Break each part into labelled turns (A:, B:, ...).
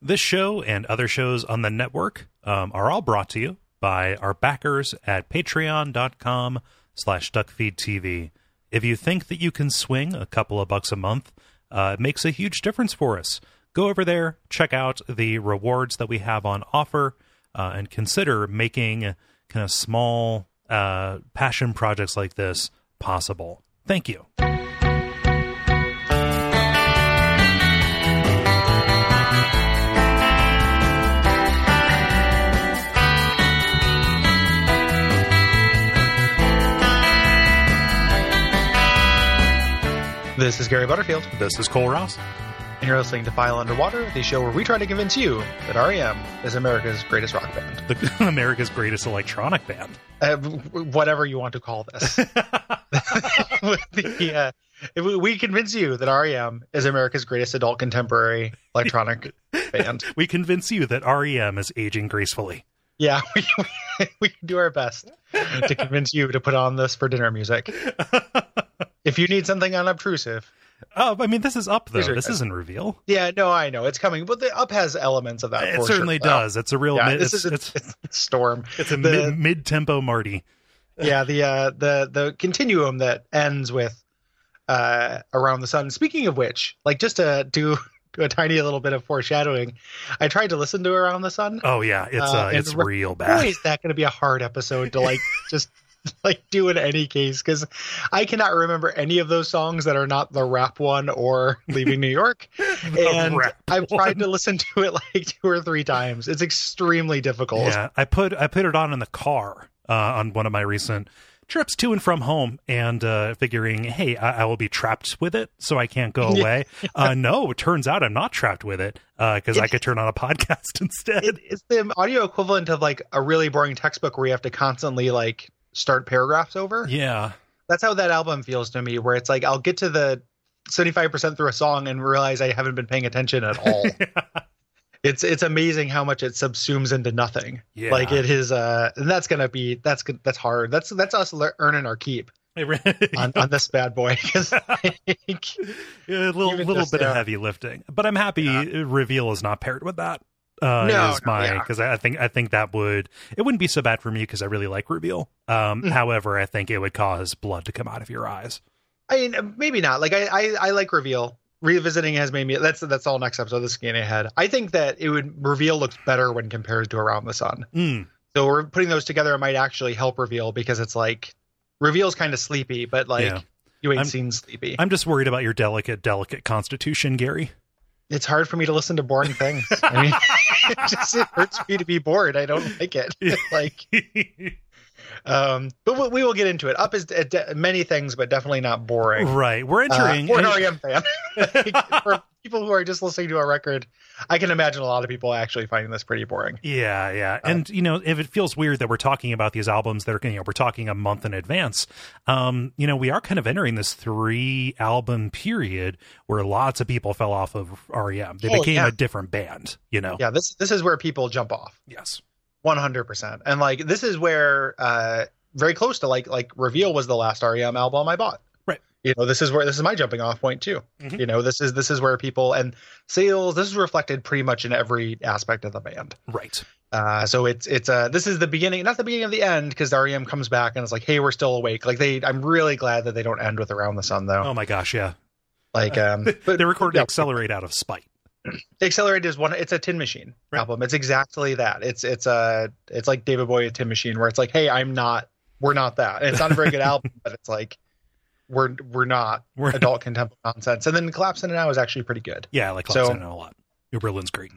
A: This show and other shows on the network um, are all brought to you by our backers at patreon.com slash duckfeedtv. If you think that you can swing a couple of bucks a month, uh, it makes a huge difference for us. Go over there, check out the rewards that we have on offer, uh, and consider making kind of small uh, passion projects like this possible. Thank you.
B: This is Gary Butterfield,
A: This is Cole Ross.
B: and you're listening to File Underwater, the show where we try to convince you that REM is America's greatest rock band.
A: the, America's greatest electronic band.
B: Uh, w- whatever you want to call this. With the, uh, if we- we convince you that REM is America's greatest adult contemporary electronic band.
A: We convince you that REM is aging gracefully.
B: Yeah, we, we can do our best to convince you to put on this for dinner music. If you need something unobtrusive,
A: Uh, I mean, this is up though.
B: These are
A: This
B: good.
A: isn't reveal.
B: yeah, no, I know it's coming, but the up has elements of that.
A: It
B: Uh, for
A: certainly
B: sure, though.
A: does. It's a real.
B: Yeah,
A: mid,
B: this
A: it's,
B: is
A: it's,
B: it's, it's storm.
A: it's a
B: the-
A: mid, mid-tempo Marty.
B: yeah the uh the the continuum that ends with uh around the sun speaking of which like just to do do a tiny little bit of foreshadowing i tried to listen to around the sun
A: Oh yeah, it's
B: Uh,
A: uh,
B: and
A: it's
B: re-
A: real
B: boy
A: bad.
B: is that going to be a hard episode to like just like do in any case because i cannot remember any of those songs that are not the rap one or leaving new york
A: The
B: and
A: rap
B: i've
A: one.
B: tried to listen to it like two or three times it's extremely difficult
A: Yeah, I put I put it on in the car uh, on one of my recent trips to and from home, and uh, figuring, hey, I, I will be trapped with it, so I can't go
B: Yeah.
A: away. Uh, no, it turns out I'm not trapped with it because I
B: It-
A: could turn on a podcast instead.
B: it, it's the audio equivalent of like a really boring textbook where you have to constantly like start paragraphs over.
A: yeah,
B: That's how that album feels to me, where it's like I'll get to the 75% through a song and realize I haven't been paying attention at all. It's it's amazing how much it subsumes into nothing.
A: yeah.
B: Like it is uh and that's going to be that's gon- that's hard. That's that's us le- earning our keep
A: It re-
B: on, on this bad boy 'Cause, like,
A: Yeah, a little,
B: Even
A: little
B: just,
A: bit
B: uh,
A: of heavy lifting, but I'm happy
B: Yeah.
A: reveal is not paired with that. Uh,
B: No,
A: is
B: no,
A: my
B: yeah.
A: because I think I think that would it wouldn't be so bad for me because I really like reveal. Um,
B: Mhm.
A: however, I think it would cause blood to come out of your eyes.
B: I mean, maybe not. Like I, I, I like reveal. Revisiting has made me. That's that's all next episode. This is getting ahead. I think that it would reveal looks better when compared to around the sun.
A: Mm,
B: So we're putting those together. It might actually help reveal because it's like reveal's kind of sleepy, but like
A: Yeah.
B: you ain't
A: I'm-
B: seen sleepy.
A: I'm just worried about your delicate, delicate constitution, Gary.
B: it's hard for me to listen to boring things. I mean, it just it hurts me to be bored. I don't like it. like, um, but we, we will get into it. Up is uh, de- many things, but definitely not boring.
A: right, we're entering.
B: Uh, or an REM fan. Like, for people who are just listening to a record, I can imagine a lot of people actually finding this pretty boring.
A: Yeah, yeah.
B: Uh,
A: And you know, if it feels weird that we're talking about these albums that are you know, we're talking a month in advance, um, you know, we are kind of entering this three album period where lots of people fell off of REM. They
B: Oh,
A: became
B: yeah.
A: a different band, you know.
B: Yeah, this this is where people jump off
A: Yes.
B: 100%. And like this is where uh very close to like like Reveal was the last REM album I bought.
A: Right.
B: You know, this is where this is my jumping off point too.
A: Mhm.
B: You know, this is this is where people and sales this is reflected pretty much in every aspect of the band.
A: Right.
B: Uh, so it's it's uh this is the beginning, not the beginning of the end, because REM comes back and it's like, hey, we're still awake. Like they, I'm really glad that they don't end with Around the Sun though.
A: Oh my gosh, yeah.
B: Like um, but
A: They recorded
B: yeah,
A: Accelerate out of spite.
B: Accelerate is one. It's a Tin Machine
A: Right.
B: album. It's exactly that. It's it's a it's like David Bowie with Tin Machine, where it's like, hey, I'm not. We're not that. And it's not a very good album, but it's like we're we're not
A: We're,
B: adult contemporary nonsense. And then Collapse in and Out is actually pretty good.
A: yeah, I like
B: So-
A: Clapton a lot. New Berlin's great.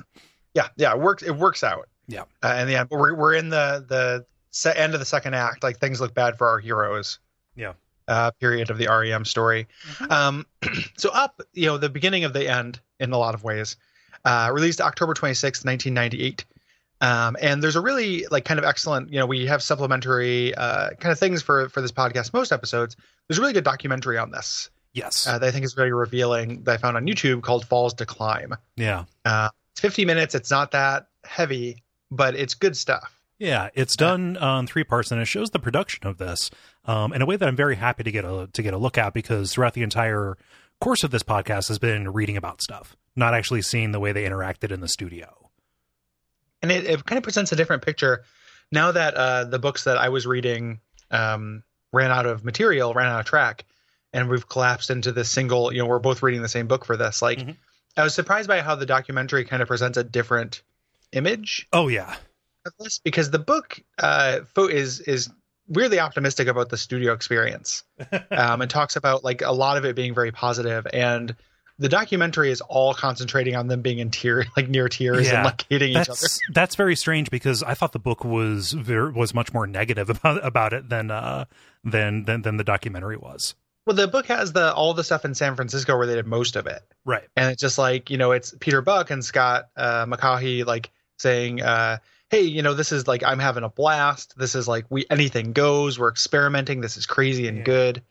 B: Yeah, yeah, it works. It works out.
A: Yeah.
B: Uh, and yeah, but we're we're in the the se- end of the second act. Like things look bad for our heroes.
A: Yeah. Mm-hmm.
B: Uh, period of the REM story. Um, so up, you know, the beginning of the end in a lot of ways. Uh, released October twenty sixth, nineteen ninety eight. Um, and there's a really like kind of excellent, you know, we have supplementary uh, kind of things for for this podcast. Most episodes, there's a really good documentary on this
A: Yes.
B: uh, that I think is very revealing that I found on YouTube called Falls to Climb.
A: yeah.
B: It's 50 Uh, minutes. It's not that heavy, but it's good stuff.
A: Yeah, it's done on three parts, and it shows the production of this um, in a way that I'm very happy to get a to get a look at because throughout the entire course of this podcast has been reading about stuff, not actually seeing the way they interacted in the studio.
B: and it, it kind of presents a different picture now that uh, the books that I was reading um, ran out of material, ran out of track, and we've collapsed into this single. You know, we're both reading the same book for this. Like,
A: Mhm.
B: I was surprised by how the documentary kind of presents a different image
A: Oh yeah,
B: of this because the book uh, fo- is is weirdly optimistic about the studio experience um, and talks about like a lot of it being very positive and. The documentary is all concentrating on them being in tears, like near tears,
A: Yeah.
B: and like hating each other.
A: that's that's very strange because I thought the book was ver- was much more negative about about it than uh than than than the documentary was.
B: Well, the book has the all the stuff in San Francisco where they did most of it,
A: Right.
B: and it's just like you know, it's Peter Buck and Scott uh, McCaughey like saying, uh, "Hey, you know, this is like I'm having a blast. This is like we anything goes. We're experimenting. This is crazy and
A: Yeah.
B: good."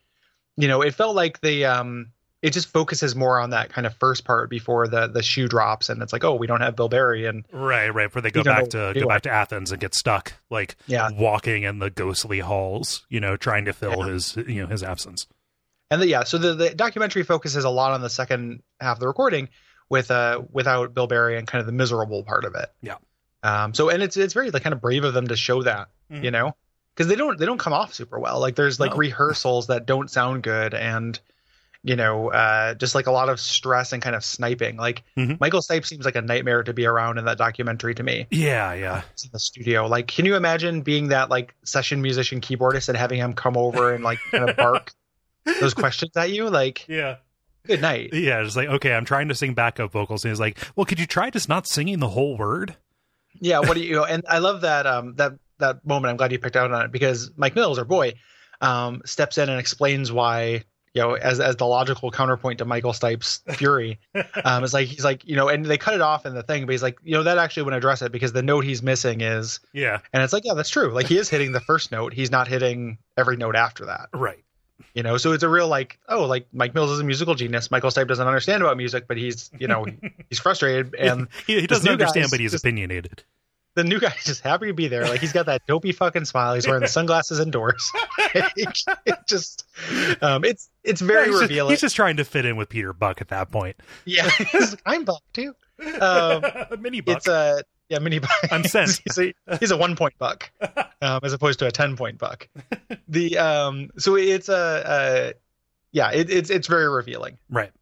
B: You know, it felt like the um, it just focuses more on that kind of first part before the the shoe drops, and it's like, oh, we don't have Bill Berry, and
A: Right, right. Where they go
B: You don't
A: back
B: know
A: to
B: what to
A: go
B: do.
A: back to Athens and get stuck, like
B: yeah,
A: walking in the ghostly halls, you know, trying to fill
B: Yeah.
A: his you know his absence.
B: and the, yeah so the, the documentary focuses a lot on the second half of the recording with uh without bill barry and kind of the miserable part of it
A: Yeah.
B: um so and it's it's very like kind of brave of them to show that
A: Mhm.
B: you know because they don't they don't come off super well like there's like
A: No.
B: rehearsals that don't sound good and you know uh just like a lot of stress and kind of sniping like
A: Mhm.
B: michael snipe seems like a nightmare to be around in that documentary to me
A: Yeah, yeah.
B: It's in the studio like can you imagine being that like session musician keyboardist and having him come over and like kind of bark those questions at you like
A: Yeah.
B: good night
A: Yeah, it's like, okay, I'm trying to sing backup vocals. And he's like, well, could you try just not singing the whole word?
B: yeah what do you and i love that um that that moment i'm glad you picked out on it because mike mills our boy um steps in and explains why you know as as the logical counterpoint to michael stipe's fury um it's like he's like you know and they cut it off in the thing but he's like you know that actually wouldn't address it because the note he's missing is
A: Yeah.
B: and it's like yeah that's true like he is hitting the first note he's not hitting every note after that
A: Right.
B: you know so it's a real like oh like mike mills is a musical genius michael stipe doesn't understand about music but he's you know he's frustrated and
A: He, he
B: This
A: doesn't
B: new
A: understand,
B: guy's
A: but he's
B: just-
A: opinionated.
B: the new guy's just happy to be there. Like he's got that dopey fucking smile. He's wearing the sunglasses indoors. it, just, um, it's it's very
A: he's, just,
B: revealing.
A: he's just trying to fit in with Peter Buck at that point.
B: yeah, he's like, I'm buck too. Um,
A: Mini Buck.
B: it's a yeah mini buck.
A: I'm sent.
B: he's, a, he's a one point buck, um, as opposed to a ten point buck. The um, so it's a, uh yeah, it, it's it's very revealing.
A: Right.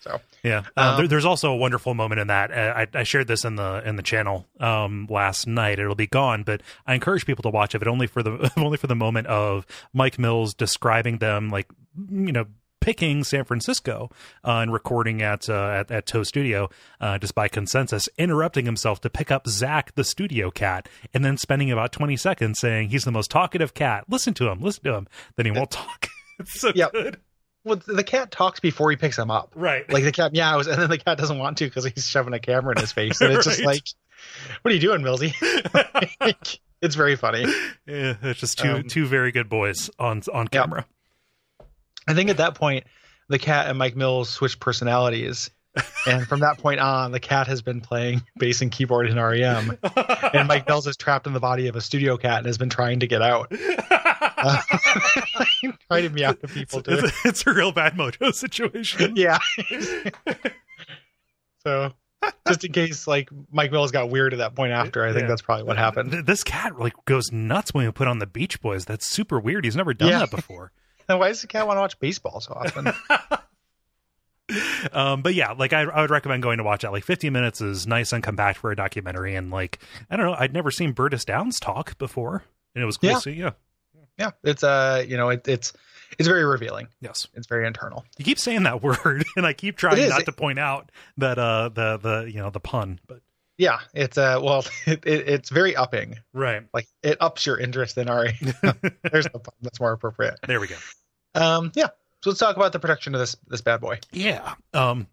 B: So.
A: yeah, um,
B: Um,
A: there, there's also a wonderful moment in that. Uh, I, I shared this in the in the channel um, last night. It'll be gone, but I encourage people to watch it, but only for the only for the moment of Mike Mills describing them, like you know, picking San Francisco uh, and recording at uh, at, at Toe Studio, uh, just by consensus, interrupting himself to pick up Zach, the studio cat, and then spending about 20 seconds saying he's the most talkative cat. Listen to him, listen to him. Then he won't talk. it's so
B: Yep.
A: good,
B: Well, the cat talks before he picks him up.
A: right?
B: like the cat meows and then the cat doesn't want to because he's shoving a camera in his face and it's just
A: Right.
B: like what are you doing milsey Like, it's very funny
A: Yeah, Eh, it's just two
B: Um,
A: two very good boys on on
B: Yeah.
A: camera.
B: i think at that point the cat and mike mills switched personalities and from that point on the cat has been playing bass and keyboard in rem and mike mills is trapped in the body of a studio cat and has been trying to get out uh, trying to meow to people
A: it's,
B: to
A: it's a, it's a real bad mojo situation.
B: yeah so just in case like mike mills got weird at that point after i think
A: Yeah.
B: that's probably what happened
A: Th- This cat like goes nuts when we put on the Beach Boys. That's super weird. He's never done
B: Yeah.
A: that before.
B: Then why does the cat want to watch baseball so often?
A: Um, but yeah, like I, I would recommend going to watch that. Like 15 minutes is nice and compact for a documentary. And like I don't know, I'd never seen Burtis Downs talk before, and it was cool
B: Yeah.
A: to see. Yeah,
B: yeah, it's uh, you know, it, it's it's very revealing.
A: yes.
B: It's very internal.
A: You keep saying that word, and I keep trying
B: is.
A: not to point out that uh the the you know the pun, but
B: Yeah, it's uh, well, it, it, it's very upping.
A: right
B: Like it ups your interest in RE. There's the pun that's more appropriate.
A: there we go.
B: Um, yeah. So let's talk about the production of this this bad boy.
A: Yeah. Um,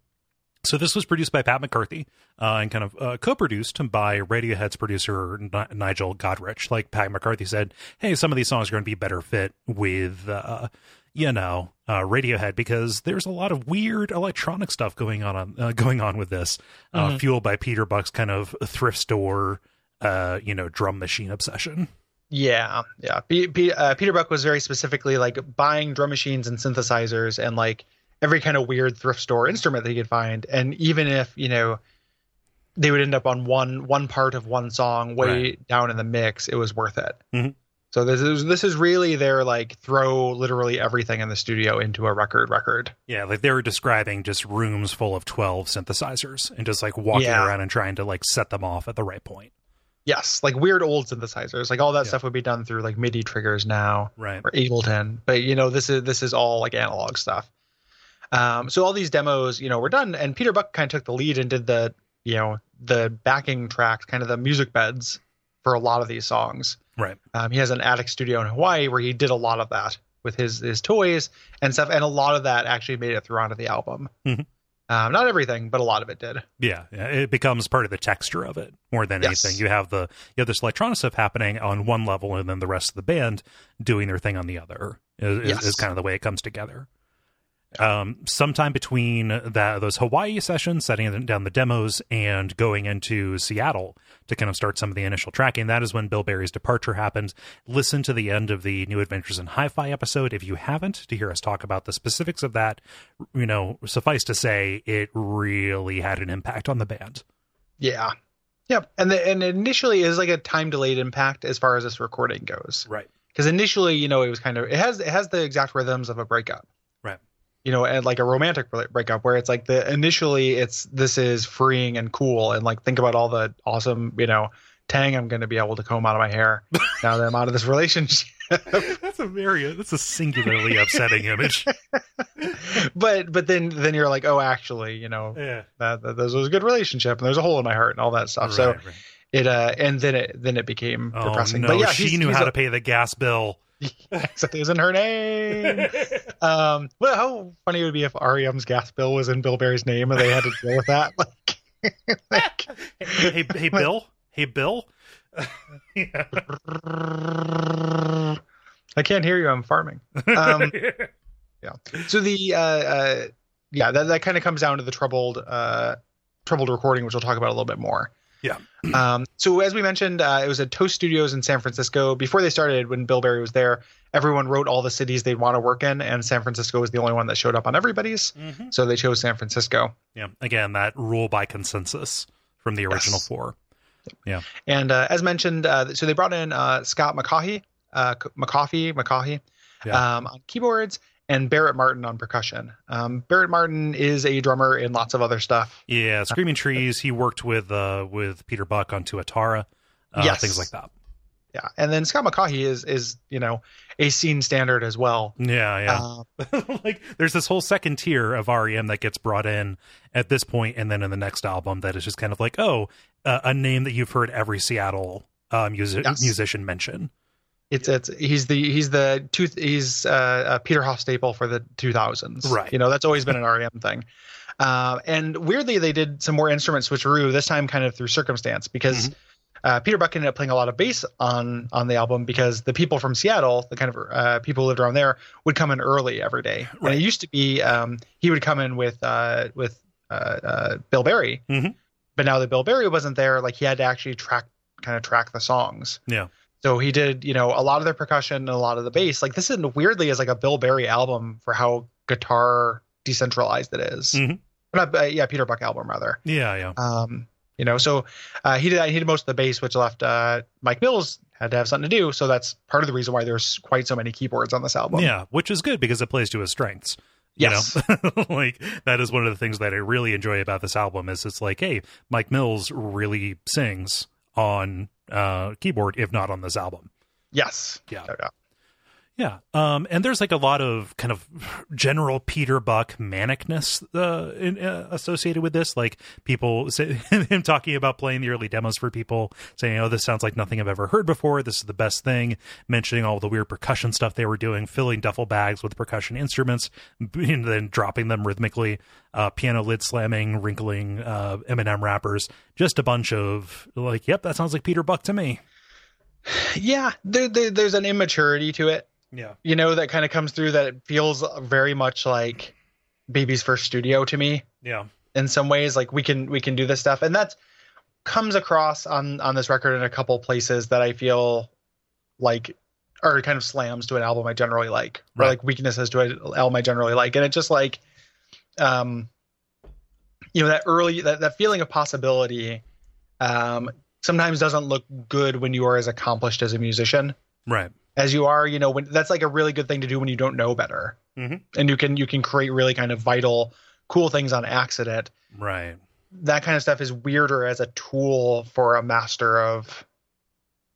A: so this was produced by Pat McCarthy uh, and kind of uh, co-produced by Radiohead's producer N- Nigel Godrich. Like Pat McCarthy said, "Hey, some of these songs are going to be better fit with, uh, you know, uh, Radiohead because there's a lot of weird electronic stuff going on, on uh, going on with this, uh,
B: Mhm.
A: fueled by Peter Buck's kind of thrift store, uh, you know, drum machine obsession."
B: Yeah, yeah. P- P- uh, Peter Buck was very specifically like buying drum machines and synthesizers and like every kind of weird thrift store instrument that he could find. And even if you know they would end up on one one part of one song way
A: Right.
B: down in the mix, it was worth it.
A: Mhm.
B: So this is this is really their like throw literally everything in the studio into a record record.
A: Yeah, like they were describing just rooms full of 12 synthesizers and just like walking
B: Yeah.
A: around and trying to like set them off at the right point.
B: Yes, like weird old synthesizers, like all that
A: Yeah.
B: stuff would be done through like MIDI triggers now.
A: Right.
B: or Ableton, but you know this is this is all like analog stuff. Um, so all these demos, you know, were done, and Peter Buck kind of took the lead and did the you know the backing tracks, kind of the music beds for a lot of these songs.
A: Right.
B: Um, he has an attic studio in Hawaii where he did a lot of that with his his toys and stuff, and a lot of that actually made it through onto the album.
A: Mhm.
B: Um, not everything, but a lot of it did.
A: Yeah, yeah, it becomes part of the texture of it more than
B: Yes.
A: anything. You have the you have this electronic stuff happening on one level, and then the rest of the band doing their thing on the other. Is, is- is,
B: Yes.
A: kind of the way it comes together. Um, sometime between that those Hawaii sessions, setting down the demos, and going into Seattle to kind of start some of the initial tracking, that is when Bill Berry's departure happens. Listen to the end of the New Adventures in Hi-Fi episode if you haven't to hear us talk about the specifics of that you know, suffice to say, it really had an impact on the band.
B: Yeah. Yep. And the, and initially is like a time delayed impact as far as this recording goes.
A: Right.
B: because initially you know it was kind of it has it has the exact rhythms of a breakup
A: Right.
B: you know and like a romantic break- breakup where it's like the initially it's this is freeing and cool and like think about all the awesome you know tang i'm going to be able to comb out of my hair now that i'm out of this relationship
A: that's a very that's a singularly upsetting image.
B: but but then then you're like oh actually you know
A: Yeah.
B: that, that this was a good relationship and there's a hole in my heart and all that stuff so it uh and then it then it became
A: oh
B: depressing
A: no,
B: but yeah
A: she
B: he's-
A: knew
B: he's
A: how
B: a-
A: to pay the gas bill.
B: except it was in her name Um, well, how funny it would be if REM's gas bill was in Bill Berry's name and they had to deal with that. Like, like
A: hey, hey, Bill. Hey, Bill. yeah.
B: I can't hear you. I'm farming. Um, So the uh, uh, yeah, that that kind of comes down to the troubled uh, troubled recording, which we'll talk about a little bit more.
A: Yeah.
B: um, so as we mentioned, uh, it was at Toast Studios in San Francisco. Before they started, when Bill Berry was there, everyone wrote all the cities they'd want to work in, and San Francisco was the only one that showed up on everybody's.
A: Mhm.
B: So they chose San Francisco.
A: yeah. Again, that rule by consensus from the original
B: Yes.
A: four.
B: And uh, as mentioned, uh, so they brought in uh, Scott McCaughey, uh, C- McCaughey, McCaughey
A: Yeah.
B: um, on keyboards, and Barrett Martin on percussion. Um, Barrett Martin is a drummer in lots of other stuff.
A: Yeah, Screaming Trees. He worked with uh with Peter Buck on Tuatara, uh,
B: Yes.
A: things like that.
B: Yeah, and then Scott McCaughey is is you know a scene standard as well.
A: Yeah, yeah.
B: Um,
A: like there's this whole second tier of REM that gets brought in at this point and then in the next album that is just kind of like oh uh, a name that you've heard every Seattle uh, music
B: Yes.
A: musician mention
B: it's it's he's the he's the two he's uh, uh Peter Hoff staple for the 2000s.
A: Right.
B: You know that's always been an REM thing. Um, and weirdly, they did some more instrument switcheroo this time, kind of through circumstance, because
A: Mm-hmm.
B: uh, Peter Buck ended up playing a lot of bass on on the album because the people from Seattle, the kind of uh, people who lived around there, would come in early every day. And
A: Right.
B: it used to be um, he would come in with uh, with uh, uh, Bill Berry,
A: Mhm.
B: but now that Bill Berry wasn't there, like he had to actually track kind of track the songs.
A: Yeah.
B: So he did, you know, a lot of the percussion and a lot of the bass. Like this is weirdly is like a Bill Berry album for how guitar decentralized it is.
A: Mhm.
B: Not, uh, yeah, Peter Buck album rather.
A: yeah yeah
B: Um, you know, so uh, he did that. He did most of the bass, which left uh, Mike Mills had to have something to do. So that's part of the reason why there's quite so many keyboards on this album.
A: yeah which is good because it plays to his strengths you
B: Yes.
A: know like that is one of the things that I really enjoy about this album is it's like hey Mike Mills really sings on uh keyboard if not on this album
B: Yes.
A: Yeah.
B: yeah.
A: Yeah. Um, and there's like a lot of kind of general Peter Buck manicness uh, in, uh, associated with this. Like people, say, him talking about playing the early demos for people, saying, oh, this sounds like nothing I've ever heard before. This is the best thing. Mentioning all the weird percussion stuff they were doing, filling duffel bags with percussion instruments, and then dropping them rhythmically, uh, piano lid slamming, wrinkling uh, Eminem wrappers. Just a bunch of like, yep, that sounds like Peter Buck to me.
B: Yeah. There, there, there's an immaturity to it.
A: Yeah.
B: you know that kind of comes through that it feels very much like baby's first studio to me
A: Yeah.
B: in some ways like we can we can do this stuff and that comes across on on this record in a couple places that i feel like are kind of slams to an album i generally like or
A: Right.
B: like weaknesses to an album i generally like and it just like um, you know that early that, that feeling of possibility um, sometimes doesn't look good when you are as accomplished as a musician
A: Right.
B: as you are you know when that's like a really good thing to do when you don't know better
A: Mhm.
B: and you can you can create really kind of vital cool things on accident
A: Right.
B: that kind of stuff is weirder as a tool for a master of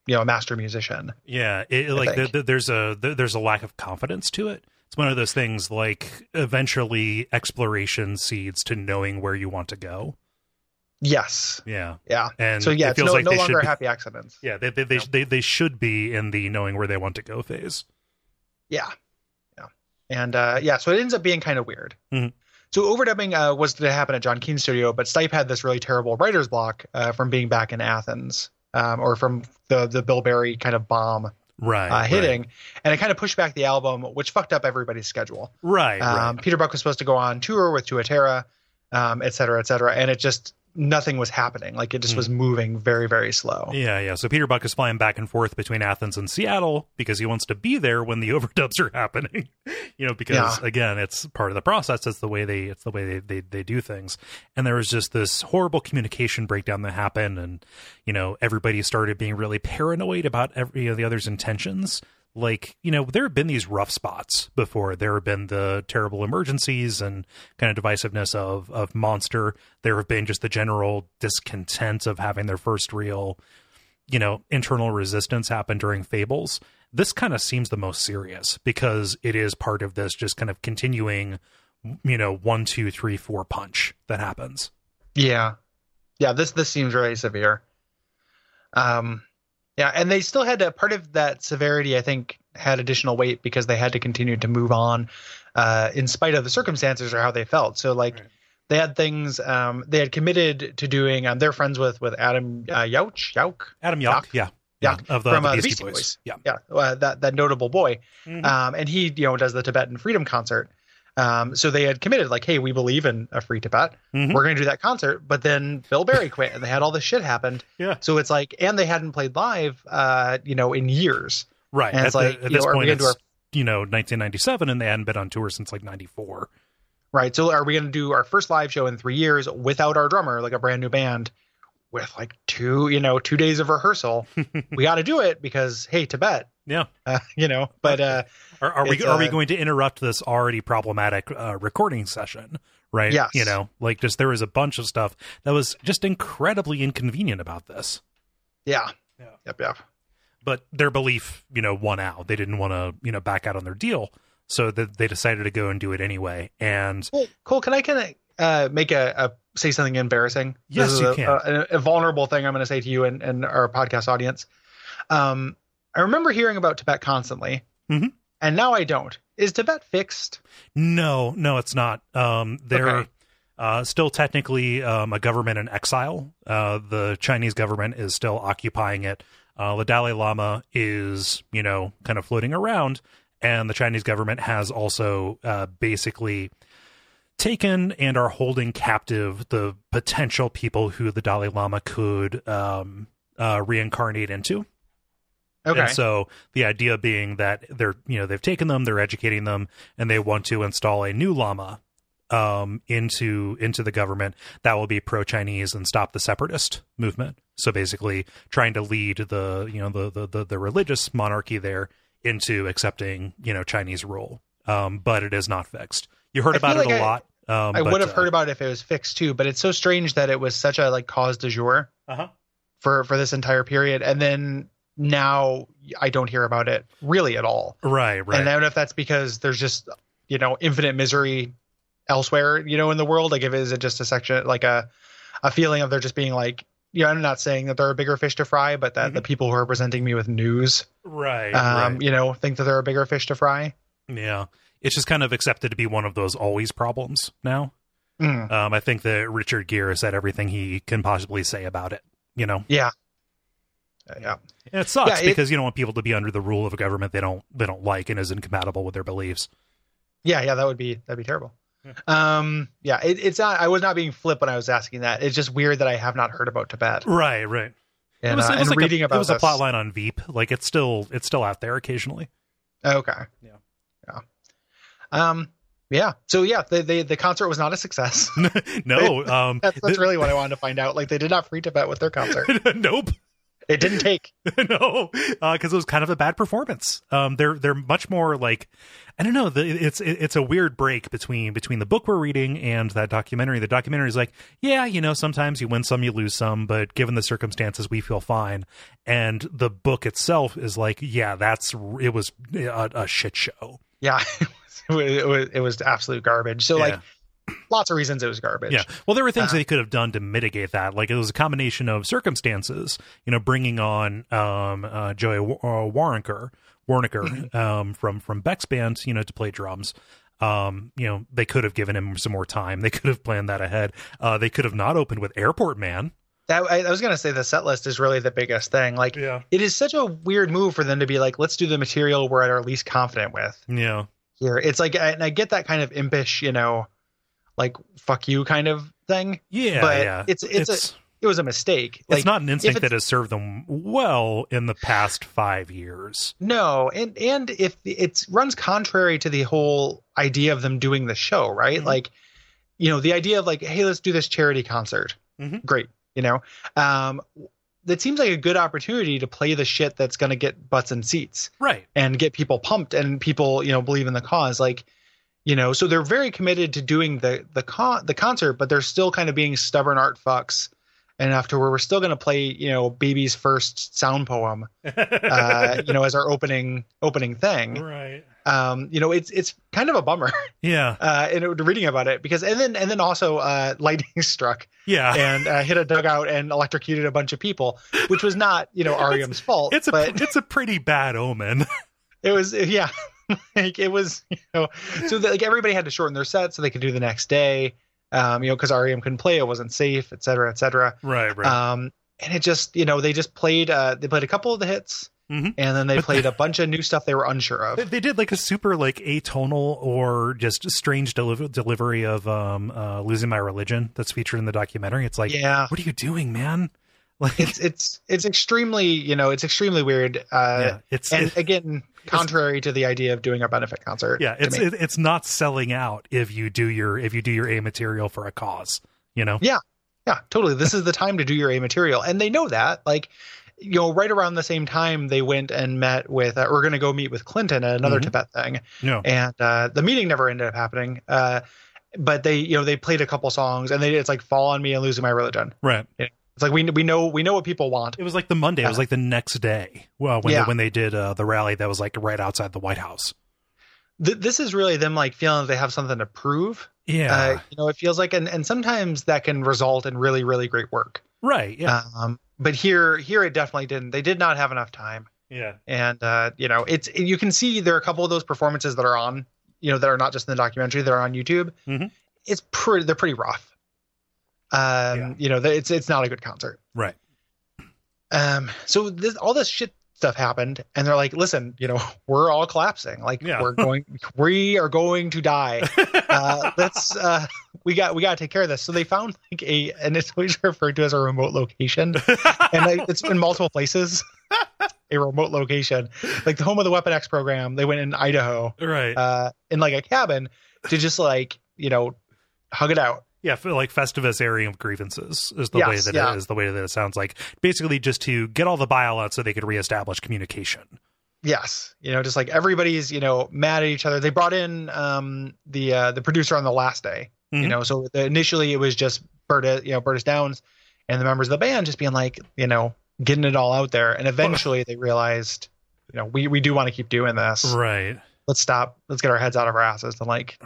B: you know a master musician
A: Yeah, it, it- like the,
B: think.
A: the, there's a there, there's a lack of confidence to it. It's one of those things like eventually exploration seeds to knowing where you want to go.
B: yes
A: Yeah,
B: yeah
A: and
B: so yeah
A: it
B: it's
A: feels
B: no,
A: like
B: no
A: they
B: longer
A: should. Be,
B: happy accidents
A: yeah, they they, they, they they should be in the knowing where they want to go phase.
B: Yeah. Yeah. And uh, yeah, so it ends up being kind of weird.
A: Mhm.
B: So overdubbing uh, was to happen at John Keane's studio, but Stipe had this really terrible writer's block uh, from being back in Athens um, or from the, the Bill Berry kind of bomb uh,
A: Right.
B: hitting. And it kind of pushed back the album, which fucked up everybody's schedule.
A: Right. Right.
B: Um, Peter Buck was supposed to go on tour with Tuatera, um, et cetera, et cetera. And it just, nothing was happening. Like it just
A: Mm.
B: was moving very, very slow.
A: right. Yeah. Yeah. So Peter Buck is flying back and forth between Athens and Seattle because he wants to be there when the overdubs are happening. you know, because again, it's part of the process. It's the way they it's the way they, they they do things. And there was just this horrible communication breakdown that happened, and you know, everybody started being really paranoid about every you know, the other's intentions. Like you know, there have been these rough spots before. There have been the terrible emergencies and kind of divisiveness of of Monster. There have been just the general discontent of having their first real, you know, internal resistance happen during Fables this kind of seems the most serious because it is part of this just kind of continuing you know one two three four punch that happens
B: Yeah. Yeah, this this seems really severe. Um yeah, and they still had to part of that severity I think had additional weight because they had to continue to move on uh in spite of the circumstances or how they felt. So like
A: Right.
B: they had things um they had committed to doing um they're friends with with Adam uh, Yauch Yauk
A: adam Yauch,
B: Yauch.
A: yeah
B: Yauch
A: of the,
B: from,
A: the
B: uh, the
A: Beastie
B: Beastie
A: boys.
B: Boys.
A: yeah
B: yeah, uh, that that notable boy.
A: Mhm.
B: Um, and he you know does the Tibetan Freedom Concert. Um, so they had committed like, hey, we believe in a free Tibet.
A: Mhm.
B: We're going to do that concert. But then Bill Berry quit, and they had all this shit happened.
A: Yeah.
B: So it's like, and they hadn't played live, uh, you know, in years.
A: right
B: And
A: at,
B: it's
A: the-
B: like,
A: at
B: you know,
A: this
B: are we
A: point
B: gonna
A: it's
B: do
A: you know 1997 and they hadn't been on tour since like 94
B: Right. So are we going to do our first live show in three years without our drummer, like a brand new band, with like two, you know, two days of rehearsal? we got to do it because hey, Tibet.
A: Yeah.
B: Uh, you know, but uh,
A: are, are we
B: It's,
A: are we
B: uh,
A: going to interrupt this already problematic uh, recording session right
B: Yes.
A: you know like just there was a bunch of stuff that was just incredibly inconvenient about this
B: yeah.
A: Yeah.
B: Yep. Yep.
A: but their belief, you know, won out. They didn't want to, you know, back out on their deal, so that they decided to go and do it anyway. And
B: Cool. Cool. Can I kind of uh, make a, a say something embarrassing?
A: Yes,
B: this is
A: you
B: a, uh,
A: can.
B: A, a vulnerable thing I'm going to say to you and, and our podcast audience. Um, I remember hearing about Tibet constantly,
A: Mhm.
B: and now I don't. Is Tibet fixed?
A: no, no, it's not. Um, they're
B: Okay.
A: uh, still technically um, a government in exile. Uh, the Chinese government is still occupying it. Uh, the Dalai Lama is, you know, kind of floating around, and the Chinese government has also uh, basically taken and are holding captive the potential people who the Dalai Lama could um, uh, reincarnate into.
B: Okay.
A: And so the idea being that they're, you know, they've taken them, they're educating them, and they want to install a new llama um, into into the government that will be pro Chinese and stop the separatist movement. So basically, trying to lead the, you know, the the the, the religious monarchy there into accepting, you know, Chinese rule. Um, but it is not fixed. You heard
B: I feel
A: about it
B: like
A: a
B: I-
A: lot. Um,
B: I
A: but,
B: would have
A: uh,
B: heard about it if it was fixed too, but it's so strange that it was such a like cause du jour
A: uh-huh.
B: for for this entire period, and then now I don't hear about it really at all.
A: Right, right.
B: And I don't know if that's because there's just, you know, infinite misery elsewhere, you know, in the world. Like, if is it just a section, like a, a feeling of there just being like, you know, I'm not saying that there are bigger fish to fry, but that the people who are presenting me with news,
A: Mm-hmm. right,
B: um, you know, think that there are bigger fish to fry.
A: right. Yeah. It's just kind of accepted to be one of those always problems now.
B: Mm,
A: Um, I think that Richard Gere said everything he can possibly say about it. You know,
B: yeah.
A: and it sucks
B: Yeah, it-
A: because you don't want people to be under the rule of a government they don't they don't like and is incompatible with their beliefs.
B: Yeah. Yeah. That would be, that'd be terrible.
A: Yeah.
B: Um, yeah. It, it's not, I was not being flip when I was asking that. It's just weird that I have not heard about Tibet.
A: Right, right.
B: And,
A: it was,
B: uh,
A: it was
B: and
A: like a-
B: reading about
A: it was a
B: this-
A: plot line on Veep. Like it's still it's still out there occasionally.
B: Okay.
A: Yeah.
B: Yeah. Oh, Um, Yeah. So yeah, they, they, the concert was not a success.
A: no, um,
B: that's, that's really what I wanted to find out. Like they did not free Tibet with their concert.
A: nope.
B: It didn't take.
A: no, because it was kind of a bad performance. Um, they're they're much more like I don't know. The, it's it, it's a weird break between between the book we're reading and that documentary. The documentary is like, yeah, you know, sometimes you win some, you lose some, but given the circumstances, we feel fine. And the book itself is like, yeah, that's it was a, a shit show.
B: Yeah. It was, it was, it was absolute garbage. So like
A: Yeah.
B: lots of reasons it was garbage.
A: Yeah. Well, there were things
B: Uh,
A: they could have done to mitigate that. Like it was a combination of circumstances, you know, bringing on um, uh, Joey Wa- uh, Warrenker,
B: Mm-hmm.
A: Warnicker um, from from Beck's band, you know, to play drums. Um, you know, they could have given him some more time. They could have planned that ahead. Uh, they could have not opened with Airport Man.
B: That I, I was gonna say the set list is really the biggest thing. Like
A: Yeah.
B: it is such a weird move for them to be like, let's do the material we're at our least confident with
A: Yeah.
B: here. It's like, and I get that kind of impish, you know, like fuck you kind of thing.
A: Yeah.
B: But
A: yeah.
B: it's- it's a-
A: it's,
B: It was a mistake.
A: it's not an instinct
B: it's-
A: that has served them well in the past five years.
B: No, and and if it runs contrary to the whole idea of them doing the show, right?
A: Mhm.
B: Like, you know, the idea of like, hey, let's do this charity concert.
A: Mhm.
B: Great, you know, um, that seems like a good opportunity to play the shit that's going to get butts and seats
A: Right.
B: and get people pumped and people you know believe in the cause like you know so they're very committed to doing the the con the concert but they're still kind of being stubborn art fucks enough to where we're still going to play you know baby's first sound poem uh, you know as our opening opening thing
A: right.
B: um you know it's it's kind of a bummer
A: Yeah.
B: uh and it, reading about it because and then and then also uh lightning struck
A: Yeah.
B: and uh, hit a dugout and electrocuted a bunch of people which was not you know REM's fault
A: It's a
B: but
A: it's a pretty bad omen.
B: it was yeah like it was you know so that, like everybody had to shorten their set so they could do the next day um you know because rem couldn't play it wasn't safe et cetera et cetera
A: right,
B: um and it just you know they just played uh they played a couple of the hits
A: Mhm.
B: and then they
A: But-
B: played a bunch of new stuff they were unsure of
A: they, they did like a super like atonal or just strange deli- delivery of um uh losing my religion that's featured in the documentary. It's like,
B: yeah
A: what are you doing, man? Like,
B: it's it's it's extremely you know it's extremely weird uh
A: yeah, it's
B: and
A: it-
B: again contrary to the idea of doing a benefit concert
A: yeah,
B: to
A: it's
B: me.
A: it, it's not selling out if you do your if you do your A material for a cause, you know.
B: Yeah, totally. This is the time to do your A material. And they know that. Like, you know, right around the same time, they went and met with, uh, we're going to go meet with Clinton at another
A: Mhm.
B: Tibet thing.
A: No.
B: And uh, the meeting never ended up happening. Uh, but they, you know, they played a couple songs and they, it's like Fall on Me and Losing My Religion.
A: Right.
B: It's like we, we know we know what people want.
A: It was like the Monday. It was
B: Uh,
A: like the next day. Well, when
B: Yeah.
A: they, when they did uh, the rally that was like right outside the White House.
B: Th- this is really them like feeling they have something to prove.
A: Yeah.
B: Uh, you know, it feels like, and, and sometimes that can result in really, really great work.
A: right. Yeah.
B: Um, but here, here it definitely didn't. They did not have enough time.
A: yeah.
B: and uh, you know it's you can see there are a couple of those performances that are on you know that are not just in the documentary that are on YouTube.
A: Mhm.
B: It's pretty they're pretty rough. Um,
A: Yeah.
B: you know that- it's it's not a good concert.
A: Right.
B: Um, so this all this shit stuff happened, and they're like, listen, you know we're all collapsing. Like
A: Yeah.
B: we're going we are going to die. Uh, let's uh, we got we got to take care of this. So they found like a and it's always referred to as a remote location uh, and like, it's in multiple places. a remote location, like the home of the Weapon X program. They went in Idaho,
A: right.
B: uh, in like a cabin to just like you know hug it out.
A: Yeah, for like Festivus airing of grievances is the
B: Yes,
A: way that
B: yeah.
A: it is the way that it sounds like. Basically, just to get all the bile out so they could reestablish communication.
B: Yes, you know, just like everybody's you know mad at each other. They brought in um, the uh, the producer on the last day, you
A: Mhm.
B: know. So the, initially it was just Berta, you know, Bertus Downs, and the members of the band just being like you know getting it all out there. And eventually they realized, you know, we we do want to keep doing this.
A: Right.
B: Let's stop. Let's get our heads out of our asses and like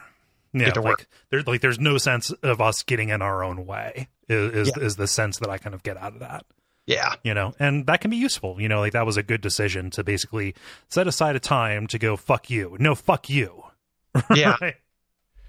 A: Yeah.
B: Get to
A: like there's like there's no sense of us getting in our own way is is, is the sense that I kind of get out of that.
B: yeah.
A: You know, and that can be useful. You know, like that was a good decision to basically set aside a time to go fuck you. No, fuck you.
B: Yeah.
A: Right?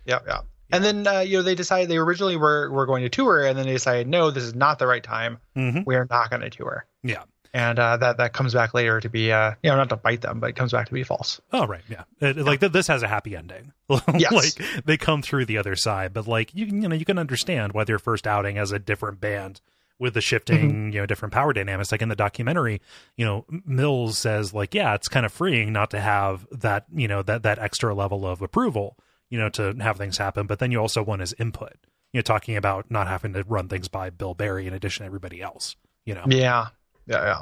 B: Yeah, yeah. And then uh, you know they decided they originally were were going to tour, and then they decided no, this is not the right time.
A: hmm
B: We are not going to tour.
A: Yeah.
B: And uh, that that comes back later to be uh, you know not to bite them, but it comes back to be false.
A: Oh right, yeah. It, Like th- this has a happy ending.
B: Yes.
A: like they come through the other side, but like you you know you can understand why their first outing as a different band with the shifting you know different power dynamics. Like in the documentary, you know M- Mills says like yeah, it's kind of freeing not to have that you know that that extra level of approval. you know, to have things happen. But then you also want his input. You know, talking about not having to run things by Bill Barry in addition to everybody else. You know,
B: Yeah. Yeah. yeah.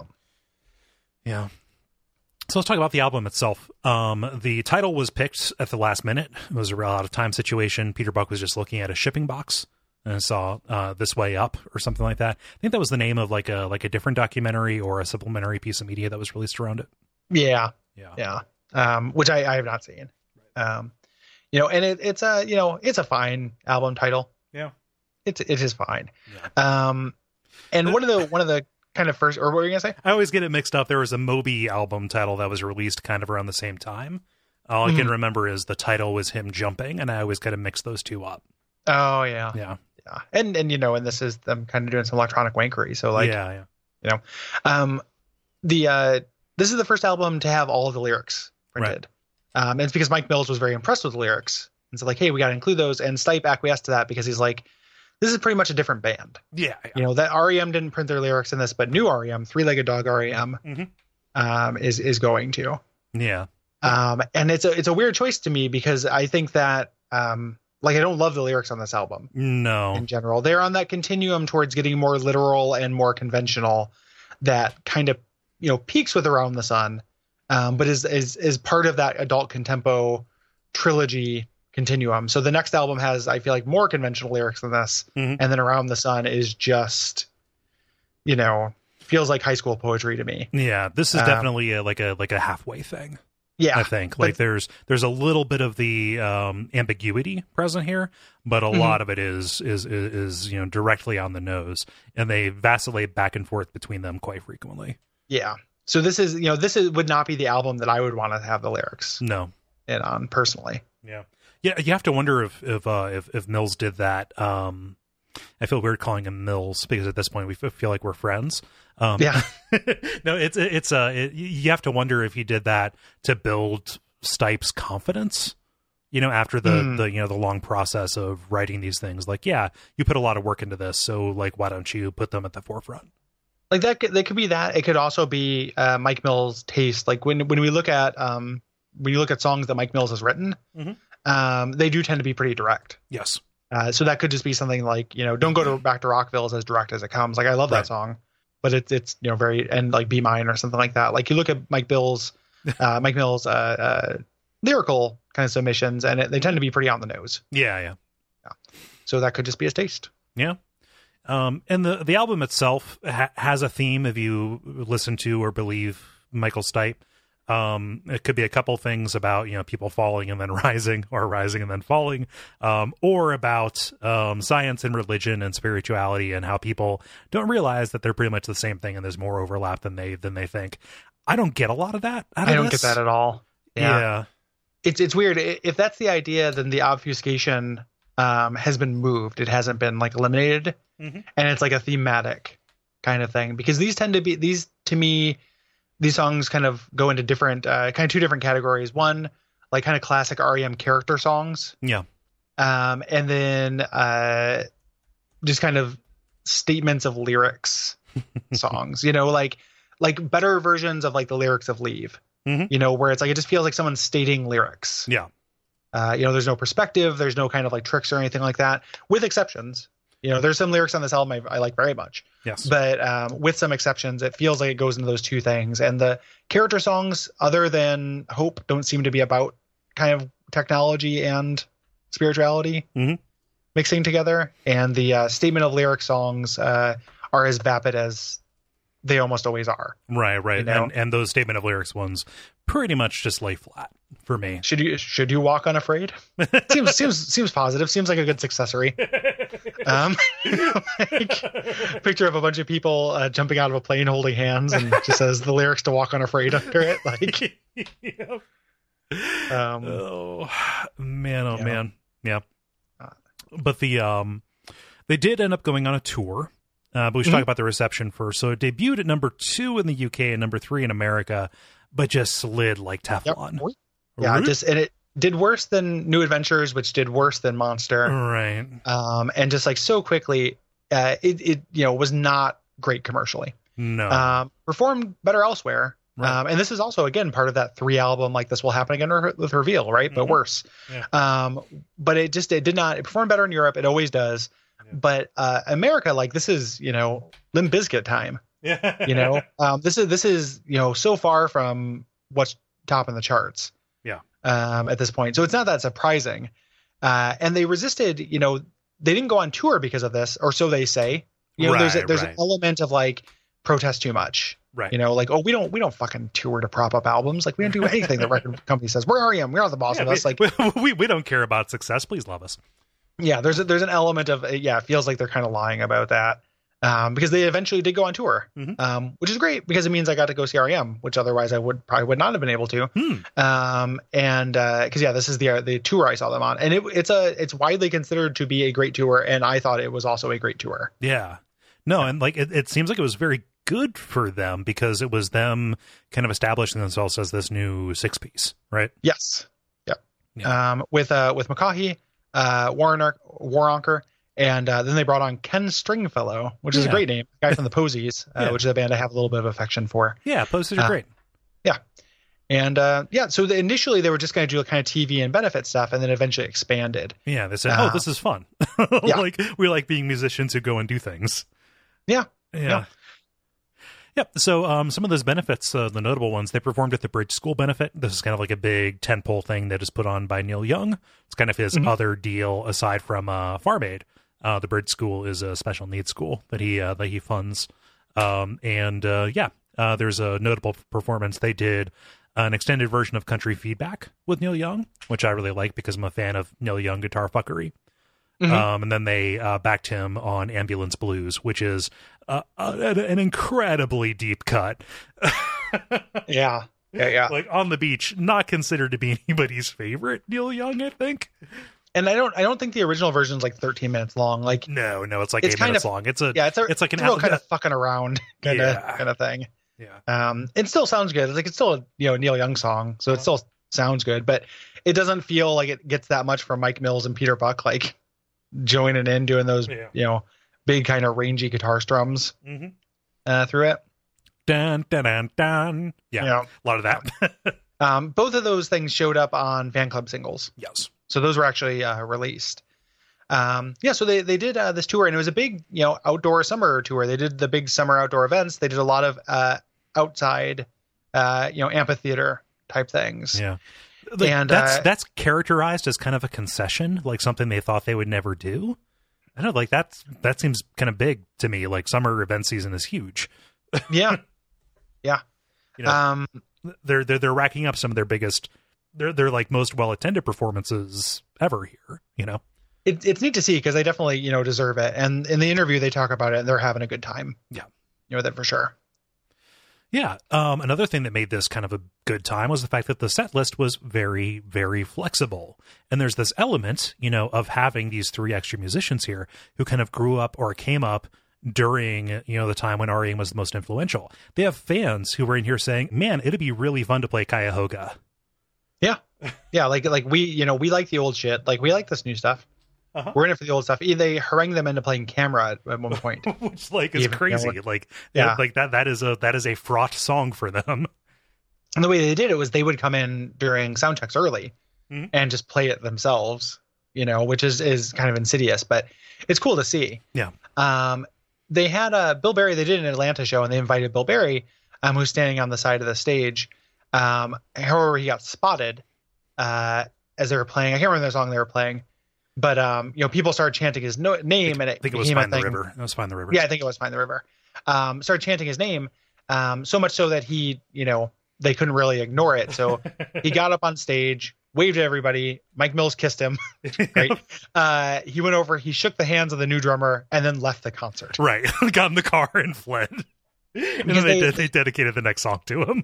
A: yeah. So let's talk about the album itself. Um, the title was picked at the last minute. It was a real out of time situation. Peter Buck was just looking at a shipping box and saw uh, "This Way Up" or something like that. I think that was the name of like a like a different documentary or a supplementary piece of media that was released around it.
B: Yeah.
A: Yeah,
B: Yeah. Um, which I, I have not seen. Um, you know, and it, it's a, you know, it's a fine album title.
A: Yeah.
B: It's, it is fine.
A: Yeah.
B: Um, and one of the, one of the kind of first, or what were you gonna say?
A: I always get it mixed up. There was a Moby album title that was released kind of around the same time. All I can
B: Mhm.
A: remember is the title was him jumping, and I always kind of mix those two up.
B: Oh yeah.
A: Yeah,
B: Yeah. And, and, you know, and this is them kind of doing some electronic wankery. So like,
A: yeah, yeah,
B: um, the, uh, this is the first album to have all of the lyrics printed. Um, and it's because Mike Mills was very impressed with the lyrics. And so like, Hey, we got to include those. And Stipe acquiesced to that because he's like, this is pretty much a different band.
A: yeah. yeah.
B: you know that REM didn't print their lyrics in this, but new REM, Three Legged Dog REM,
A: Mhm.
B: um, is is going to.
A: yeah.
B: Um, and it's a it's a weird choice to me because I think that um, like I don't love the lyrics on this album
A: No,
B: in general. They're on that continuum towards getting more literal and more conventional, that kind of you know peaks with Around the Sun, um, but is is is part of that adult contempo trilogy continuum. So the next album has I feel like more conventional lyrics than this,
A: Mhm.
B: and then Around the Sun is just, you know, feels like high school poetry to me.
A: yeah. This is
B: Um,
A: definitely a, like a like a halfway thing. I
B: Yeah,
A: think like
B: but-
A: there's there's a little bit of the um, ambiguity present here, but a
B: Mhm.
A: lot of it is, is is is you know directly on the nose, and they vacillate back and forth between them quite frequently.
B: yeah. So this is you know this is would not be the album that I would want to have the lyrics
A: No,
B: in on personally.
A: Yeah. Yeah, you have to wonder if if uh, if, if Mills did that. Um, I feel weird calling him Mills because at this point we f- feel like we're friends. Um,
B: Yeah.
A: no, it's it's uh, it, you have to wonder if he did that to build Stipe's confidence. You know, after the
B: Hmm.
A: the you know the long process of writing these things, like yeah, you put a lot of work into this, so like why don't you put them at the forefront?
B: like that could, that could be that it could also be uh, mike mills taste like when when we look at um when you look at songs that mike mills has written
A: Mhm.
B: um they do tend to be pretty direct
A: Yes.
B: uh, so that could just be something like you know don't go to back to rockville is as direct as it comes like i love
A: Right.
B: that song but it's it's you know very and like be mine or something like that like you look at mike bill's uh mike mills uh, uh lyrical kind of submissions and it, they tend to be pretty on the nose
A: Yeah. Yeah.
B: so that could just be his taste
A: Yeah. Um, and the the album itself ha- has a theme. If you listen to or believe Michael Stipe, um, it could be a couple things about you know people falling and then rising, or rising and then falling, um, or about um, science and religion and spirituality and how people don't realize that they're pretty much the same thing and there's more overlap than they than they think. I don't get a lot of that. Out of
B: i don't
A: this.
B: get that at all
A: yeah.
B: it's it's weird I- if that's the idea then the obfuscation um has been moved it hasn't been like eliminated
A: Mhm.
B: and it's like a thematic kind of thing because these tend to be these to me these songs kind of go into different uh kind of two different categories one like kind of classic rem character songs
A: Yeah.
B: um and then uh just kind of statements of lyrics songs you know like like better versions of like the lyrics of leave
A: Mhm.
B: you know where it's like it just feels like someone's stating lyrics
A: Yeah.
B: uh, you know there's no perspective there's no kind of like tricks or anything like that with exceptions you know there's some lyrics on this album i, I like very much
A: Yes.
B: but um, with some exceptions it feels like it goes into those two things and the character songs other than hope don't seem to be about kind of technology and spirituality
A: Mhm.
B: mixing together and the uh, statement of lyric songs uh, are as vapid as they almost always are
A: Right. Right.
B: You know?
A: And and those statement of lyrics ones pretty much just lay flat for me.
B: should you should you walk unafraid seems seems seems positive seems like a good successory um like, picture of a bunch of people uh, jumping out of a plane holding hands and it just says the lyrics to walk unafraid under it like
A: Yep.
B: um
A: oh man, oh
B: Yeah.
A: man, yeah.
B: Uh,
A: But the um, they did end up going on a tour. Uh, but we should talk
B: Mhm.
A: about the reception first. So it debuted at number two in the UK and number three in America, but just slid like
B: yep.
A: Teflon.
B: yeah
A: Root?
B: just and it did worse than new adventures which did worse than monster
A: right.
B: um and just like so quickly uh it, it you know was not great commercially
A: No,
B: um performed better elsewhere
A: Right.
B: Um, and this is also again part of that three album like this will happen again re- with reveal right but
A: Mhm.
B: worse.
A: Yeah.
B: Um, but it just it did not it performed better in Europe. It always does.
A: Yeah.
B: But uh, America like this is you know Limp Bizkit time.
A: Yeah.
B: You know um, this is this is you know so far from what's top in the charts.
A: Yeah.
B: Um, at this point, so it's not that surprising. Uh, and they resisted. You know they didn't go on tour because of this, or so they say. You know there's a,
A: Right,
B: there's
A: right.
B: an element of like protest too much
A: right.
B: you know like oh we don't we don't fucking tour to prop up albums like we don't do anything the record company says we're REM we're not the boss
A: Yeah,
B: of us like
A: we, we, we don't care about success. Please love us.
B: yeah there's a, there's an element of uh, yeah it feels like they're kind of lying about that um because they eventually did go on tour
A: Mhm.
B: um which is great because it means I got to go see REM which otherwise I would probably would not have been able to
A: Hmm.
B: um and uh cuz yeah this is the the tour I saw them on and it, it's a it's widely considered to be a great tour and I thought it was also a great tour
A: Yeah. No, and like it, it seems like it was very good for them because it was them kind of establishing themselves as this new six piece, right?
B: Yes. Yep. Um, with uh, with McCaughey, uh, Warner, Waronker, and uh, then they brought on Ken Stringfellow, which is
A: Yeah.
B: a great name, guy from the Posies, uh,
A: Yeah.
B: which is a band I have a little bit of affection for.
A: Yeah, posters are
B: Uh,
A: great.
B: And uh, yeah, so the, initially they were just going to do a kind of TV and benefit stuff, and then eventually expanded.
A: Yeah, they said, "Oh,
B: uh,
A: this is fun."
B: yeah.
A: like we like being musicians who go and do things.
B: Yeah,
A: Yeah.
B: yeah.
A: Yep. So, um, some of those benefits, uh, the notable ones, they performed at the Bridge School Benefit. This is kind of like a big tentpole thing that is put on by Neil Young. It's kind of his
B: Mhm.
A: other deal aside from uh, Farm Aid. Uh, the Bridge School is a special needs school that he uh, that he funds. Um, and uh, yeah, uh, there's a notable performance they did an extended version of Country Feedback with Neil Young, which I really like because I'm a fan of Neil Young guitar fuckery.
B: Mhm.
A: Um, and then they uh, backed him on Ambulance Blues, which is uh, uh, an, an incredibly deep cut.
B: Yeah. Yeah, yeah.
A: Like on the beach, not considered to be anybody's favorite Neil Young, I think.
B: And I don't I don't think the original version is like 13 minutes long. Like
A: No, no, it's like
B: It's
A: eight
B: kind
A: minutes
B: of-
A: long. It's a yeah,
B: yeah, it's a
A: It's like an
B: a real
A: al-
B: kind of fucking around kind of
A: Yeah.
B: kind of thing. um it still sounds good it's like it's still a you know neil young song so it still sounds good but it doesn't feel like it gets that much from mike mills and peter buck like joining in doing those
A: Yeah.
B: you know big kind of rangy guitar strums
A: Mm-hmm.
B: uh through it
A: Dun dun dun dun. Yeah,
B: you know
A: a lot of that.
B: um both of those things showed up on fan club singles
A: yes.
B: so those were actually uh released um yeah so they they did uh, this tour and it was a big you know outdoor summer tour they did the big summer outdoor events they did a lot of uh outside uh you know amphitheater type things
A: Yeah. Like,
B: And,
A: that's
B: uh,
A: that's characterized as kind of a concession, like something they thought they would never do. I don't know, like that's that seems kind of big to me. Like summer event season is huge.
B: yeah
A: You know,
B: um
A: they're they're they're racking up some of their biggest, they're they're like most well attended performances ever here. You know,
B: it, it's neat to see because they definitely you know deserve it and in the interview they talk about it and they're having a good time
A: Yeah.
B: you know that for sure
A: Yeah. Um, another thing that made this kind of a good time was the fact that the set list was very, very flexible. And there's this element, you know, of having these three extra musicians here who kind of grew up or came up during, you know, the time when REM was the most influential. They have fans who were in here saying, man, it'd be really fun to play Cuyahoga.
B: yeah like like we you know we like the old shit like we like this new stuff
A: Uh-huh.
B: we're in it for the old stuff E- they harangue them into playing camera at, at one point
A: Which like is
B: Even-
A: crazy.
B: yeah,
A: like
B: yeah.
A: like that that is a that is a fraught song for them.
B: and the way they did it was they would come in during sound checks early
A: Mhm.
B: and just play it themselves you know which is is kind of insidious but it's cool to see
A: Yeah.
B: um they had a bill berry they did an atlanta show and they invited bill berry um who's standing on the side of the stage um however he got spotted uh as they were playing i can't remember the song they were playing but um you know people started chanting his no- name and
A: I
B: it
A: think it was
B: became a
A: Find the
B: thing.
A: River. It was Find the River.
B: Yeah, I think it was Find the River. Um, started chanting his name, um, so much so that he, you know, they couldn't really ignore it. So he got up on stage, waved at everybody. Mike Mills kissed him. Right. Uh, he went over, he shook the hands of the new drummer, and then left the concert.
A: Right. Got in the car and fled. And
B: Because
A: then they,
B: they-
A: ded- they dedicated the next song to him.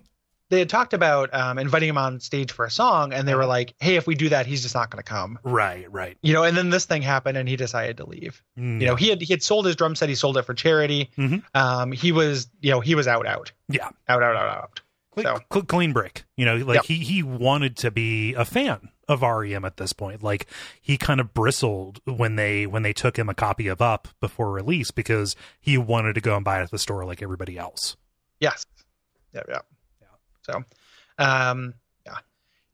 B: They had talked about um, inviting him on stage for a song, and they
A: Uh-huh.
B: were like, "Hey, if we do that, he's just not going to come."
A: Right, right.
B: You know, and then this thing happened, and he decided to leave.
A: Mm.
B: You know, he had he had sold his drum set, he sold it for charity.
A: Mhm.
B: Um, he was, you know, he was out, out,
A: yeah.
B: out, out, out, out.
A: Cl-
B: So-
A: cl- clean break. You know, like
B: Yeah.
A: he, he wanted to be a fan of REM at this point. Like he kind of bristled when they when they took him a copy of Up before release because he wanted to go and buy it at the store like everybody else.
B: Yes. Yeah, yeah. So, um, yeah,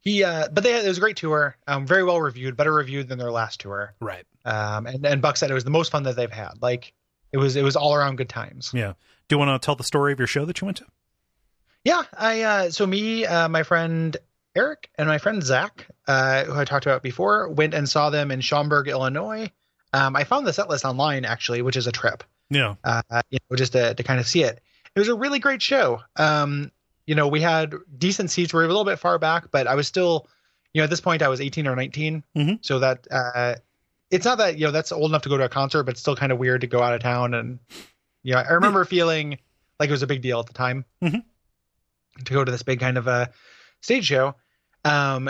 B: he. Uh, but they, it was a great tour. Um, very well reviewed, better reviewed than their last tour.
A: Right.
B: Um, and and Buck said it was the most fun that they've had. Like it was it was all around good times.
A: Yeah. Do you want to tell the story of your show that you went to?
B: Yeah, I uh, so me, uh, my friend Eric, and my friend Zach, uh, who I talked about before, went and saw them in Schaumburg, Illinois. Um, I found the set list online actually, which is a trip,
A: Yeah.
B: uh, you know, just to, to kind of see it. It was a really great show. Um, you know, we had decent seats. We were a little bit far back, but I was still, you know, at this point I was 18 or 19,
A: Mhm.
B: so that uh, it's not that you know that's old enough to go to a concert, but it's still kind of weird to go out of town. And you know, I remember feeling like it was a big deal at the time
A: Mhm.
B: to go to this big kind of a stage show. Um,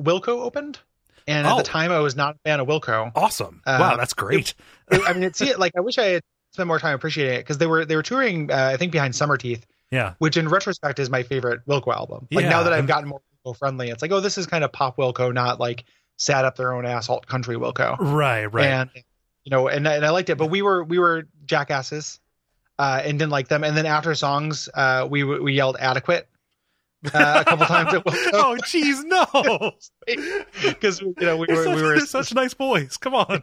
B: Wilco opened, and at
A: Oh.
B: the time I was not a fan of Wilco.
A: Awesome.
B: Uh,
A: wow, that's great.
B: It- I mean, it's see it like I wish I had spent more time appreciating it because they were they were touring uh, I think behind Summer Teeth,
A: yeah.
B: which in retrospect is my favorite Wilco album. Like
A: Yeah,
B: now that I've
A: and-
B: gotten more Wilco friendly, it's like oh this is kind of pop Wilco, not like sat up their own ass alt country Wilco.
A: Right, right.
B: And you know, and and I liked it, but we were we were jackasses uh, and didn't like them. And then after songs, uh, we we yelled adequate uh, a couple times at Wilco.
A: oh, jeez, no.
B: because you know we
A: You're
B: were
A: such,
B: we were
A: they're such nice boys. Come on.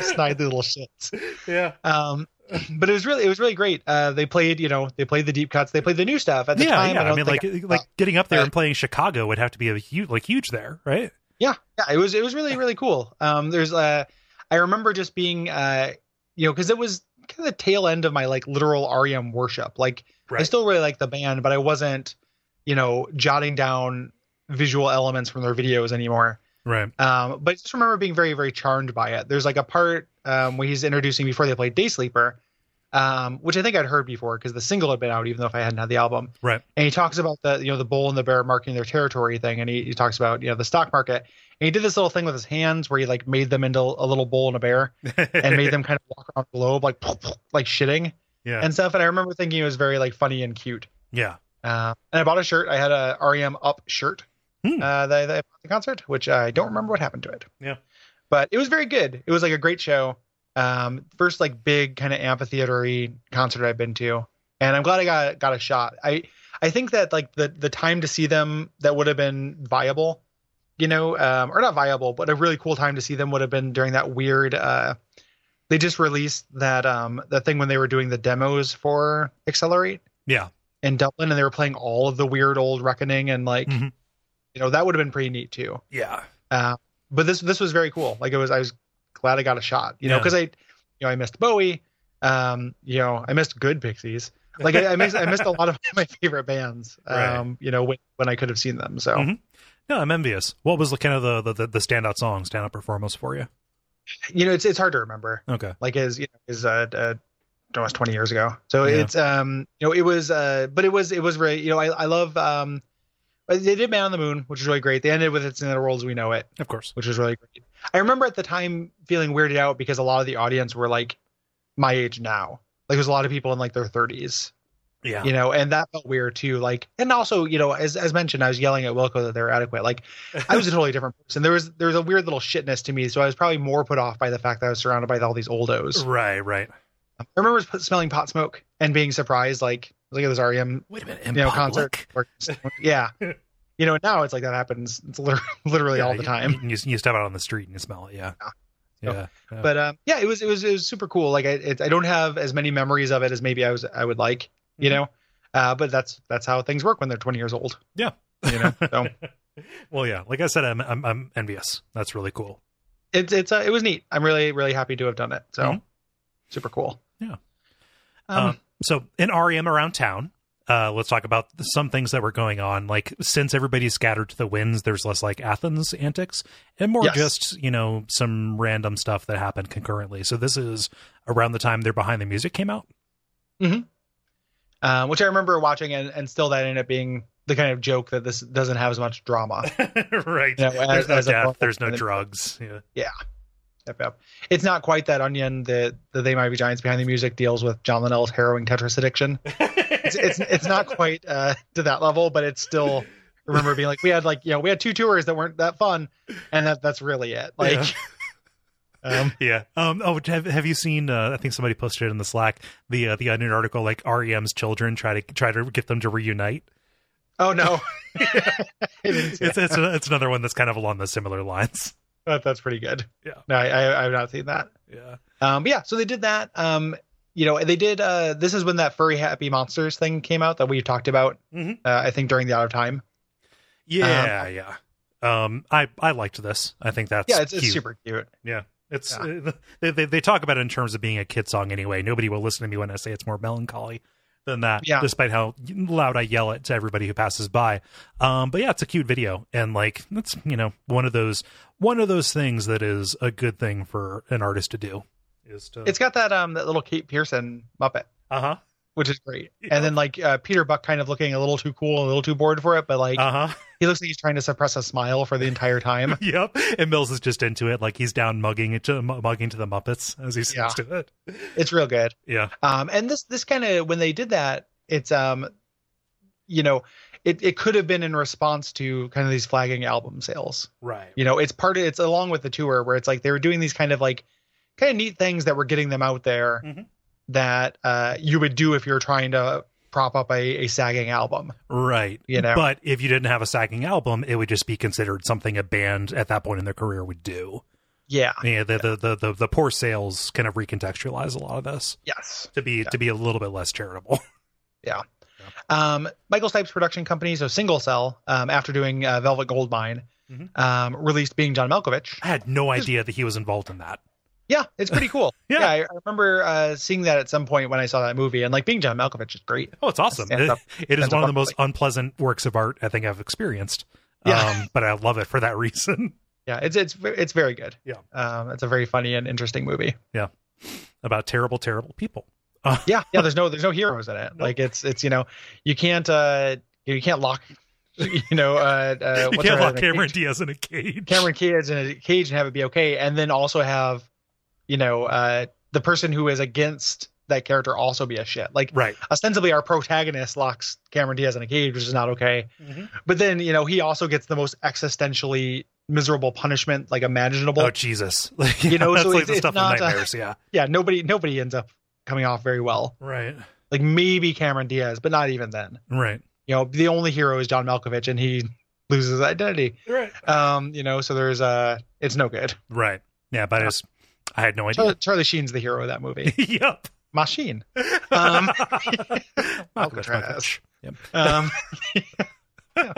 B: snide little shits.
A: Yeah.
B: Um, but it was really it was really great. Uh, they played you know they played the deep cuts. They played the new stuff at the
A: yeah,
B: time.
A: yeah. I,
B: don't
A: mean,
B: think
A: like, like getting up there
B: uh,
A: and playing Chicago would have to be a huge, like, huge there, right?
B: yeah, yeah. It was it was really really cool. Um, there's uh, I remember just being uh, you know, because it was kind of the tail end of my like literal REM worship. Like I
A: Right.
B: still really like the band, but I wasn't you know jotting down visual elements from their videos anymore.
A: Right.
B: Um, but I just remember being very, very charmed by it. There's like a part um, where he's introducing before they play Day Sleeper, um, which I think I'd heard before because the single had been out, even though if I hadn't had the album.
A: Right.
B: And he talks about the you know the bull and the bear marking their territory thing, and he, he talks about you know the stock market. And he did this little thing with his hands where he like made them into a little bull and a bear, and made them kind of walk around the globe like like shitting
A: yeah.
B: and stuff. And I remember thinking it was very like funny and cute.
A: yeah.
B: Uh, and I bought a shirt. I had a REM Up shirt
A: Hmm.
B: uh, that, I- that I bought at the concert, which I don't remember what happened to it.
A: Yeah.
B: but it was very good. It was like a great show. Um, first like big kind of amphitheatery concert I've been to, and I'm glad I got got a shot. I I think that like the the time to see them that would have been viable, you know, um, or not viable, but a really cool time to see them would have been during that weird. Uh, they just released that um that thing when they were doing the demos for Accelerate
A: Yeah.
B: in Dublin and they were playing all of the weird old Reckoning and like
A: Mhm.
B: you know that would have been pretty neat too.
A: Yeah.
B: Uh, but this this was very cool. Like it was I was glad I got a shot. You know
A: Yeah.
B: because I you know I missed Bowie. Um, you know I missed good Pixies. Like I, I missed I missed a lot of my favorite bands. Um,
A: Right.
B: you know when when I could have seen them. So.
A: Mhm. No, I'm envious. What was the kind of the the- the, the standout song, standout performance for you?
B: you know it's it's hard to remember
A: Okay.
B: like is you know is uh, uh almost 20 years ago so
A: Yeah.
B: it's um you know it was uh but it was it was really you know i i love um but they did man on the moon which was really great they ended with it's in the world as we know it
A: Of course.
B: which was really great i remember at the time feeling weirded out because a lot of the audience were like my age now like there's a lot of people in like their 30s
A: Yeah.
B: you know and that felt weird too like and also you know as, as mentioned i was yelling at wilco that they were adequate like i was a totally different person there was there was a weird little shitness to me so i was probably more put off by the fact that i was surrounded by all these oldos
A: Right. Right.
B: i remember p- smelling pot smoke and being surprised like look at this rem
A: Wait a minute.
B: you
A: In
B: know
A: public?
B: concert or, yeah you know now it's like that happens it's literally, literally
A: Yeah,
B: all the
A: you-
B: time
A: You, you step out on the street and you smell it. Yeah.
B: Yeah.
A: Yeah. Yeah.
B: but um, yeah, it was it was it was super cool. Like I it, I don't have as many memories of it as maybe I was I would like, you
A: Mhm.
B: know. Uh, but that's that's how things work when they're 20 years old.
A: Yeah.
B: you know. So
A: well, yeah. Like I said, I'm, I'm I'm envious. That's really cool.
B: it's it's uh, it was neat. I'm really really happy to have done it. So
A: Mhm.
B: super cool.
A: Yeah.
B: Um,
A: Um, So in REM around town, uh, let's talk about some things that were going on. Like since everybody's scattered to the winds, there's less like Athens antics and more
B: Yes.
A: just you know some random stuff that happened concurrently. So this is around the time their behind the music came out.
B: uh, which I remember watching and, and still that ended up being the kind of joke that this doesn't have as much drama.
A: right.
B: You know,
A: there's
B: as-
A: no
B: as a
A: death.
B: form
A: There's no
B: of-
A: drugs. Yeah.
B: Yep, yep. It's not quite that onion that, that they might be giants behind the music deals with John Linnell's harrowing Tetris addiction. it's it's it's not quite uh, to that level, but it's still. I Remember being like, we had like you know we had two tours that weren't that fun, and that that's really it. Like, um,
A: yeah. Um. Oh, have have you seen? Uh, I think somebody posted E in the Slack the uh, the Onion article like REM's children try to try to get them to reunite.
B: Oh no, It is, yeah.
A: it's it's, a, it's another one that's kind of along the similar lines.
B: That- that's pretty good.
A: Yeah.
B: no, I, I I've not seen that.
A: Yeah.
B: Um, but yeah, so they did that. Um, you know, they did. Uh, this is when that furry happy monsters thing came out that we talked about.
A: Mhm.
B: Uh, I think during the out of time.
A: Yeah, yeah. Um, I I liked this. I think that's
B: yeah, it's, it's
A: cute.
B: super cute.
A: It's uh, they, they they talk about it in terms of being a kid song anyway. Nobody will listen to me when I say it's more melancholy than that,
B: Yeah.
A: despite how loud I yell it to everybody who passes by. Um, but yeah, it's a cute video, and like that's you know one of those one of those things that is a good thing for an artist to do is to
B: It's got that um that little Kate Pearson Muppet,
A: uh huh
B: which is great.
A: Yeah.
B: And then like uh, Peter Buck kind of looking a little too cool, a little too bored for it, but like
A: uh huh
B: he looks like he's trying to suppress a smile for the entire time.
A: yep. And Mills is just into it, like he's down mugging it to mugging to the Muppets as he sings
B: Yeah.
A: to it.
B: it's real good.
A: Yeah,
B: Um, and this this kind of when they did that, it's um, you know, it it could have been in response to kind of these flagging album sales.
A: right.
B: you know it's part of it's along with the tour where it's like they were doing these kind of like kind of neat things that were getting them out there
A: Mhm.
B: that uh you would do if you were trying to prop up a, a sagging album
A: Right.
B: You know?
A: But if you didn't have a sagging album, it would just be considered something a band at that point in their career would do.
B: yeah
A: Yeah, the the the, the, the poor sales kind of recontextualize a lot of this
B: yes
A: to be to be a little bit less charitable.
B: um michael stipe's production company so single cell um after doing uh, velvet goldmine
A: Mhm.
B: um released being john malkovich
A: I had no idea that he was involved in that.
B: yeah it's pretty cool
A: Yeah.
B: I, I remember uh seeing that at some point when i saw that movie and like being john malkovich is great
A: Oh, it's awesome.
B: Stands
A: It-
B: up-
A: it is
B: stands
A: one
B: up
A: of the most unpleasant works of art I think I've experienced.
B: Yeah.
A: Um, but I love it for that reason.
B: yeah it's it's it's very good
A: Yeah.
B: um it's a very funny and interesting movie
A: About terrible, terrible people.
B: yeah yeah there's no there's no heroes in it
A: No.
B: like it's it's you know you can't uh you can't lock you know uh, uh
A: you
B: what's
A: can't
B: her
A: lock
B: name?
A: Cameron Diaz in a cage.
B: cameron kids in a cage and have it be okay and then also have you know uh the person who is against that character also be a shit like
A: Right.
B: ostensibly our protagonist locks cameron diaz in a cage which is not okay but then you know he also gets the most existentially miserable punishment like imaginable
A: Oh Jesus. Like,
B: You know,
A: that's
B: so
A: like
B: it's-
A: the
B: it's
A: stuff
B: not,
A: of
B: uh,
A: nightmares, yeah.
B: yeah nobody nobody ends up coming off very well
A: Right.
B: like maybe cameron diaz but not even then
A: Right.
B: you know the only hero is John Malkovich and he loses his identity
A: Right.
B: um you know so there's uh it's no good
A: Right. Yeah,
B: Uh,
A: but I just I had no idea.
B: Charlie, Charlie Sheen's the hero of that movie
A: yep.
B: Machine
A: Um,
B: Malcolm Trask.
A: Yep.
B: um, so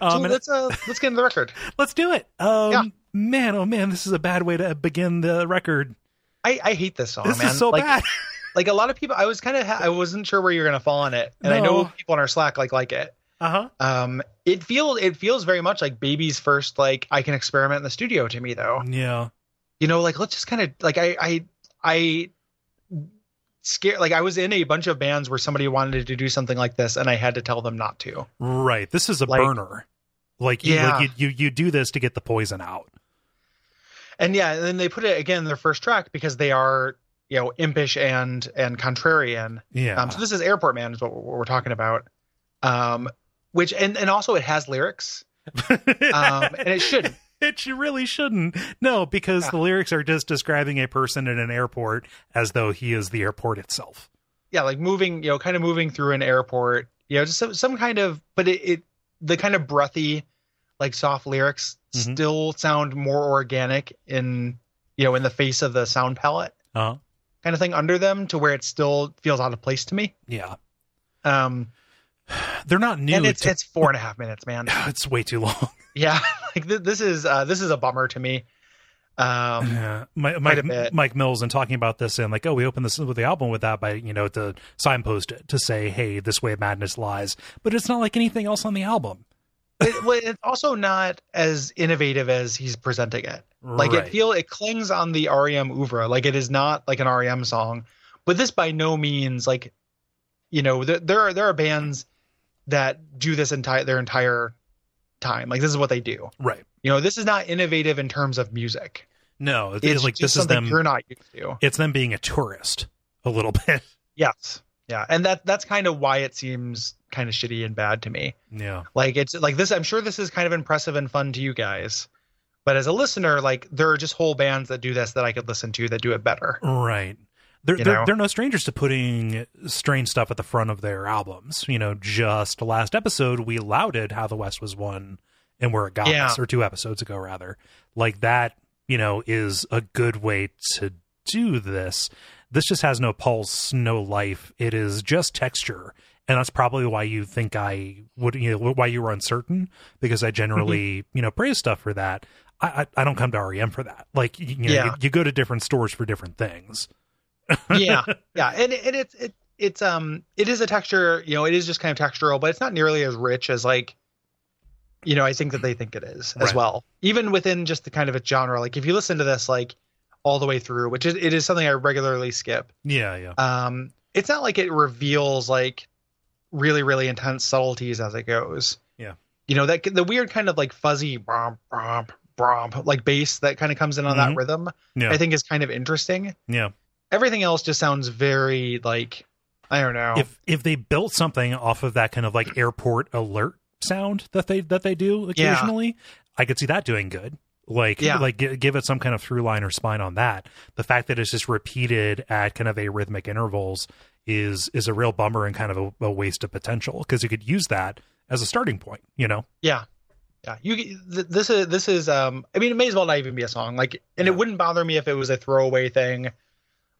A: Um, and
B: let's uh let's get into the record
A: let's do it. Um,
B: Yeah.
A: Man, oh man, this is a bad way to begin the record.
B: I I hate this song
A: this
B: Oh, man
A: is so
B: like
A: bad.
B: like a lot of people I was kind of ha- I wasn't sure where you were gonna fall on it and I
A: No.
B: know people on our Slack like like it
A: Uh huh.
B: um it feels it feels very much like baby's first like I can experiment in the studio to me though
A: Yeah.
B: you know like let's just kind of like i i i scare like i was in a bunch of bands where somebody wanted to do something like this and i had to tell them not to
A: Right. This is a
B: Like-
A: burner. Like you,
B: Yeah.
A: like you, you, you do this to get the poison out.
B: and yeah and then they put it again in their first track because they are you know impish and and contrarian
A: Yeah.
B: um so this is airport man is what we're, what we're talking about um which and and also it has lyrics um and it shouldn't
A: It you really shouldn't. No, because
B: Yeah.
A: the lyrics are just describing a person in an airport as though he is the airport itself.
B: yeah like moving you know kind of moving through an airport you know just some, some kind of but it, it the kind of breathy like soft lyrics
A: Mhm.
B: still sound more organic in you know in the face of the sound palette
A: Uh-huh.
B: kind of thing under them to where it still feels out of place to me
A: Yeah.
B: um
A: They're not new.
B: and it's
A: to-
B: it's four and a half minutes man
A: it's way too long.
B: yeah like th- this is uh this is a bummer to me um
A: Yeah. Mike,
B: quite a
A: Mike,
B: bit.
A: Mike Mills and talking about this and like, oh, we opened this with the album with that by, you know, to signpost it to say, hey, this way madness lies. But it's not like anything else on the album.
B: it, well, it's also not as innovative as he's presenting it Like
A: right.
B: it feel it clings on the REM oeuvre. Like it is not like an REM song, but this by no means like, you know, there there are there are bands that do this entire their entire time. Like this is what they do.
A: Right.
B: You know, this is not innovative in terms of music.
A: No, it's,
B: It's,
A: like
B: just
A: this is
B: something
A: them.
B: you're not used to.
A: It's them being a tourist a little bit.
B: Yes, yeah, and that that's kind of why it seems kind of shitty and bad to me.
A: Yeah.
B: Like it's like this. I'm sure this is kind of impressive and fun to you guys, but as a listener, like there are just whole bands that do this that I could listen to that do it better.
A: Right. They're,
B: You
A: they're,
B: know?
A: they're no strangers to putting strange stuff at the front of their albums. You know, just last episode, we lauded how the West was won and where it got
B: Yeah.
A: us, or two episodes ago, rather. Like that, you know, is a good way to do this. This just has no pulse, no life. It is just texture. And that's probably why you think I would, you know, why you were uncertain because I generally,
B: Mm-hmm.
A: you know, praise stuff for that. I, I, I don't come to REM for that. Like, you know,
B: Yeah.
A: you, you go to different stores for different things.
B: yeah yeah and, and it's it, it's um it is a texture you know it is just kind of textural but it's not nearly as rich as like you know i think that they think it is as
A: Right.
B: well even within just the kind of a genre like if you listen to this like all the way through which is it is something i regularly skip
A: Yeah, yeah.
B: um it's not like it reveals like really really intense subtleties as it goes
A: Yeah.
B: you know that the weird kind of like fuzzy bromp bromp bromp like bass that kind of comes in on
A: Mhm.
B: that rhythm
A: Yeah.
B: i think is kind of interesting
A: yeah.
B: everything else just sounds very like I don't know.
A: If if they built something off of that kind of like airport alert sound that they that they do
B: Yeah.
A: occasionally, I could see that doing good. Like
B: Yeah.
A: like gi- give it some kind of through line or spine on that. The fact that it's just repeated at kind of a rhythmic intervals is is a real bummer and kind of a, a waste of potential because you could use that as a starting point, you know.
B: yeah, yeah. You th- this is this is um. I mean, it may as well not even be a song. Like, and it
A: Yeah.
B: wouldn't bother me if it was a throwaway thing,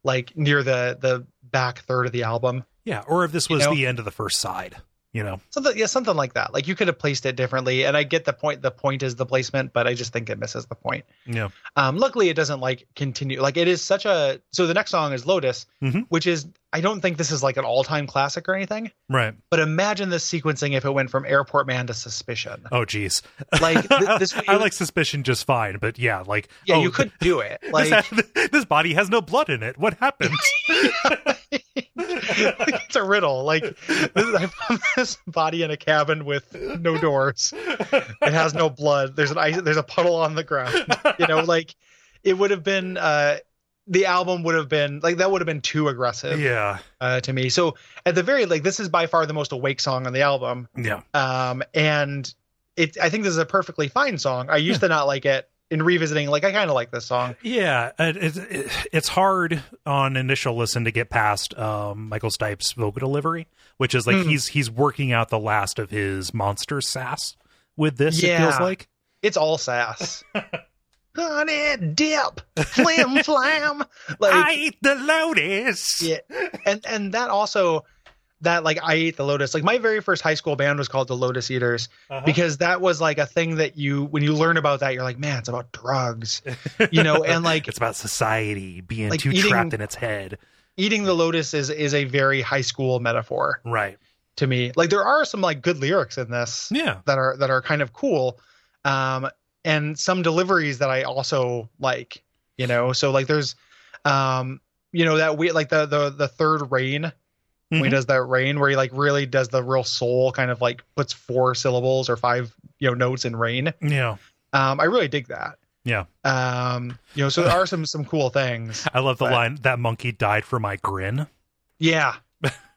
B: like near the the back third of the album.
A: Yeah, or if this
B: You
A: was
B: know?
A: the end of the first side, you know.
B: Something yeah, something like that. Like you could have placed it differently. And I get the point. The point is the placement, but I just think it misses the point.
A: Yeah.
B: Um, luckily, it doesn't like continue. Like it is such a. So the next song is Lotus,
A: Mhm.
B: which is I don't think this is like an all time classic or anything.
A: Right.
B: But imagine this sequencing if it went from Airport Man to Suspicion.
A: Oh geez.
B: Like th- this,
A: I like suspicion just fine, but yeah, like
B: Yeah,
A: oh,
B: you could do it. Like
A: this, this body has no blood in it. What happened?
B: it's a riddle. Like this, I found this body in a cabin with no doors. It has no blood. There's an ice, there's a puddle on the ground. You know, like it would have been. uh the album would have been like that would have been too aggressive
A: yeah,
B: uh, to me. So at the very like this is by far the most awake song on the album.
A: yeah,
B: um and it i think this is a perfectly fine song i used to not like it in revisiting like i kind of like this song
A: yeah. It, it, it's hard on initial listen to get past um, Michael Stipe's vocal delivery, which is like
B: Hmm.
A: he's he's working out the last of his monster sass with this. It feels
B: Yeah.
A: like
B: it's all sass honey dip flim flam like
A: I eat the lotus.
B: yeah and and that also that like i ate the lotus like my very first high school band was called the lotus eaters
A: Uh-huh.
B: because that was like a thing that you when you learn about that you're like man it's about drugs you know and like
A: it's about society being
B: Like
A: too
B: eating-
A: trapped in its head.
B: eating the lotus is is a very high school metaphor
A: Right.
B: to me like there are some like good lyrics in this
A: Yeah.
B: that are that are kind of cool um and some deliveries that i also like you know so like there's um you know that we like the the the third rain when he
A: Mhm.
B: does that rain where he like really does the real soul kind of like puts four syllables or five you know notes in rain
A: Yeah.
B: um i really dig that
A: Yeah.
B: um you know so there are some some cool things
A: I love the
B: But-
A: line that monkey died for my grin.
B: yeah,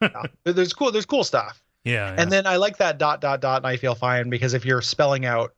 B: yeah. There- there's cool there's cool stuff
A: Yeah.
B: And then I like that dot dot dot and I feel fine because if you're spelling out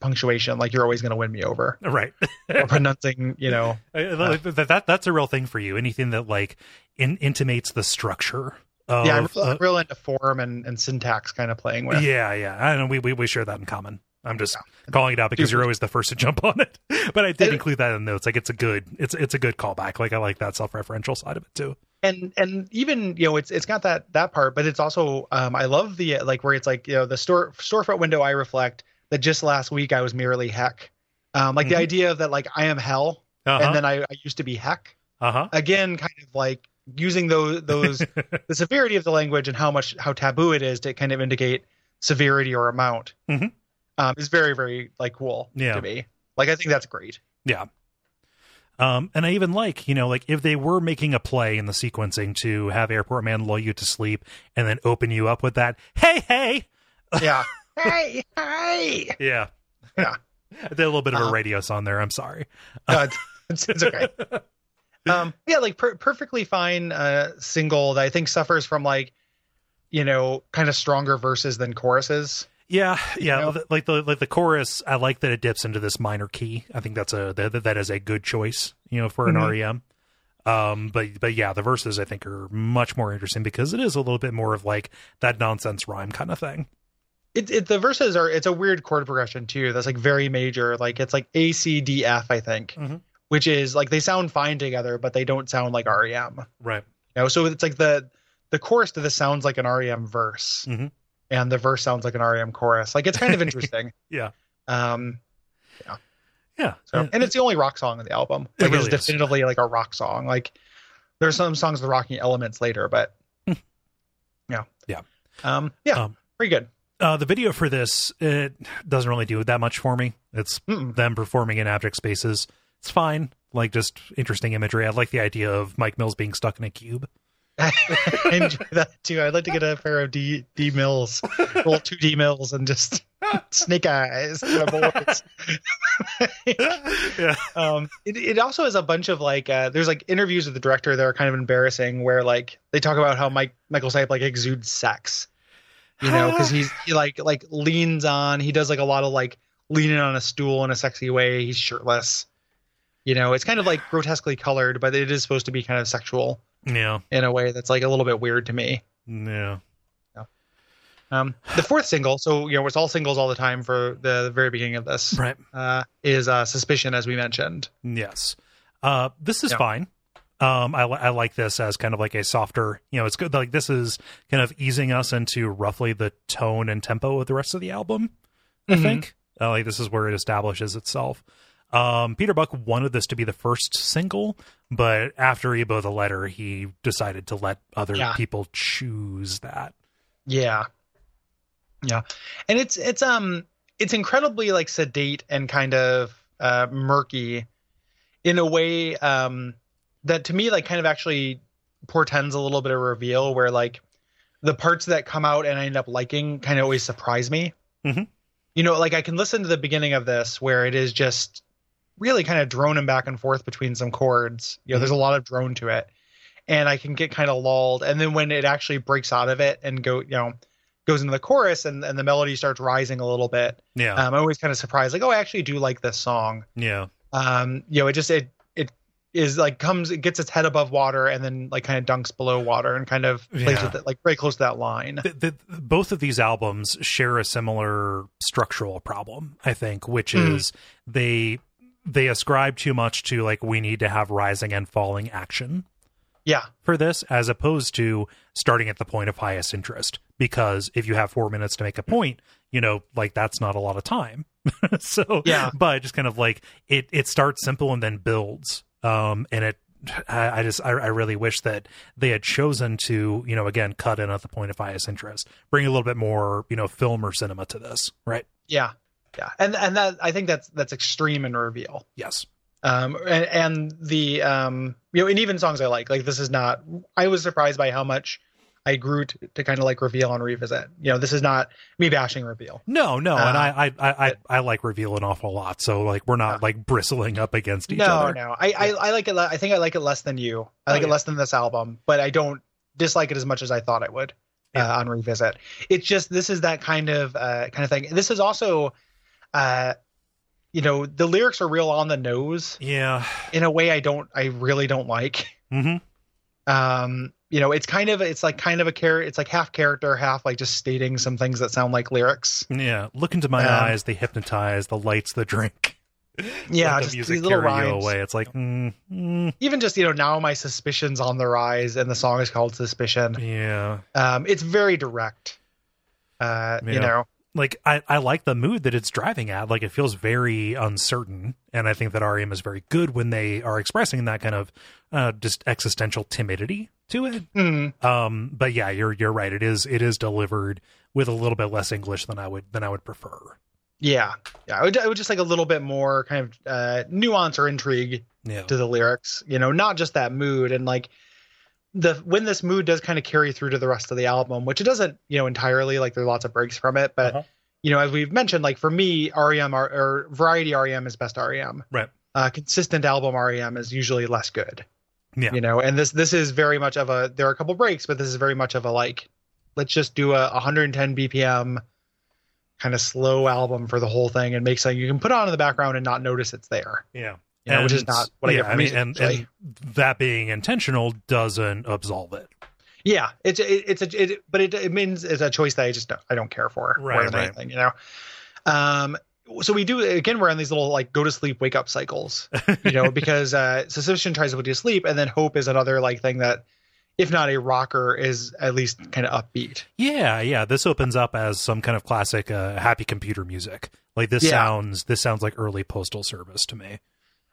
B: punctuation, like you're always going to win me over
A: then right.
B: or pronouncing, you know.
A: Uh, like, that, that that's a real thing for you. Anything that like in, intimates the structure of
B: yeah, I'm real,
A: uh,
B: I'm real into form and, and syntax kind of playing with.
A: yeah, yeah. I know we, we we share that in common. I'm just calling it out because
B: Dude.
A: you're always the first to jump on it. But I did
B: And-
A: include that in the notes. Like it's a good it's it's a good callback. Like I like that self-referential side of it too.
B: And and even you know it's it's got that that part, but it's also um I love the uh, like where it's like you know the store storefront window I reflect that just last week I was merely heck, um like
A: Mhm.
B: the idea of that like I am hell
A: Uh huh.
B: and then I, I used to be heck
A: Uh huh.
B: again, kind of like using those those the severity of the language and how much how taboo it is to kind of indicate severity or amount
A: Mhm.
B: um, is very very like cool
A: Yeah.
B: to me. Like I think that's great.
A: Um, and I even like, you know, like if they were making a play in the sequencing to have Airport Man lull you to sleep and then open you up with that, hey, hey,
B: Yeah. hey hey.
A: yeah,
B: Yeah.
A: I did a little bit of a
B: Um,
A: radio song there. I'm sorry.
B: No, it's, it's, it's okay. Um, yeah, like per- perfectly fine uh, single that I think suffers from like you know kind of stronger verses than choruses.
A: Yeah, yeah,
B: know?
A: th- like the like the chorus. I like that it dips into this minor key. I think that's a that, that is a good choice, you know, for an
B: Mhm.
A: REM. Um, but but yeah, the verses I think are much more interesting because it is a little bit more of like that nonsense rhyme kind of thing.
B: It, it the verses are it's a weird chord progression too. That's like very major. Like it's like A C D F I think,
A: Mhm.
B: which is like they sound fine together, but they don't sound like REM.
A: Right.
B: You know, so it's like the the chorus to this sounds like an REM verse,
A: Mhm.
B: and the verse sounds like an REM chorus. Like it's kind of interesting.
A: Yeah.
B: Um.
A: Yeah.
B: So
A: Yeah.
B: and it's the only rock song on the album.
A: It
B: Like
A: really
B: it's
A: is.
B: definitively like a rock song. Like there are some songs with rocking elements later, but yeah.
A: Hmm. Yeah.
B: Um. Yeah.
A: Um,
B: pretty good.
A: uh, the video for this it doesn't really do that much for me. It's
B: Mm-mm.
A: them performing in abject spaces. It's fine. Like just interesting imagery. I like the idea of Mike Mills being stuck in a cube.
B: I enjoy that too. I'd like to get a pair of D D mills, little two D mills, and just snake eyes. to my boys.
A: yeah.
B: um, it, it also has a bunch of like uh, there's like interviews with the director that are kind of embarrassing where like they talk about how Mike Michael Stipe like exudes sex, you know, because he's he like like leans on he does like a lot of like leaning on a stool in a sexy way. He's shirtless, you know. It's kind of like grotesquely colored, but it is supposed to be kind of sexual
A: Yeah.
B: in a way that's like a little bit weird to me.
A: Yeah.
B: Um, the fourth single, so you know, it's all singles all the time for the, the very beginning of this,
A: Right.
B: uh, is uh, "Suspicion," as we mentioned.
A: Yes. Uh, this is
B: Yeah.
A: fine. Um, I, li- I like this as kind of like a softer, you know, it's good. Like this is kind of easing us into roughly the tone and tempo of the rest of the album. I
B: Mhm.
A: think uh, like this is where it establishes itself. Um, Peter Buck wanted this to be the first single, but after Ebo the Letter, he decided to let other
B: Yeah.
A: people choose that.
B: Yeah, yeah, and it's it's um it's incredibly like sedate and kind of uh, murky in a way um, that to me like kind of actually portends a little bit of reveal where like the parts that come out and I end up liking kind of always surprise me.
A: Mhm.
B: You know, like I can listen to the beginning of this where it is just really kind of droning back and forth between some chords. You know, there's a lot of drone to it, and I can get kind of lulled. And then when it actually breaks out of it and go, you know, goes into the chorus and and the melody starts rising a little bit,
A: Yeah.
B: um, I'm always kind of surprised. Like, oh, I actually do like this song.
A: yeah.
B: Um, you know, it just it it is like comes it gets its head above water and then like kind of dunks below water and kind of plays
A: Yeah.
B: with it like very close to that line.
A: Th th both of these albums share a similar structural problem, I think, which
B: Mhm.
A: is they they ascribe too much to like we need to have rising and falling action
B: Yeah.
A: for this as opposed to starting at the point of highest interest because if you have 4 minutes to make a point, you know, like that's not a lot of time. so
B: Yeah.
A: but just kind of like it it starts simple and then builds. Um and it I, I just I, I really wish that they had chosen to you know again cut in at the point of highest interest bring a little bit more you know film or cinema to this right
B: Yeah, yeah, and and that I think that's that's extreme in reveal.
A: yes
B: Um, and and the um, you know, and even songs I like, like this is not. I was surprised by how much I grew to, to kind of like reveal and revisit. You know, this is not me bashing reveal.
A: no no and
B: Uh,
A: I, I I I I like reveal an awful lot so like we're not
B: Yeah.
A: like bristling up against each
B: no,
A: other
B: no, I, I I like it. le- I think I like it less than you. I
A: Oh,
B: like
A: yeah.
B: it less than this album, but I don't dislike it as much as I thought I would
A: Yeah.
B: uh, on revisit. It's just this is that kind of uh, kind of thing. This is also, uh, you know, the lyrics are real on the nose.
A: yeah
B: in a way I don't I really don't like.
A: hmm
B: Um, you know, it's kind of it's like kind of a character it's like half character, half like just stating some things that sound like lyrics.
A: yeah look into my
B: Um,
A: eyes they hypnotize the lights the drink
B: Yeah,
A: Let
B: just
A: the
B: these
A: music
B: little
A: carry you
B: rhymes.
A: away it's like mm, mm,
B: Even just, you know, now my suspicion's on the rise and the song is called Suspicion.
A: yeah
B: Um, it's very direct. Uh,
A: Yeah.
B: you know.
A: like I, I like the mood that it's driving at. Like it feels very uncertain, and I think that REM is very good when they are expressing that kind of uh, just existential timidity to it.
B: Mm,
A: Um, but yeah, you're you're right. It is it is delivered with a little bit less English than I would than I would prefer.
B: yeah. Yeah. I would, I would just like a little bit more kind of uh nuance or intrigue
A: Yeah,
B: to the lyrics you know not just that mood and like the when this mood does kind of carry through to the rest of the album which it doesn't you know entirely like there are lots of breaks from it but
A: Uh-huh.
B: you know as we've mentioned like for me rem or, or variety rem is best rem
A: Right.
B: uh consistent album rem is usually less good
A: Yeah.
B: you know and this this is very much of a there are a couple breaks but this is very much of a like let's just do a 110 bpm kind of slow album for the whole thing and make something you can put on in the background and not notice it's there
A: yeah.
B: you know, which is not what I
A: yeah,
B: get from music.
A: and,
B: usually.
A: and that being intentional doesn't absolve it.
B: Yeah, it's it, it's a it, but it, it means it's a choice that I just don't, I don't care for
A: Right,
B: more than
A: right.
B: anything, you know. Um, so we do again. We're on these little like go to sleep, wake up cycles, you know, because uh, suspicion tries to put you to sleep, and then hope is another like thing that, if not a rocker, is at least kind of upbeat.
A: Yeah, yeah. This opens up as some kind of classic uh, happy computer music. Like this
B: Yeah.
A: sounds this sounds like early postal service to me.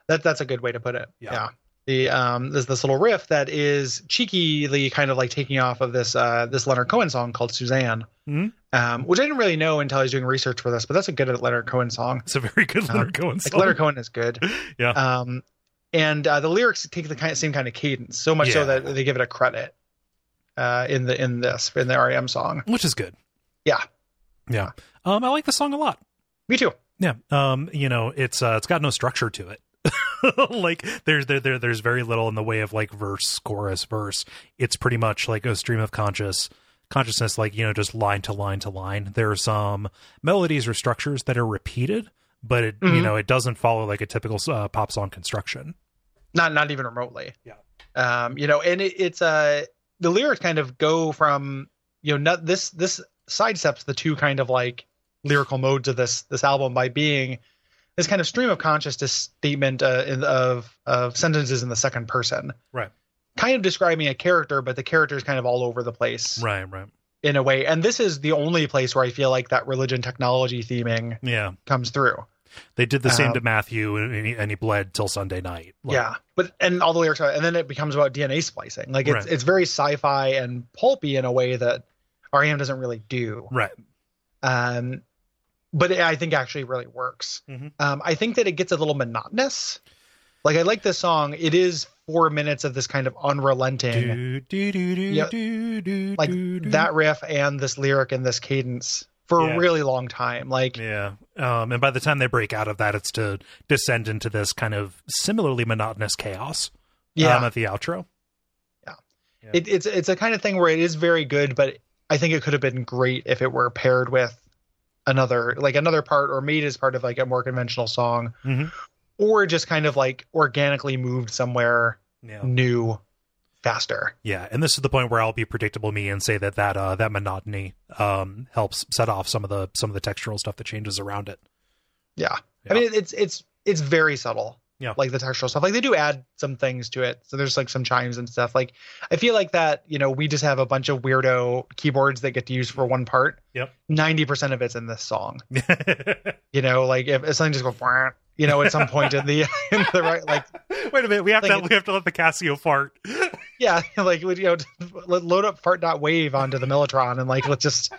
B: That that's a good way to put it.
A: Yeah.
B: The um there's this little riff that is cheekily kind of like taking off of this uh this Leonard Cohen song called Suzanne.
A: Mhm.
B: Um, which I didn't really know until I was doing research for this, but that's a good Leonard Cohen song.
A: It's a very good
B: Um,
A: Leonard Cohen
B: Like
A: song.
B: Leonard Cohen is good.
A: yeah,
B: um, and uh, the lyrics take the kind same kind of cadence, so much so
A: Yeah.
B: that they give it a credit uh, in the in this in the REM song.
A: which is good.
B: Yeah.
A: yeah. Um, I like the song a lot.
B: Me too.
A: Yeah. Um, you know, it's uh, it's got no structure to it. like there's there, there there's very little in the way of like verse, chorus, verse. It's pretty much like a stream of conscious consciousness, like you know, just line to line to line. There are some melodies or structures that are repeated, but it you
B: Mhm.
A: know it doesn't follow like a typical uh, pop song construction.
B: Not not even remotely.
A: Yeah.
B: Um, you know, and it, it's uh the lyrics kind of go from you know not, this this sidesteps the two kind of like lyrical modes of this this album by being this kind of stream of consciousness statement uh, in, of of sentences in the second person.
A: Right.
B: Kind of describing a character, but the character is kind of all over the place.
A: Right. Right.
B: in a way. And this is the only place where I feel like that religion technology theming
A: Yeah.
B: comes through.
A: They did the same
B: Um,
A: to Matthew, and he, and he bled till Sunday night. Like,
B: yeah. But and all the lyrics are and then it becomes about DNA splicing. Like it's
A: Right.
B: it's very sci-fi and pulpy in a way that REM doesn't really do.
A: Right.
B: Um but it, I think actually really works.
A: Mhm.
B: Um I think that it gets a little monotonous. Like I like this song. It is 4 minutes of this kind of unrelenting
A: Do, do, do, do,
B: Yep.
A: do, do,
B: like
A: do, do.
B: that riff and this lyric and this cadence for
A: Yeah.
B: a really long time. Like
A: Yeah. Um, and by the time they break out of that, it's to descend into this kind of similarly monotonous chaos
B: yeah.
A: um, at the outro. Yeah.
B: it, it's it's a kind of thing where it is very good, but I think it could have been great if it were paired with another like another part or made as part of like a more conventional song
A: Mhm.
B: or just kind of like organically moved somewhere
A: Yeah.
B: new faster.
A: Yeah. And this is the point where I'll be predictable me and say that that, uh, that monotony um, helps set off some of the some of the textural stuff that changes around it.
B: Yeah.
A: Yeah.
B: I mean it's it's it's very subtle.
A: Yeah.
B: Like the textural stuff. Like they do add some things to it. So there's like some chimes and stuff. Like I feel like that, you know, we just have a bunch of weirdo keyboards that get used for one part.
A: Yep.
B: 90% of it's in this song. you know like if, if something just goes "Wah," you know at some point in the in the right like
A: Wait a minute. We have
B: Like
A: to we have to let the Casio fart.
B: yeah like you know let- load up fart dot wave onto the mellotron and like let's just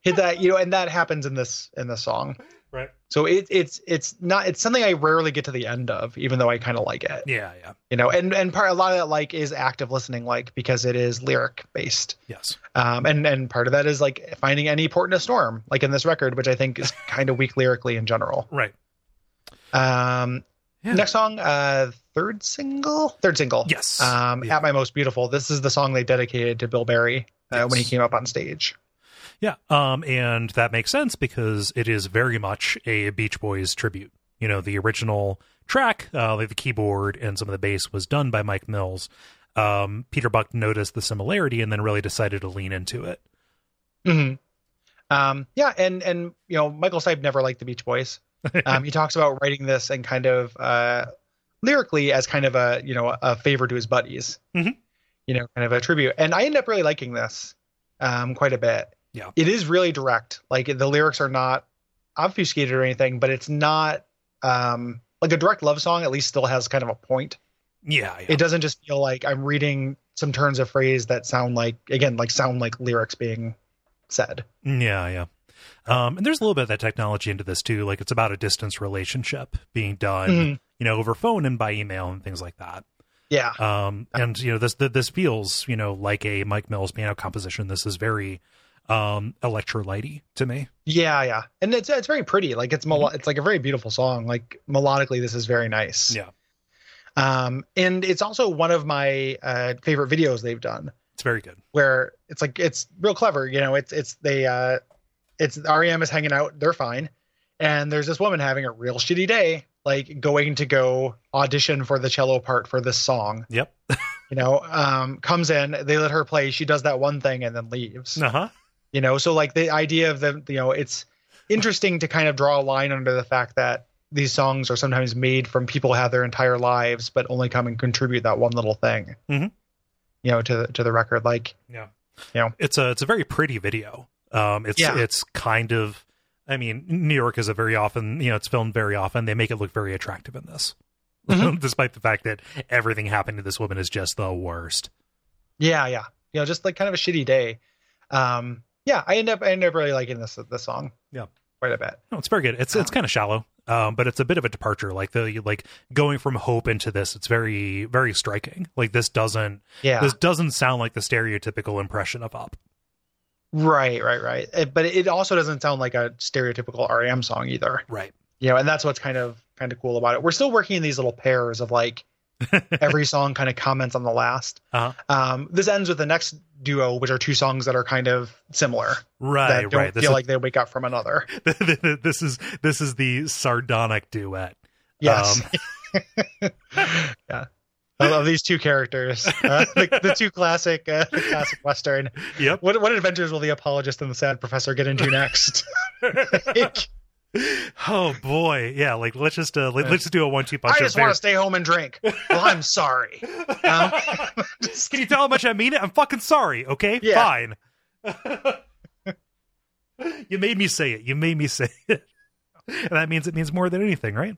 B: hit that you know and that happens in this in this song
A: Right.
B: so it, it's it's not it's something i rarely get to the end of even though i kind of like it
A: Yeah. Yeah.
B: you know and and part a lot of that like is active listening like because it is lyric based
A: Yes.
B: um and and part of that is like finding any port in a storm like in this record which i think is kind of weak lyrically in general
A: Right.
B: Um,
A: Yeah.
B: next song, uh, third single, third single.
A: Yes.
B: Um,
A: Yeah.
B: at my most beautiful. This is the song they dedicated to Bill Berry uh, when he
A: Yes.
B: came up on stage.
A: Yeah, um, and that makes sense because it is very much a Beach Boys tribute. You know, the original track, uh, like the keyboard and some of the bass, was done by Mike Mills. Um, Peter Buck noticed the similarity and then really decided to lean into it.
B: hmm Um, yeah, and and you know Michael Stipe never liked the Beach Boys. Um, he talks about writing this and kind of uh, lyrically as kind of a you know a favor to his buddies.
A: Mhm.
B: You know, kind of a tribute. And I end up really liking this um, quite a bit.
A: Yeah.
B: it is really direct. Like the lyrics are not obfuscated or anything, but it's not um, like a direct love song. At least still has kind of a point.
A: Yeah, yeah.
B: It doesn't just feel like I'm reading some turns of phrase that sound like again like sound like lyrics being said.
A: Yeah, yeah. Um, and there's a little bit of that technology into this too. Like it's about a distance relationship being done,
B: Mhm.
A: you know, over phone and by email and things like that.
B: Yeah.
A: um and you know this th- this feels you know like a mike mills piano composition this is very um electrolyty to me
B: Yeah, yeah, and it's it's very pretty. Like it's melo- it's like a very beautiful song. Like melodically, this is very nice.
A: Yeah.
B: Um, and it's also one of my uh, favorite videos they've done,
A: it's very good
B: where it's E like it's real clever. You know, it's it's they uh, it's REM is hanging out. They're fine, and there's this woman having a real shitty day, like going to go audition for the cello part for this song.
A: Yep.
B: You know, um, comes in, they let her play, she does that one thing and then leaves.
A: Uh huh.
B: You know, so like the idea of them, you know, it's interesting to kind of draw a line under the fact that these songs are sometimes made from people who have their entire lives, but only come and contribute that one little thing.
A: Mhm.
B: You know, to the to the record, like
A: Yeah.
B: Yeah.
A: It's a it's a very pretty video. Um it's
B: Yeah.
A: it's kind of I mean, New York is a very often, you know, it's filmed very often. They make it look very attractive in this.
B: Mhm.
A: Despite the fact that everything happening to this woman is just the worst.
B: Yeah, yeah. You know, just like kind of a shitty day. Um, yeah, I end up I end up really liking this this song.
A: Yeah.
B: quite a bit.
A: No, it's very good. It's it's
B: Um,
A: kind of shallow. Um, but it's a bit of a departure. Like the you- like going from hope into this, it's very very striking. Like this doesn't
B: Yeah,
A: this doesn't sound like the stereotypical impression of up.
B: right, right, right. It, but it also doesn't sound like a stereotypical REM song either.
A: Right.
B: You know, and that's what's kind of kind of cool about it. We're still working in these little pairs of like every song kind of comments on the last.
A: Uh-huh.
B: Um, this ends with the next duo, which are two songs that are kind of similar that
A: Right.
B: don't
A: Right. This
B: feel
A: is,
B: like they wake up from another.
A: this is this is the sardonic duet.
B: Yes.
A: Um.
B: yeah. I love these two characters. Uh, the, the two classic, uh, the classic Western.
A: Yep.
B: What, what adventures will the apologist and the sad professor get into next? Like,
A: oh boy, yeah. Like let's just uh, let, us just do a one-two punch.
B: I
A: of
B: just want
A: there.
B: to stay home and drink. Well, I'm sorry. Um,
A: Can you tell how much I mean it? I'm fucking sorry. Okay,
B: Yeah.
A: fine. you made me say it. You made me say it. And that means it means more than anything, right?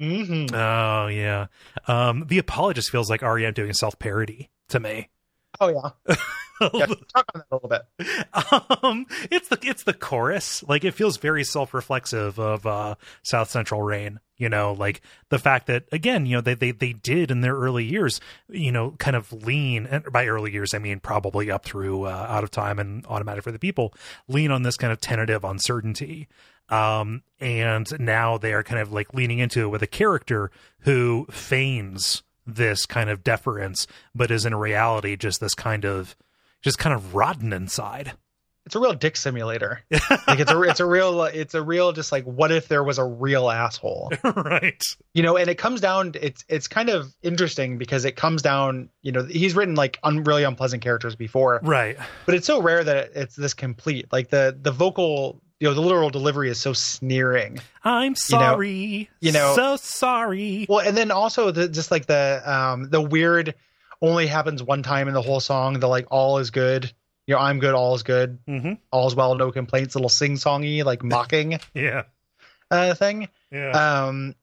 B: mhm.
A: Oh yeah. Um, the apologist feels like REM doing self-parody to me.
B: Oh yeah. yeah. Talk on that a little bit.
A: um it's the it's the chorus like it feels very self-reflexive of uh south central rain you know like the fact that again you know they they, they did in their early years you know kind of lean and by early years i mean probably up through uh, out of time and automatic for the people lean on this kind of tentative uncertainty um and now they are kind of like leaning into it with a character who feigns this kind of deference but is in reality just this kind of just kind of rotten inside.
B: It's a real dick simulator. Like it's a it's a real it's a real just like what if there was a real asshole?
A: right.
B: you know and it comes down it's it's kind of interesting because it comes down you know he's written like un, really unpleasant characters before
A: Right.
B: but it's so rare that it's this complete like the the vocal you know the literal delivery is so sneering
A: I'm sorry. You
B: you know-
A: so sorry.
B: well and then also the just like the um the weird only happens one time in the whole song the like all is good you know i'm good all is good
A: mm-hmm.
B: all's well no complaints little sing-songy like mocking
A: Yeah.
B: uh thing
A: Yeah.
B: um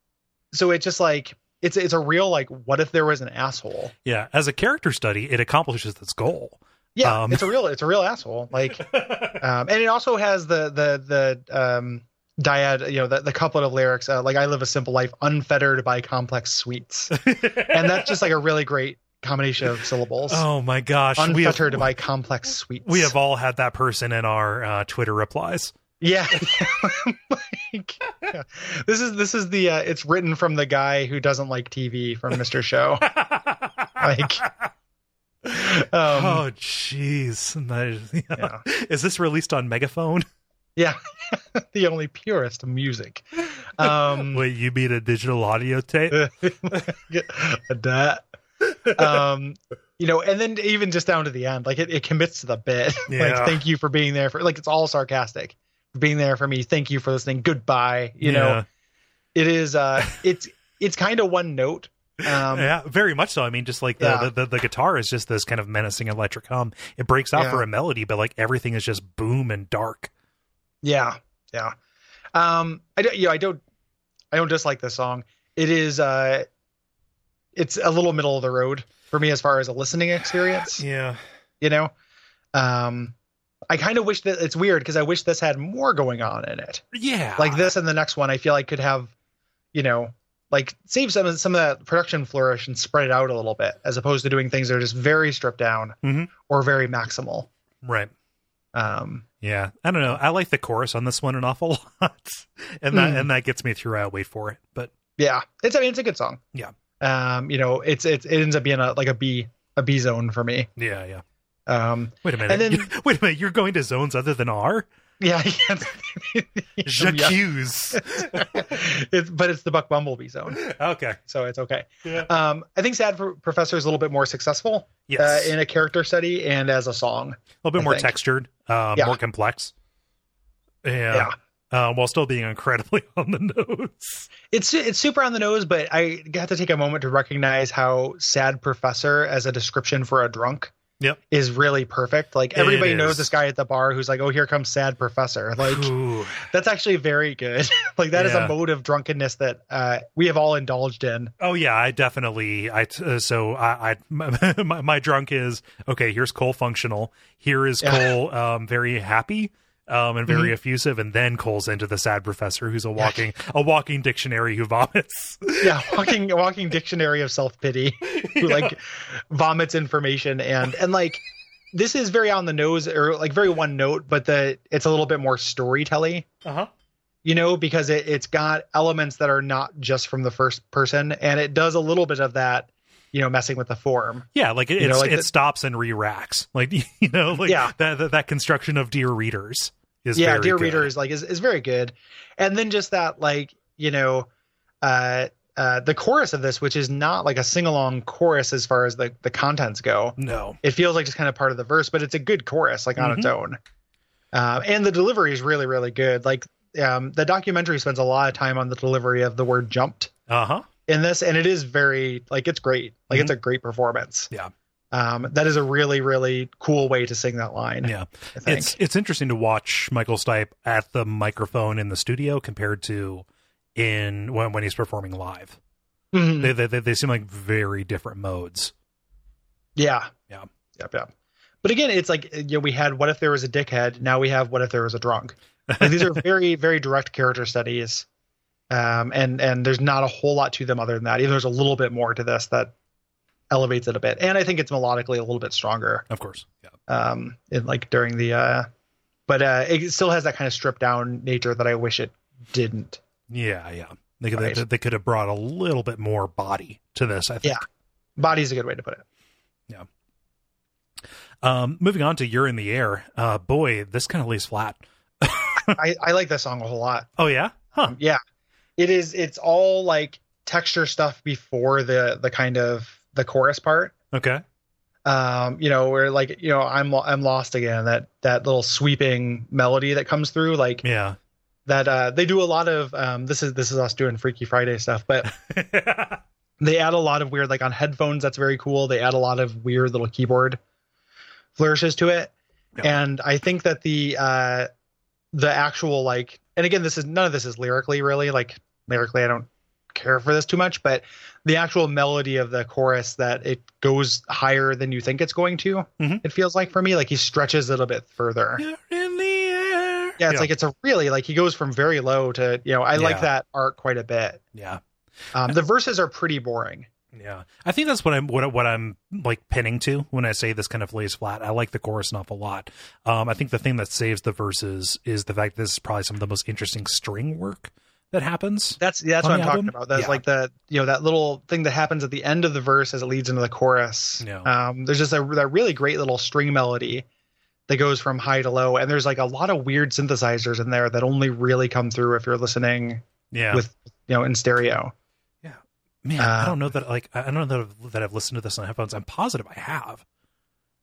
B: so it's just like it's it's a real like what if there was an asshole
A: yeah. As a character study, it accomplishes its goal.
B: Yeah,
A: Um,
B: it's a real it's a real asshole. Like, um, and it also has the the the um, dyad, you know, the, the couplet of lyrics. Uh, like, I live a simple life, unfettered by complex sweets, and that's just like a really great combination of syllables.
A: oh my gosh. We have,
B: unfettered by complex sweets.
A: we have all had that person in our uh, Twitter replies.
B: yeah. Like, yeah. This is this is the uh, it's written from the guy who doesn't like TV from Mr. Show. Like, Um,
A: oh jeez. That is-
B: Yeah.
A: Is this released on Megaphone?
B: yeah, the only purest music. Um,
A: Wait, you mean a digital audio
B: Uh,
A: tape?
B: that. Um, you know, and then even just down to the end, like it, it commits to the bit.
A: Yeah.
B: like, thank you for being there for like it's all sarcastic. For being there for me. Thank you for listening. Goodbye. You know, it is uh it's it's kind of one note. Um
A: yeah, very much so. I mean, just like the,
B: Yeah.
A: the, the the guitar is just this kind of menacing electric hum. It breaks out
B: Yeah.
A: for a melody, but like everything is just boom and dark.
B: Yeah, yeah. Um, I don't, you know, I don't, I don't dislike this song. It is, uh, it's a little middle of the road for me as far as a listening experience.
A: Yeah,
B: You know, um, I kind of wish that it's weird because I wish this had more going on in it.
A: yeah,
B: Like this and the next one, I feel like could have, you know, like save some of some of that production flourish and spread it out a little bit, as opposed to doing things that are just very stripped down
A: Mhm.
B: or very maximal.
A: right.
B: Um,
A: Yeah, I don't know. I like the chorus on this one an awful lot, and that
B: Mm.
A: and that gets me through. I wait for it, but
B: Yeah, it's I mean it's a good song.
A: Yeah.
B: Um, you know, it's it's it ends up being a like a B a B zone for me.
A: yeah, yeah.
B: Um,
A: Wait a minute.
B: And then-
A: You- wait a minute. You're going to zones other than R?
B: yeah, yeah.
A: J'accuse.
B: It's, but it's the Buck Bumblebee zone,
A: okay.
B: so it's okay.
A: Yeah.
B: Um, I think Sad Pro- Professor is a little bit more successful
A: Yes.
B: uh, in a character study and as a song.
A: a little bit
B: I
A: more
B: think.
A: textured, uh,
B: Yeah.
A: more complex. Yeah. Uh, while still being incredibly on the nose.
B: It's su- it's super on the nose, but I got to take a moment to recognize how sad professor as a description for a drunk
A: Yep.
B: is really perfect. Like everybody
A: It
B: knows
A: is.
B: this guy at the bar who's like, "Oh, here comes sad professor." Like
A: Ooh.
B: that's actually very good. like that is
A: Yeah.
B: a mode of drunkenness that uh, we have all indulged in.
A: Oh yeah, I definitely. I t- uh, so I, I my, my, my drunk is okay. Here's Cole functional. Here is
B: Yeah. Mm-hmm.
A: Cole um, very happy um, and very effusive, and then Cole's into the sad professor who's a walking a walking dictionary who vomits.
B: Yeah, walking a walking dictionary of self pity who like vomits information and and like this is very on the nose or like very one note, but the it's a little bit more storytelling.
A: Uh huh.
B: you know, because it, it's got elements that are not just from the first person, and it does a little bit of that, you know, messing with the form.
A: Yeah, like it
B: You know,
A: it's,
B: like
A: it
B: the-
A: stops and re-racks. Like you know, like
B: Yeah.
A: that, that that construction of dear readers is
B: yeah,
A: very
B: dear
A: good.
B: reader is like is, is very good, and then just that like you know, uh, uh, the chorus of this, which is not like a sing along chorus as far as the the contents go.
A: No,
B: It feels like just kind of part of the verse, but it's a good chorus like on its
A: Mm-hmm.
B: own, um, and the delivery is really really good. Like um, the documentary spends a lot of time on the delivery of the word jumped.
A: uh huh.
B: in this and it is very like it's great like it's a great performance
A: Mm-hmm. Yeah.
B: um that is a really really cool way to sing that line
A: Yeah,
B: i think
A: it's it's interesting to watch Michael Stipe at the microphone in the studio compared to in when when he's performing live.
B: Mhm.
A: They they they, they seem like very different modes.
B: yeah
A: Yeah.
B: yep yep but again it's like uh, you know we had what if there was a dickhead now we have what if there was a drunk Like, these are very very direct character studies um and and there's not a whole lot to them other than that even there's a little bit more to this that elevates it a bit and i think it's melodically a little bit stronger
A: Of course. Yeah.
B: um in like during the uh but uh it still has that kind of stripped down nature that i wish it didn't
A: Yeah, yeah. They could
B: Right.
A: they, they could have brought a little bit more body to this, I think.
B: body's a good way to put it
A: Um moving on to You're in the Air. Uh boy, this kind of lays flat.
B: i i like this song a whole lot
A: Oh yeah? Huh.
B: Um, yeah it is it's all like texture stuff before the the kind of the chorus part
A: Okay.
B: um you know where like you know i'm lo- i'm lost again that that little sweeping melody that comes through like
A: Yeah.
B: that uh they do a lot of um this is this is us doing freaky friday stuff but they add a lot of weird like on headphones that's very cool they add a lot of weird little keyboard flourishes to it
A: Yeah.
B: and i think that the uh the actual like and again this is none of this is lyrically really like lyrically i don't care for this too much but the actual melody of the chorus that it goes higher than you think it's going to
A: Mhm.
B: it feels like for me like he stretches it a bit further
A: You're in the air.
B: yeah it's like it's a really like he goes from very low to you know i
A: Yeah.
B: like that art quite a bit
A: Yeah.
B: um the verses are pretty boring
A: Yeah, I think that's what I'm what, I- what I'm like pinning to when I say this kind of lays flat. I like the chorus an awful lot. Um, I think the thing that saves the verses is the fact that this is probably some of the most interesting string work that happens.
B: That's that's
A: On
B: what I'm
A: the album?
B: talking about. That's
A: Yeah.
B: like the you know that little thing that happens at the end of the verse as it leads into the chorus.
A: Yeah.
B: Um, there's just a, that really great little string melody that goes from high to low, and there's like a lot of weird synthesizers in there that only really come through if you're listening,
A: Yeah,
B: With- you know, in stereo.
A: man, I
B: uh,
A: don't know that like I I don't know that I've, that I've listened to this on headphones. I'm positive I have,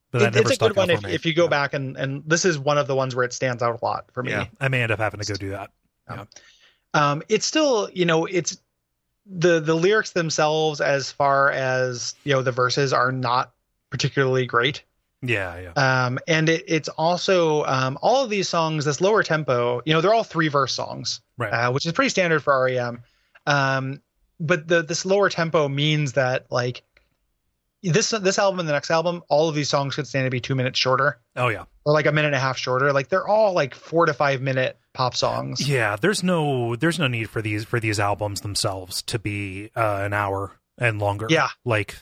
A: but
B: It-
A: that never
B: it's a
A: stuck
B: good one
A: out
B: if,
A: for me.
B: if you go
A: Yeah.
B: back and and this is one of the ones where it stands out a lot for me.
A: Yeah, I may end up having to go do that.
B: um, it's still you know it's the the lyrics themselves as far as you know the verses are not particularly great
A: Yeah, yeah,
B: um, and it, it's also um, all of these songs this lower tempo you know they're all three verse songs
A: Right.
B: uh, which is pretty standard for rem um, but the this lower tempo means that like this this album and the next album all of these songs could stand to be two minutes shorter
A: oh yeah,
B: or like a minute and a half shorter like they're all like four to five minute pop songs
A: yeah. There's no there's no need for these for these albums themselves to be uh, an hour and longer.
B: Yeah.
A: like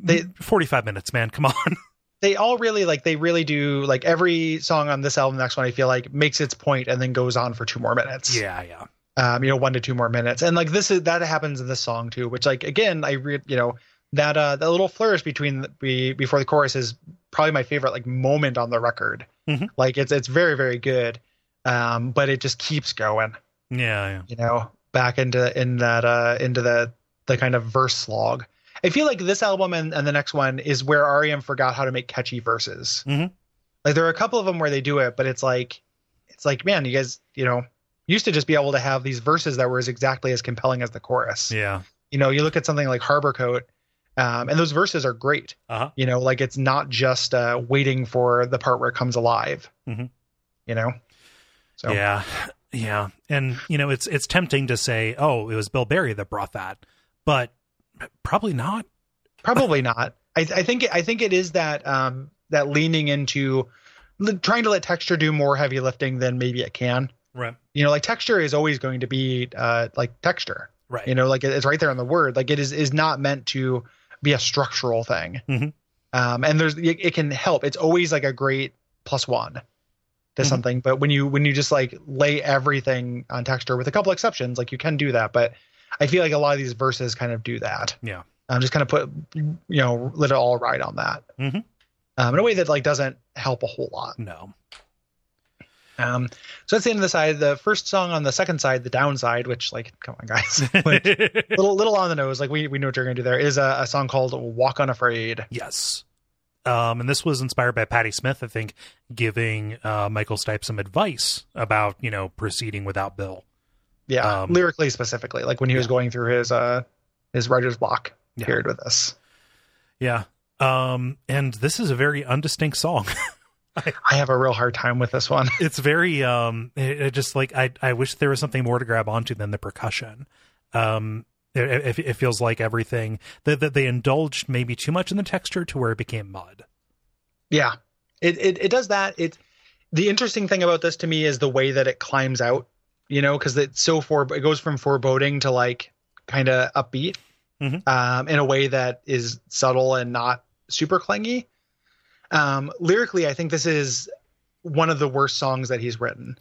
B: They-
A: 45 minutes, man. Come on.
B: they all really like they really do like every song on this album the next one i feel like makes its point and then goes on for two more minutes
A: yeah, yeah.
B: um, you know, one to two more minutes. And like this is that happens in this song too, which like again, I read, you know, that uh that little flourish between the, be, before the chorus is probably my favorite like moment on the record.
A: Mhm.
B: Like it's it's very very good, um, but it just keeps going.
A: Yeah, yeah.
B: You know, back into in that uh, into the the kind of verse slog. I feel like this album and, and the next one is where REM forgot how to make catchy verses.
A: Mhm.
B: Like there are a couple of them where they do it, but it's like it's like man, you guys, you know, used to just be able to have these verses that were as exactly as compelling as the chorus
A: Yeah.
B: you know you look at something like harbor coat um, and those verses are great
A: Uh-huh.
B: you know like it's not just uh, waiting for the part where it comes alive
A: Mhm.
B: you know so
A: Yeah. Yeah. And you know, it's it's tempting to say, "Oh, it was Bill Berry that brought that." But probably not.
B: probably not I, I think i think it is that um, that leaning into li- trying to let texture do more heavy lifting than maybe it can
A: Right.
B: you know like texture is always going to be uh, like texture
A: Right.
B: you know like it- it's right there in the word like it is is not meant to be a structural thing
A: Mhm.
B: um and there's it, it can help it's always like a great plus one to
A: Mhm.
B: something but when you when you just like lay everything on texture with a couple exceptions like you can do that but i feel like a lot of these verses kind of do that
A: Yeah.
B: um, just kind of put you know let it all ride on that
A: Mhm.
B: um, in a way that like doesn't help a whole lot
A: No.
B: um, so that's the end of the side. The first song on the second side, the downside, which like, come on guys, Like, little little on the nose, like we, we know what you're gonna do there, is a, a song called Walk Unafraid.
A: Yes. Um, and this was inspired by Patti Smith, I think, giving uh, Michael Stipe some advice about, you know, proceeding without Bill.
B: Yeah.
A: Um,
B: lyrically specifically, like when he was
A: yeah.
B: going through his uh his writer's block
A: Yeah.
B: period with this.
A: Yeah. Um, and this is a very undistinct song.
B: I have a real hard time with this one.
A: it's very um it, it just like I I wish there was something more to grab onto than the percussion. Um it, it, it feels like everything that that they indulged maybe too much in the texture to where it became mud.
B: yeah. It, it it does that. It the interesting thing about this to me is the way that it climbs out, you know, because it's so for it goes from foreboding to like kind of upbeat
A: Mhm.
B: um, in a way that is subtle and not super clingy. Um, lyrically, I think this is one of the worst songs that he's written.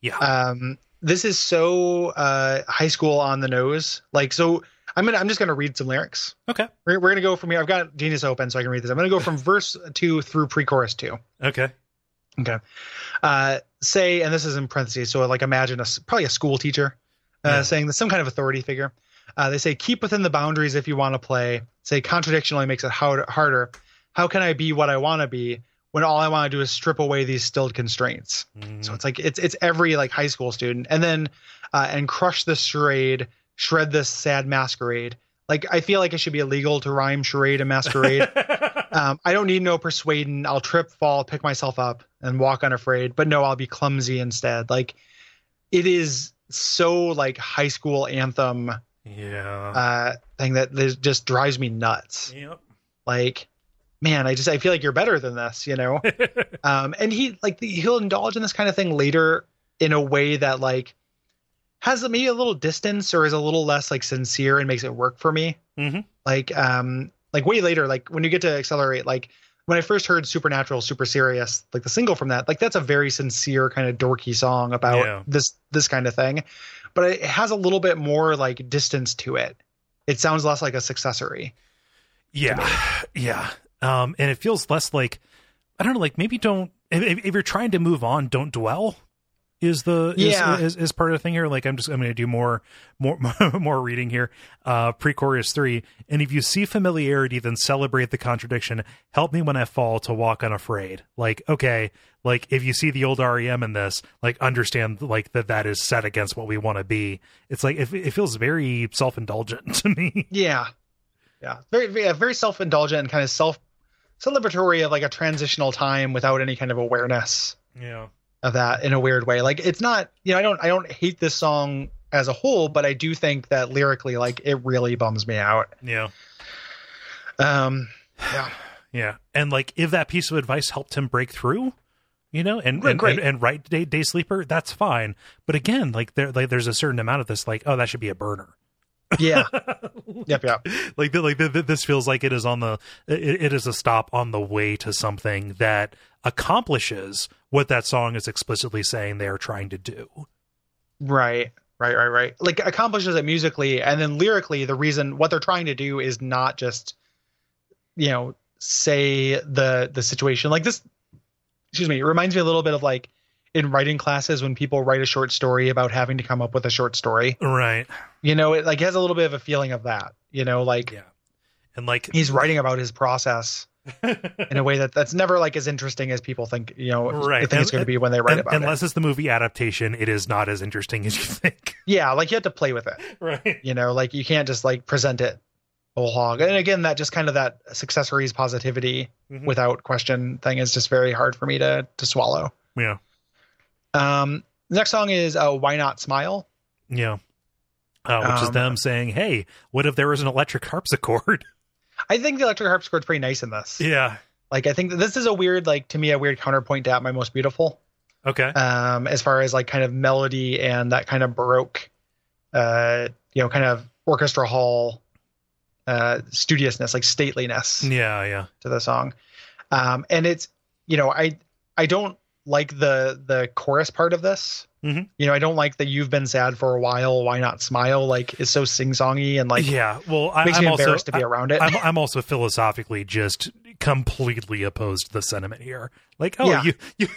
A: Yeah.
B: um, this is so uh, high school on the nose. Like, so I'm gonna I'm just gonna read some lyrics.
A: okay.
B: We're, we're gonna go from here. I've got Genius open, so I can read this. I'm gonna go from verse two through pre-chorus two.
A: Okay.
B: Uh, say, and this is in parentheses. So like, imagine a s- probably a school teacher uh,
A: Yeah.
B: saying this, some kind of authority figure. Uh, they say, keep within the boundaries if you want to play. Say, contradiction only makes it hard, harder. How can I be what I want to be when all I want to do is strip away these stilled constraints?
A: Mm,
B: So it's like it's it's every like high school student, and then uh, and crush this charade, shred this sad masquerade. Like I feel like it should be illegal to rhyme charade and masquerade. um, I don't need no persuading. I'll trip, fall, pick myself up, and walk unafraid. But no, I'll be clumsy instead. Like it is so like high school anthem
A: yeah.
B: uh, thing that that just drives me nuts.
A: yep.
B: Like man, I just I feel like you're better than this, you know um and he like the, he'll indulge in this kind of thing later in a way that like has maybe a little distance or is a little less like sincere and makes it work for me
A: Mhm.
B: like um like way later like when you get to accelerate like when i first heard supernatural super serious like the single from that like that's a very sincere kind of dorky song about
A: Yeah.
B: this this kind of thing but it has a little bit more like distance to it it sounds less like a successory
A: Yeah, yeah. Um, and it feels less like I don't know, like maybe don't if- if, if you're trying to move on, don't dwell. Is the is,
B: Yeah.
A: is, is part of the thing here? Like I'm just I'm going to do more more more reading here. Uh, pre-chorus three, and if you see familiarity, then celebrate the contradiction. Help me when I fall to walk unafraid. Like okay, like if you see the old REM in this, like understand like that that is set against what we want to be. It's like it, it feels very self indulgent to me.
B: Yeah, yeah, very, very, yeah, very self-indulgent and kind of self celebratory of like a transitional time without any kind of awareness
A: Yeah.
B: of that in a weird way. Like it's not, you know, I don't, I don't hate this song as a whole, but I do think that lyrically, like, it really bums me out.
A: Yeah.
B: Um, yeah,
A: Yeah. And like if that piece of advice helped him break through, you know, and
B: Right,
A: and,
B: great.
A: and, and right day day sleeper, that's fine. But again, like there like there's a certain amount of this like, oh, that should be a burner.
B: yeah, yep, yep.
A: Like th- like th- th- this feels like it is on the it, it is a stop on the way to something that accomplishes what that song is explicitly saying they are trying to do.
B: Right, right, right, right. Like accomplishes it musically and then lyrically, the reason what they're trying to do is not just, you know, say the the situation like this excuse me it reminds me a little bit of like in writing classes when people write a short story about having to come up with a short story
A: Right.
B: you know it like has a little bit of a feeling of that you know like
A: Yeah. And like
B: he's writing about his process in a way that that's never like as interesting as people think you know
A: Right.
B: they think it's
A: And-
B: going to be when they write
A: un-
B: about it
A: unless it's the movie adaptation, it is not as interesting as you think.
B: yeah like you have to play with it
A: right.
B: you know like you can't just like present it whole hog and again that just kind of that accessories positivity
A: Mhm.
B: without question thing is just very hard for me to to swallow
A: Yeah.
B: um the next song is uh why not smile
A: Yeah. Uh, which is
B: Um,
A: them saying, "Hey, what if there was an electric harpsichord?"
B: i think the electric harpsichord's pretty nice in this
A: yeah.
B: like i think that this is a weird like to me a weird counterpoint to at my most beautiful
A: Okay.
B: um as far as like kind of melody and that kind of baroque uh you know kind of orchestra hall uh studiousness like stateliness
A: yeah. Yeah.
B: to the song. Um, and it's you know I I don't like the the chorus part of this.
A: Mhm.
B: You know I don't like that you've been sad for a while. Why not smile? Like it's so sing songy and like
A: yeah. Well, I,
B: makes
A: I'm
B: me
A: also
B: embarrassed to be around it.
A: I'm, I'm also philosophically just completely opposed to the sentiment here. Like, oh,
B: Yeah.
A: you you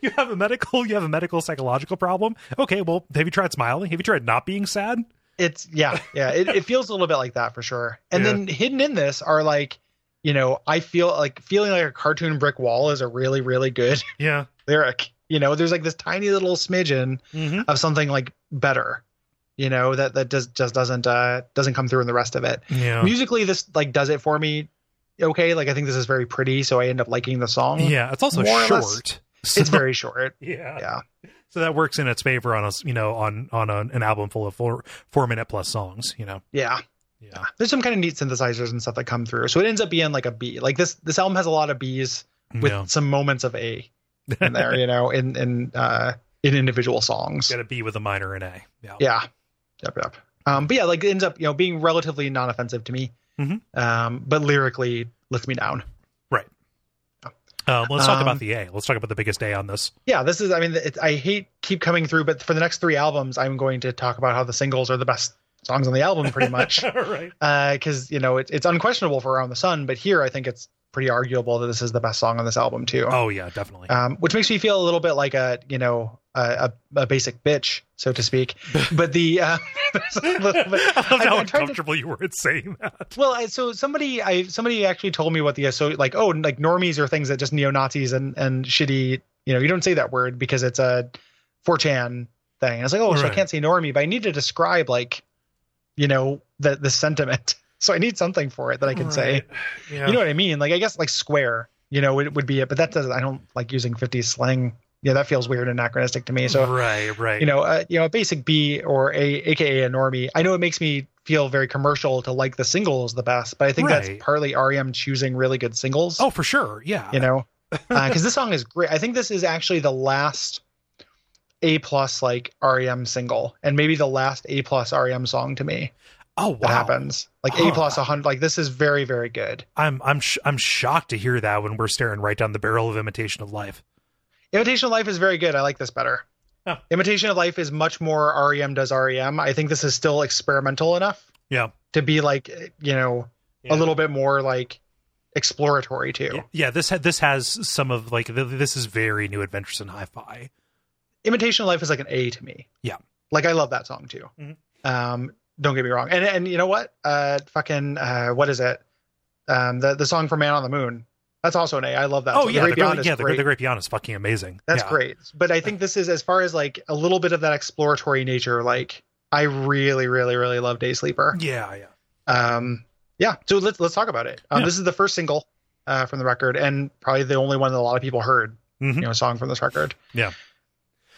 A: you have a medical, you have a medical psychological problem. Okay, well, have you tried smiling? Have you tried not being sad?
B: it's yeah yeah it, it feels a little bit like that for sure. And
A: Yeah.
B: then hidden in this are like you know I feel like feeling like a cartoon brick wall is a really really good
A: Yeah.
B: lyric. You know there's like this tiny little smidgen
A: Mm-hmm.
B: of something like better. You know that that just just doesn't uh doesn't come through in the rest of it.
A: Yeah.
B: musically this like does it for me okay like i think this is very pretty so i end up liking the song
A: Yeah. It's also
B: More or less-
A: short.
B: it's
A: So-
B: very short
A: yeah.
B: yeah
A: So that works in its favor on us, you know, on on an an album full of four four minute plus songs, you know.
B: yeah
A: Yeah.
B: there's some kind of neat synthesizers and stuff that come through so it ends up being like a b like this this album has a lot of b's with
A: yeah.
B: some moments of a in there you know in in uh in individual songs
A: Got to be with a minor in A. Yeah.
B: yeah yep yep um but yeah like it ends up you know being relatively non-offensive to me
A: Mhm.
B: um but lyrically lets me down
A: Um, let's talk
B: Um,
A: about the A. Let's talk about the biggest A on this.
B: yeah this is i mean it, i hate keep coming through but for the next three albums i'm going to talk about how the singles are the best songs on the album pretty much
A: right.
B: because you know it, it's unquestionable for around the sun but here i think it's pretty arguable that this is the best song on this album too
A: Oh yeah, definitely.
B: um, which makes me feel a little bit like a you know a, a, a basic bitch so to speak but the uh, there's a little bit-
A: I love
B: I-
A: how
B: I tried to-
A: uncomfortable you were at saying that.
B: well I, so somebody i somebody actually told me what the so like oh like normies are things that just neo-nazis and and shitty you know you don't say that word because it's a 4chan thing and i was like oh so i
A: Right.
B: can't say normie but i need to describe like you know the the sentiment so i need something for it that i can say
A: yeah.
B: you know what i mean like i guess like square you know it would be it but that doesn't i don't like using 50s slang yeah that feels weird and anachronistic to me so
A: right, right.
B: you know, uh, you know, a basic B or a AKA a normie. I know it makes me feel very commercial to like the singles the best, but I think
A: Right.
B: that's partly REM choosing really good singles.
A: oh, for sure. Yeah.
B: you know, because this song is great. I think this is actually the last A plus like REM single, and maybe the last A plus REM song to me
A: oh
B: that
A: wow.
B: happens. Like
A: Huh.
B: A plus a hundred. Like this is very very good.
A: I'm I'm sh- I'm shocked to hear that when we're staring right down the barrel of imitation of life.
B: Imitation of Life is very good. I like this better.
A: Huh.
B: Imitation of Life is much more REM does REM. I think this is still experimental enough.
A: Yeah.
B: To be like, you know,
A: Yeah.
B: a little bit more like exploratory too.
A: Yeah, this ha- this has some of like th- this is very new adventures in hi-fi.
B: Imitation of Life is like an A to me.
A: Yeah.
B: Like I love that song too.
A: Mhm.
B: Um, don't get me wrong. And and you know what? Uh, fucking uh, what is it? Um, the the song for Man on the Moon. That's also an A. I love that.
A: oh
B: song.
A: yeah,
B: the
A: the
B: Great
A: Great-
B: Beyond is
A: yeah, the,
B: great.
A: the Great Beyond is fucking amazing.
B: That's
A: Yeah.
B: great. But I think this is as far as like a little bit of that exploratory nature. Like I really, really, really love Day Sleeper.
A: Yeah, yeah.
B: Um, yeah. So let's let's talk about it. Um,
A: Yeah.
B: This is the first single uh, from the record, and probably the only one that a lot of people heard.
A: Mhm.
B: You know, song from this record.
A: Yeah.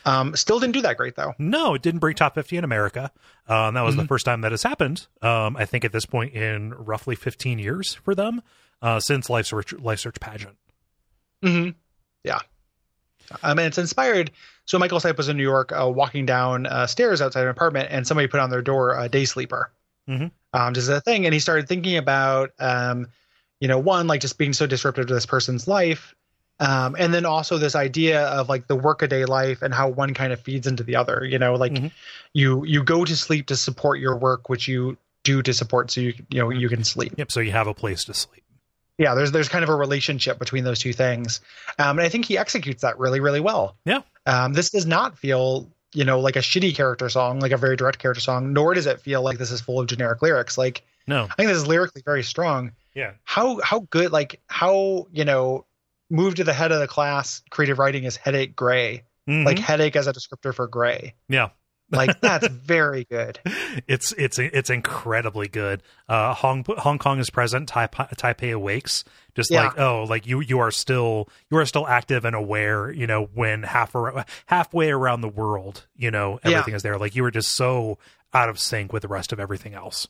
B: Um, still didn't do that great though.
A: No, it didn't break top 50 in America. Um, that was the
B: Mhm.
A: first time that has happened. Um, I think at this point in roughly 15 years for them uh, since Life Search, Life Search Pageant.
B: Mm-hmm. Yeah. Um, and it's inspired. So Michael Stipe was in New York, uh, walking down uh, stairs outside an apartment, and somebody put on their door a day sleeper,
A: Mhm.
B: um, just a thing. And he started thinking about, um, you know, one like just being so disruptive to this person's life, um, and then also this idea of like the workaday life and how one kind of feeds into the other. You know, like
A: Mhm.
B: you you go to sleep to support your work, which you do to support so you you know you can sleep.
A: Yep. So you have a place to sleep.
B: yeah there's there's kind of a relationship between those two things um, and i think he executes that really really well
A: Yeah.
B: um, this does not feel you know like a shitty character song like a very direct character song nor does it feel like this is full of generic lyrics like
A: No.
B: i think this is lyrically very strong
A: Yeah.
B: how how good like how you know move to the head of the class creative writing is headache gray
A: Mhm.
B: like headache as a descriptor for gray
A: Yeah.
B: like that's very good
A: it's it's it's incredibly good. Uh, Hong Hong Kong is present. Taipei, Taipei awakes. Just
B: Yeah.
A: like oh, like you you are still you are still active and aware. You know when half ar- halfway around the world, you know
B: Yeah.
A: everything is there. Like you were just so out of sync with the rest of everything else.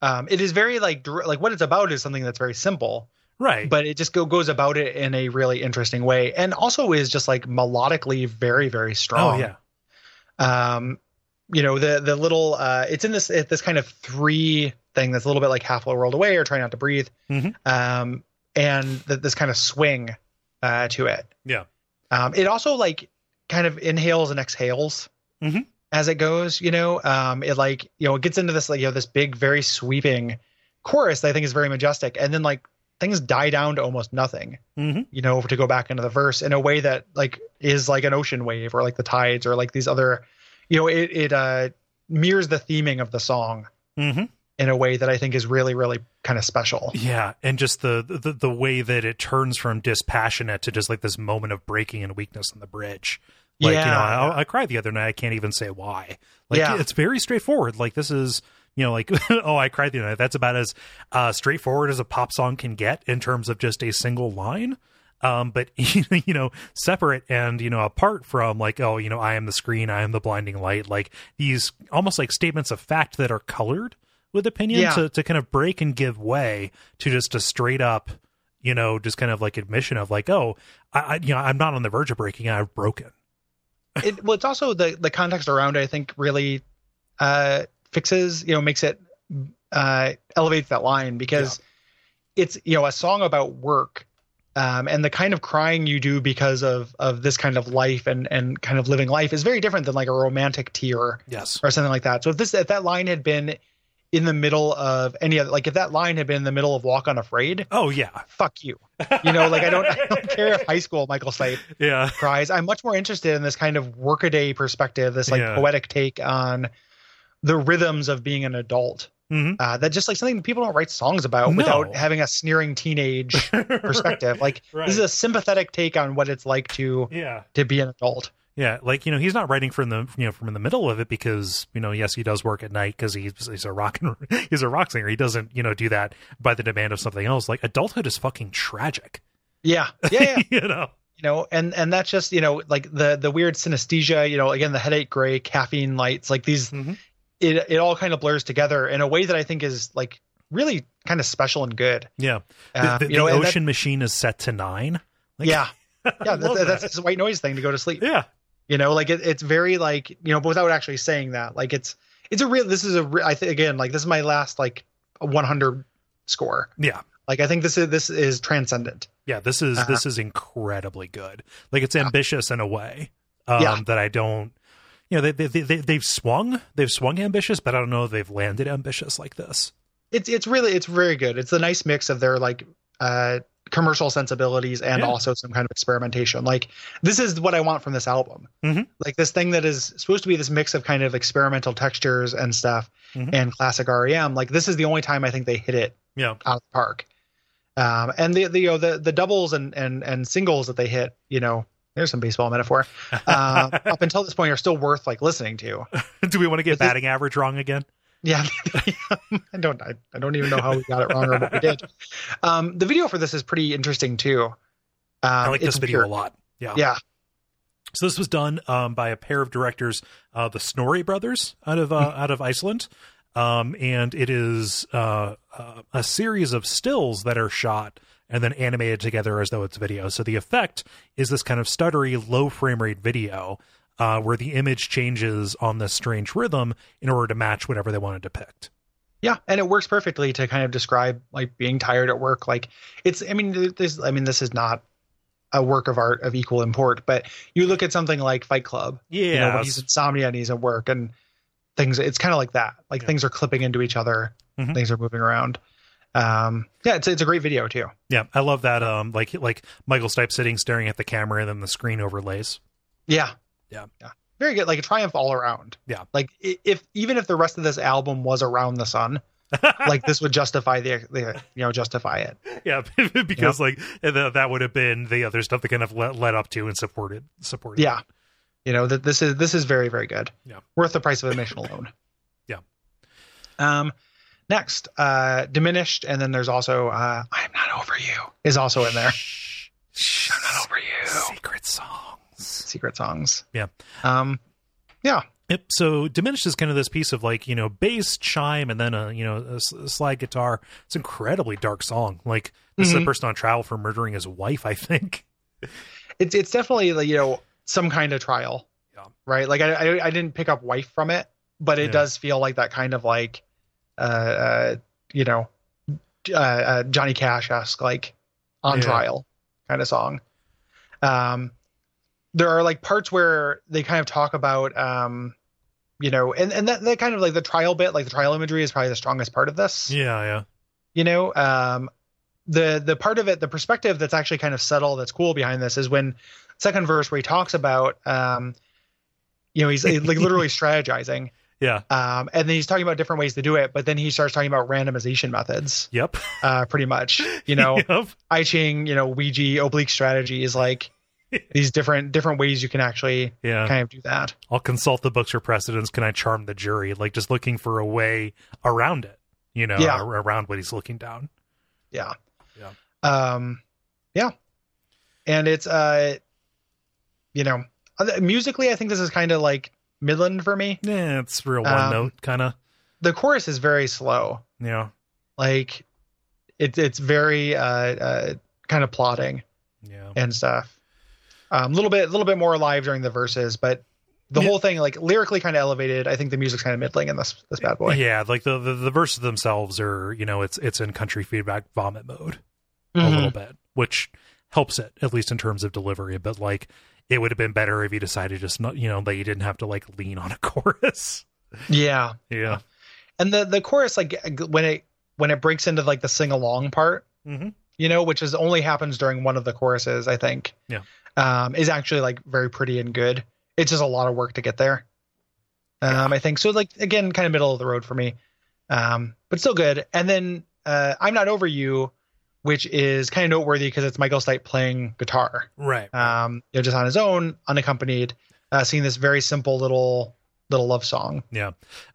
B: um it is very like dir- like what it's about is something that's very simple
A: Right.
B: but it just go, goes about it in a really interesting way and also is just like melodically very very strong
A: oh yeah.
B: um you know the the little uh it's in this it, this kind of three thing that's a little bit like half a world away or try not to breathe
A: Mhm.
B: um and th- this kind of swing uh to it
A: Yeah.
B: um it also like kind of inhales and exhales
A: Mhm.
B: as it goes you know um it like you know it gets into this like you know this big very sweeping chorus that i think is very majestic and then like things die down to almost nothing
A: hmm
B: you know, to go back into the verse in a way that like is like an ocean wave or like the tides or like these other, you know, it it uh, mirrors the theming of the song
A: hmm
B: in a way that I think is really really kind of special.
A: Yeah, and just the, the the way that it turns from dispassionate to just like this moment of breaking and weakness on the bridge. Like you know,
B: Yeah.
A: I, I cried the other night. I can't even say why. Like
B: Yeah.
A: it's very straightforward. Like this is you know like oh I cried the other night. That's about as uh, straightforward as a pop song can get in terms of just a single line. Um, but you know, separate and you know apart from like oh you know I am the screen, I am the blinding light. Like these almost like statements of fact that are colored with opinion
B: Yeah.
A: to, to kind of break and give way to just a straight up you know just kind of like admission of like oh i, I you know i'm not on the verge of breaking i've broken
B: It, well, it's also the the context around it. I think really uh, fixes you know makes it uh, elevates that line because it's you know a song about work. Um, and the kind of crying you do because of of this kind of life and and kind of living life is very different than like a romantic tear
A: yes
B: or something like that. So if this if that line had been in the middle of any other like if that line had been in the middle of Walk Unafraid,
A: oh yeah
B: fuck you. You know, like I don't I don't care if high school Michael Slade
A: yeah
B: cries. I'm much more interested in this kind of workaday perspective, this like
A: Yeah.
B: poetic take on the rhythms of being an adult.
A: Mhm.
B: Uh, that just like something that people don't write songs about
A: No.
B: without having a sneering teenage perspective. Like
A: Right.
B: this is a sympathetic take on what it's like to
A: yeah
B: to be an adult.
A: yeah like you know he's not writing from the you know from the middle of it because you know yes he does work at night because he's he's a rock and he's a rock singer he doesn't you know do that by the demand of something else like adulthood is fucking tragic
B: Yeah. Yeah. yeah.
A: you know
B: you know and and that's just you know like the the weird synesthesia you know again the headache gray caffeine lights like these
A: Mhm.
B: it it all kind of blurs together in a way that i think is like really kind of special and good
A: yeah the,
B: uh,
A: the-
B: you know
A: the
B: and that-
A: ocean machine is set to nine like-
B: yeah yeah
A: I
B: that,
A: love
B: that- that's this white noise thing to go to sleep
A: yeah
B: you know like it, it's very like you know but without actually saying that like it's it's a real this is a re- i think again like this is my last like 100 score
A: yeah
B: like i think this is this is transcendent
A: Yeah, this is
B: Uh-huh.
A: this is incredibly good. Like it's
B: Yeah.
A: ambitious in a way um,
B: Yeah.
A: that I don't. You know, they, they they they've swung they've swung ambitious, but I don't know if they've landed ambitious like this.
B: it's it's really it's very good. It's a nice mix of their like uh commercial sensibilities and
A: Yeah.
B: also some kind of experimentation. Like this is what I want from this album.
A: Mhm.
B: Like this thing that is supposed to be this mix of kind of experimental textures and stuff
A: Mhm.
B: and classic REM. Like this is the only time I think they hit it
A: Yeah,
B: out of the park. Um and the, the you know the the doubles and and and singles that they hit, you know, there's some baseball metaphor. Um up until this point are still worth like listening to.
A: do we want to get
B: But this-
A: batting average wrong again?
B: Yeah, I don't. I, I don't even know how we got it wrong or what we did. Um, the video for this is pretty interesting too. Um,
A: I like this
B: it's
A: video
B: weird.
A: a lot. Yeah.
B: Yeah,
A: So this was done um, by a pair of directors, uh, the Snorri brothers out of uh, out of Iceland, um, and it is uh, uh, a series of stills that are shot and then animated together as though it's video. So the effect is this kind of stuttery, low frame rate video uh, where the image changes on this strange rhythm in order to match whatever they want to depict.
B: yeah, and it works perfectly to kind of describe like being tired at work. Like it's. I mean, this. I mean, this is not a work of art of equal import, but you look at something like Fight Club.
A: Yeah,
B: You know, when he's insomnia and he's at work and things. It's kind of like that. Like
A: Yeah.
B: things are clipping into each other.
A: Mhm.
B: Things are moving around. Um, yeah, it's it's a great video too.
A: Yeah, I love that. Um, like like Michael Stipe sitting staring at the camera, and then the screen overlays.
B: Yeah.
A: Yeah.
B: Yeah. Very good. Like a triumph all around.
A: Yeah.
B: Like i- if even if the rest of this album was around the sun, like this would justify the, the you know justify it.
A: yeah, because like th- that would have been the other stuff that kind of le- led up to and supported supported.
B: Yeah. You know that this is this is very very good.
A: Yeah.
B: Worth the price of admission alone.
A: Yeah.
B: Um, next, uh, diminished, and then there's also uh, I'm not over you is also in there.
A: Shh.
B: I'm not over you.
A: Secret songs.
B: Secret songs.
A: Yeah.
B: Um. Yeah.
A: Yep. So diminished is kind of this piece of like you know bass chime and then a you know a, s- a slide guitar. It's an incredibly dark song. Like this is a
B: Mhm.
A: person on trial for murdering his wife. I think.
B: It's it's definitely like, you know some kind of trial.
A: Yeah.
B: Right. Like I I, I didn't pick up wife from it, but it
A: Yeah.
B: does feel like that kind of like, uh, uh you know, uh, uh Johnny Cash esque like on
A: Yeah.
B: trial kind of song. Um, there are like parts where they kind of talk about um, you know, and and that that kind of like the trial bit, like the trial imagery is probably the strongest part of this
A: Yeah. Yeah.
B: you know um the the part of it the perspective that's actually kind of subtle that's cool behind this is when second verse where he talks about um you know he's like literally strategizing
A: Yeah.
B: um and then he's talking about different ways to do it but then he starts talking about randomization methods
A: Yep.
B: uh pretty much you know
A: Yep.
B: i ching you know ouija oblique strategies like these different different ways you can actually
A: Yeah.
B: kind of do that
A: I'll consult the books for precedents. Can I charm the jury? Like just looking for a way around it. You know,
B: Yeah.
A: ar- around what he's looking down.
B: yeah
A: Yeah.
B: um yeah and it's uh you know other- musically i think this is kind of like midland for me
A: Yeah, Eh, it's real one
B: Um,
A: note kind of.
B: the chorus is very slow
A: Yeah.
B: like it's it's very uh, uh kind of plodding
A: Yeah.
B: and stuff a um, little bit little bit more alive during the verses but the
A: Yeah.
B: whole thing like lyrically kind of elevated i think the music's kind of middling in this this bad boy
A: Yeah, like the, the the verses themselves are, you know, it's it's in country feedback vomit mode. a
B: Mhm.
A: little bit, which helps it at least in terms of delivery. But like, it would have been better if you decided just not, you know, that you didn't have to like lean on a chorus.
B: yeah
A: Yeah,
B: and the the chorus like when it when it breaks into like the sing along part
A: mm-hmm.
B: you know, which is only happens during one of the choruses, I think.
A: Yeah.
B: Um, is actually like very pretty and good. It's just a lot of work to get there. Um, I think so. Like again, kind of middle of the road for me, um, but still good. And then uh, I'm not over you, which is kind of noteworthy because it's Michael Stipe playing guitar,
A: right.
B: um, you know, just on his own, unaccompanied, uh, singing this very simple little little love song.
A: yeah,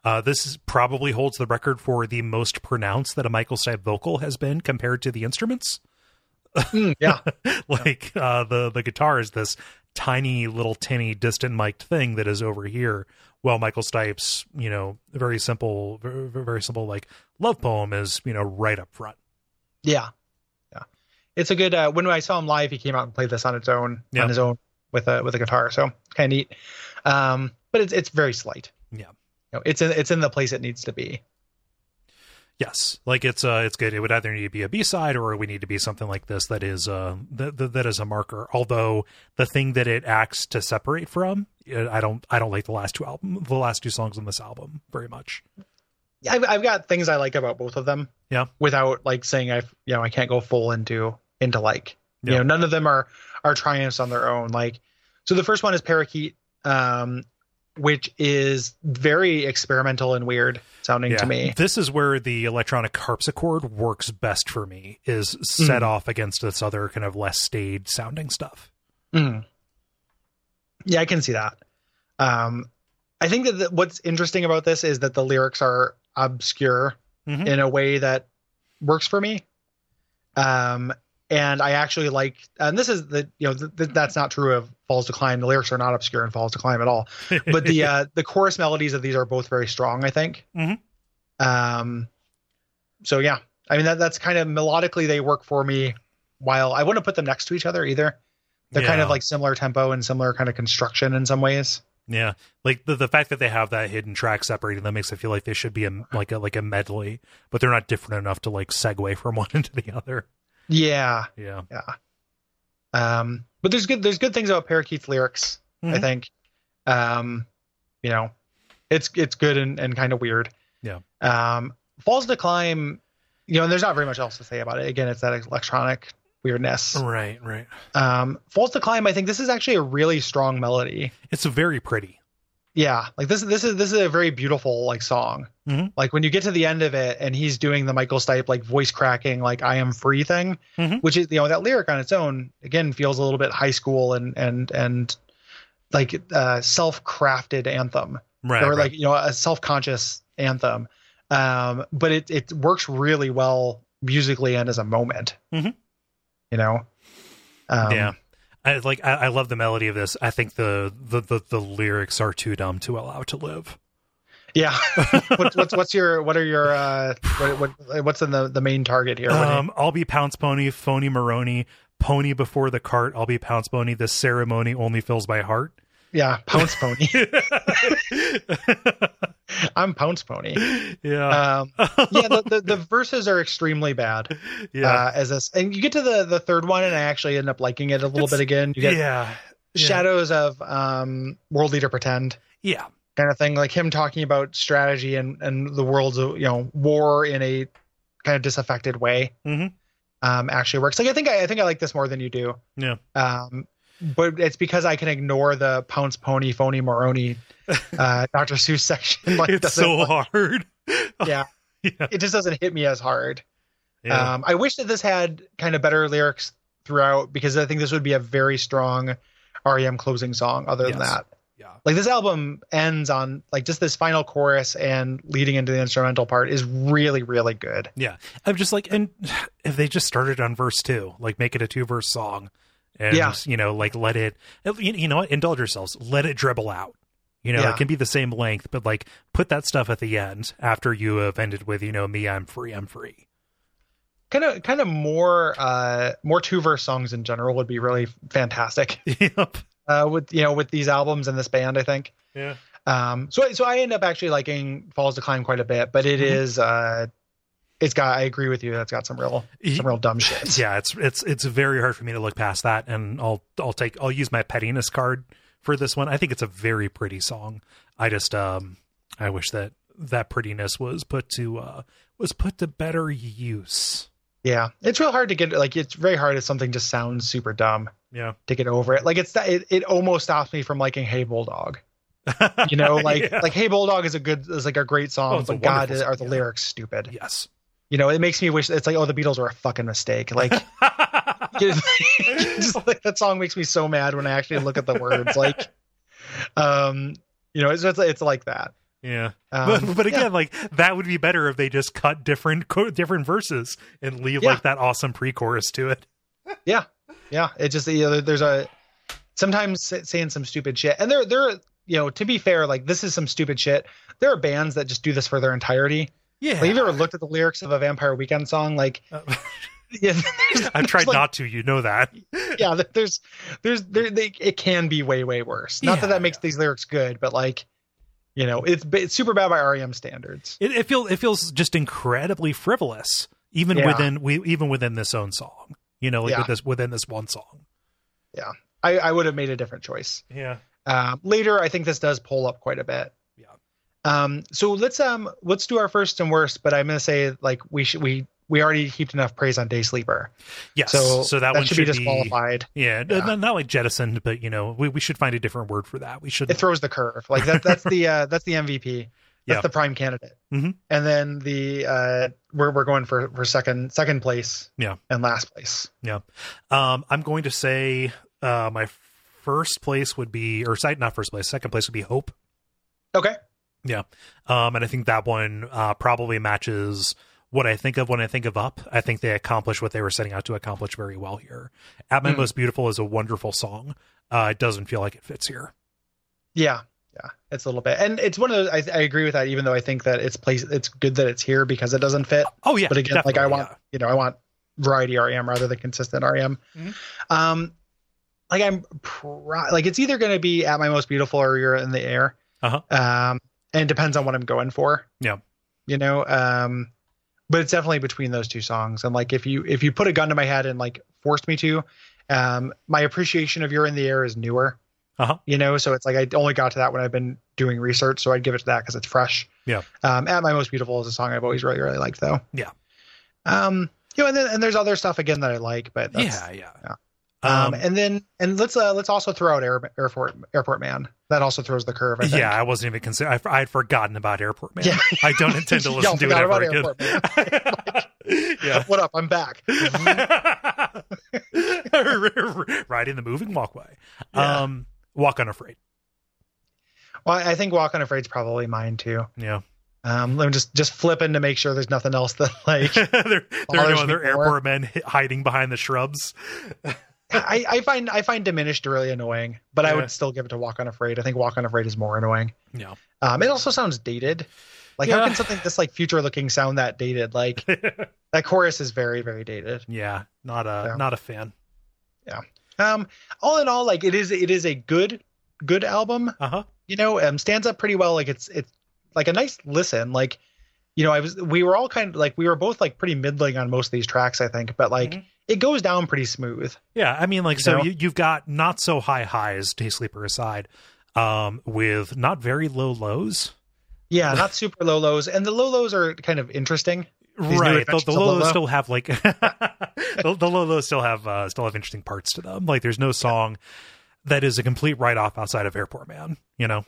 A: uh, this is, probably holds the record for the most pronounced that a Michael Stipe vocal has been compared to the instruments.
B: Mm, yeah,
A: like uh, the the guitar is this tiny little tinny distant mic'd thing that is over here while michael stipe's you know very simple very, very simple like love poem is you know right up front
B: Yeah. Yeah. It's a good uh, when I saw him live, he came out and played this on its own
A: Yeah.
B: on his own with a with a guitar. So kind of neat. Um, but it's it's very slight.
A: Yeah.
B: You know, it's in it's in the place it needs to be.
A: Yes, like it's uh, it's good. It would either need to be a B side or we need to be something like this that is uh, that that- that is a marker. Although the thing that it acts to separate from, uh, I don't I don't like the last two album the last two songs on this album very much.
B: Yeah, I've I've got things I like about both of them.
A: Yeah.
B: Without like saying I've you know I can't go full into into like
A: Yeah.
B: you know none of them are are triumphs on their own. Like so the first one is Parakeet, um, which is very experimental and weird sounding to me.
A: this is where the electronic harpsichord works best for me. Is set
B: Mm.
A: off against this other kind of less staid sounding stuff.
B: Mm. Yeah, I can see that. Um, I think that the, what's interesting about this is that the lyrics are obscure
A: Mhm.
B: in a way that works for me. Um, and I actually like, and this is the, you know, th- th- that's not true of Falls to Climb. The lyrics are not obscure in Falls to Climb at all. But the uh, the chorus melodies of these are both very strong, I think.
A: Mhm.
B: Um, so yeah, I mean that that's kind of melodically they work for me. While I wouldn't put them next to each other either they're kind
A: Yeah.
B: of like similar tempo and similar kind of construction in some ways
A: Yeah, like the the fact that they have that hidden track separating them makes it feel like they should be a like a like a medley, but they're not different enough to like segue from one into the other.
B: yeah
A: Yeah,
B: um but there's good there's good things about parakeet's lyrics i
A: Mhm.
B: think um you know it's it's good and, and kind of weird
A: Yeah.
B: um falls to climb you know, and there's not very much else to say about it. Again, it's that electronic weirdness.
A: Right, right.
B: Um, Falls to Climb, I think this is actually a really strong melody.
A: It's very pretty.
B: Yeah, like this. This is this is a very beautiful like song.
A: Mhm.
B: Like when you get to the end of it, and he's doing the Michael Stipe like voice cracking, like "I am free" thing,
A: Mhm.
B: which is you know that lyric on its own again feels a little bit high school and and and like uh, self crafted anthem
A: Right.
B: or
A: right.
B: like you know a self conscious anthem. Um, but it it works really well musically and as a moment.
A: Mhm.
B: You know. Um,
A: yeah. I like I, I love the melody of this. I think the, the the the lyrics are too dumb to allow to live.
B: Yeah. what's, what's what's your what are your uh what, what what's in the the main target here? What do you-
A: Um, I'll be Pounce Pony, Phony Maroney, Pony before the cart. I'll be Pounce Pony. This ceremony only fills my heart.
B: yeah, pounce pony.
A: yeah.
B: I'm pounce pony.
A: Uh.
B: Um, yeah, the, the the verses are extremely bad.
A: yeah.
B: Uh, as this, and you get to the the third one, and I actually end up liking it a little
A: It's-
B: bit again. You get
A: yeah.
B: shadows of um world leader pretend.
A: Yeah.
B: kind of thing like him talking about strategy and and the world's uh, you know war in a kind of disaffected way
A: Mhm.
B: um actually works like i think I, I think i like this more than you do
A: Yeah.
B: um but it's because i can ignore the pounce pony phony moroni uh dr seuss section like
A: it's
B: doesn't-
A: so hard.
B: Yeah.
A: yeah.
B: it just doesn't hit me as hard
A: Yeah.
B: um i wish that this had kind of better lyrics throughout because i think this would be a very strong rem closing song other than
A: Yes.
B: that
A: yeah.
B: like this album ends on like just this final chorus and leading into the instrumental part is really really good
A: I'm just like, and if they just started on verse two, like make it a two verse song, and
B: Yeah.
A: you know, like let it, you you know, what, indulge yourselves, let it dribble out. You know,
B: Yeah.
A: it can be the same length, but like put that stuff at the end after you have ended with, you know, me, I'm free, I'm free.
B: kind of kind of more uh more two verse songs in general would be really fantastic
A: yep.
B: uh with you know with these albums and this band i think
A: Yeah.
B: um so so i end up actually liking falls to climb quite a bit but it
A: Mhm.
B: is uh it's got i agree with you that's got some real some real dumb shit
A: Yeah, it's it's it's very hard for me to look past that, and I'll I'll take I'll use my pettiness card for this one. I think it's a very pretty song. I just um I wish that that prettiness was put to uh was put to better use.
B: yeah it's real hard to get like it's very hard if something just sounds super dumb
A: Yeah,
B: to get over it like it's it, it almost stops me from liking hey bulldog you know like
A: Yeah.
B: like hey bulldog is a good is like a great
A: Oh,
B: song
A: it's a
B: but god
A: wonderful
B: are
A: song,
B: the
A: yeah.
B: lyrics stupid
A: yes.
B: you know it makes me wish it's like oh the beatles were a fucking mistake like just like that song makes me so mad when i actually look at the words like um you know it's it's, it's like that
A: yeah,
B: um,
A: but, but again, like that would be better if they just cut different co- different verses and leave
B: Yeah.
A: like that awesome pre-chorus to it.
B: yeah it just you know there's a sometimes s- saying some stupid shit and there there are- you know to be fair like this is some stupid shit there are bands that just do this for their entirety
A: Yeah,
B: like have you ever looked at the lyrics of a vampire weekend song like
A: Uh,
B: yeah,
A: I've tried
B: like-
A: not to. You know that.
B: yeah th- there's there's there they, it can be way way worse not that
A: Yeah,
B: that makes these lyrics good but like you know it's ba- it's super bad by rem standards
A: It, it feels it feels just incredibly frivolous, even
B: Yeah.
A: within we even within this own song. You know, like
B: Yeah.
A: with this within this one song.
B: i i would have made a different choice
A: Yeah.
B: um later i think this does pull up quite a bit
A: Yeah.
B: um so let's um let's do our first and worst but i'm gonna say like we should we we already heaped enough praise on day sleeper
A: Yes.
B: so
A: So, that, one
B: should, be disqualified
A: Yeah,
B: Yeah.
A: Not, not like jettisoned, but you know, we, we should find a different word for that. We should.
B: it throws the curve like that that's the uh that's the mvp that's
A: Yeah.
B: the prime candidate
A: Mhm.
B: and then the uh we're, we're going for for second second place
A: Yeah.
B: and last place
A: Um, I'm going to say uh, my first place would be, or site not first place, second place would be Hope.
B: okay
A: Um, and I think that one uh, probably matches what I think of when I think of Up. I think they accomplished what they were setting out to accomplish very well here. At My
B: Hmm.
A: Most Beautiful is a wonderful song. Uh, it doesn't feel like it fits here.
B: Yeah, yeah, it's a little bit, and it's one of those. I, I agree with that, even though I think that it's place. It's good that it's here because it doesn't fit.
A: Oh yeah,
B: But again, like I
A: definitely,
B: want, you know, I want variety REM rather than consistent E REM.
A: Mhm.
B: Um, like I'm pro- like it's either going to be at my most beautiful or you're in the air.
A: Uh-huh.
B: Um, and it depends on what I'm going for.
A: Yeah.
B: You know, um, but it's definitely between those two songs. And like if you if you put a gun to my head and like forced me to, um, my appreciation of you're in the air is newer
A: Uh-huh.
B: you know so it's like i only got to that when i've been doing research so i'd give it to that because it's fresh
A: Yeah.
B: um at my most beautiful is a song i've always really really liked though
A: Yeah.
B: Um, you know, and then and there's other stuff again that I like, but that's,
A: yeah, yeah.
B: yeah.
A: Um,
B: Um, and then and let's uh, let's also throw out Air, airport airport man. That also throws the curve. I think.
A: yeah, I wasn't even consider. I, I had forgotten about Airport Man.
B: Yeah.
A: I don't intend to
B: Y'all
A: listen to it
B: forgot
A: ever
B: about Airport
A: again. yeah. Mm-hmm.
B: What up? I'm back.
A: Riding the moving walkway.
B: Yeah.
A: Um, walk unafraid.
B: Well, I think Walk Unafraid's probably mine too.
A: Yeah,
B: Um, let me just just flipping to make sure there's nothing else that like
A: there, there are
B: Bothers
A: no
B: me
A: other
B: more.
A: airport men hi- hiding behind the shrubs.
B: I, I find I find diminished really annoying, but I
A: Yeah.
B: would still give it to Walk Unafraid. I think Walk Unafraid is more annoying.
A: Yeah.
B: Um, it also sounds dated. Like how
A: Yeah.
B: can something this like future looking sound that dated? Like that chorus is very very dated.
A: yeah, not a
B: Yeah.
A: not a fan.
B: Um, all in all, like it is it is a good good album.
A: Uh huh.
B: You know, um, stands up pretty well. Like it's it's like a nice listen. Like you know, I was we were all kind of like we were both like pretty middling on most of these tracks, I think, but like
A: Mhm.
B: it goes down pretty smooth.
A: Yeah, I mean, like,
B: You
A: so
B: know?
A: you, you've got not so high highs, day sleeper aside, um, with not very low lows.
B: Yeah, not super low lows, and the low lows are kind of interesting. These new
A: right, the,
B: adventures
A: the
B: of
A: low lows
B: Lolo.
A: still have like the, the low lows still have uh, still have interesting parts to them. Like, there's no song that is a complete write off outside of Airport Man. You know,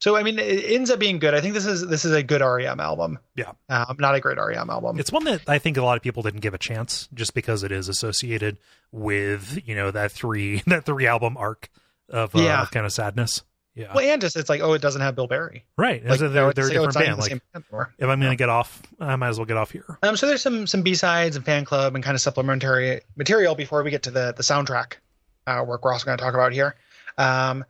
B: So I mean, it ends up being good. I think this is this is a good REM album.
A: Yeah.
B: um, not a great REM album.
A: it's one that I think a lot of people didn't give a chance just because it is associated with you know that three that three album arc of uh,
B: Yeah.
A: kind of sadness. Yeah,
B: well, and just it's like, oh, it doesn't have Bill Berry.
A: right.
B: Like,
A: so
B: you know,
A: they're,
B: it's
A: they're a
B: like, oh,
A: different
B: it's not even
A: band.
B: the
A: Like,
B: same band anymore.
A: if I'm gonna get off, I might as well get off here.
B: Um, so there's some some B sides and fan club and kind of supplementary material before we get to the the soundtrack uh, work we're also going to talk about here. Um,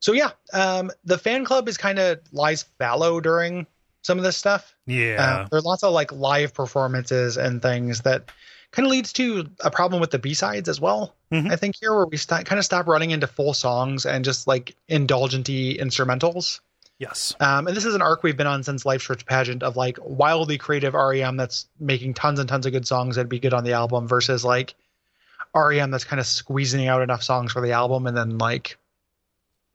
B: so yeah, um, the fan club is kind of lies fallow during some of this stuff.
A: Yeah.
B: Um, there are lots of like live performances and things that kind of leads to a problem with the B sides as well.
A: Mhm.
B: I think here where we st- kind of stop running into full songs and just like indulgenty instrumentals.
A: yes.
B: Um, and this is an arc we've been on since Life Church Pageant of like wildly creative REM that's making tons and tons of good songs that'd be good on the album versus like REM that's kind of squeezing out enough songs for the album and then like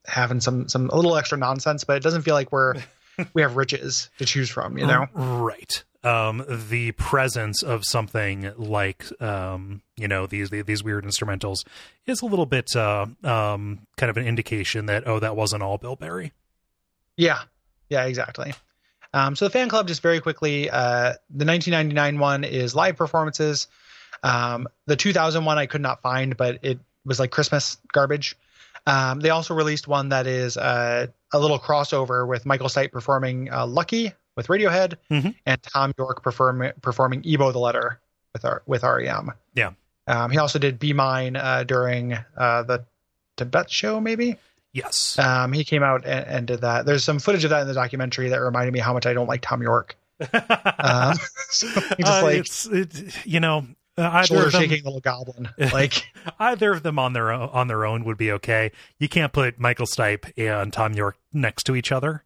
B: having some some a little extra nonsense, but it doesn't feel like we're we have riches to choose from,
A: Uh-huh.
B: you know.
A: right um the presence of something like um you know these these weird instrumentals is a little bit uh um kind of an indication that oh that wasn't all bill berry
B: Yeah, yeah, exactly. Um, so the fan club, just very quickly, uh, the 1999 one is live performances. Um, the 2000 one I could not find, but it was like Christmas garbage. Um, they also released one that is uh, a little crossover with Michael Stipe performing uh, "Lucky" with Radiohead
A: Mhm.
B: and Tom York perform- performing "Ebo the Letter" with R- with REM.
A: Yeah.
B: Um, he also did "Be Mine" uh, during uh, the Tibet show, maybe.
A: yes
B: Um, he came out and, and did that. There's some footage of that in the documentary that reminded me how much I don't like Tom York. Uh, so he just
A: Uh,
B: like
A: it's it, you know uh, either
B: shoulder
A: of, them,
B: shaking little goblin. Like,
A: either of them on their own, on their own would be okay. You can't put Michael Stipe and Tom York next to each other.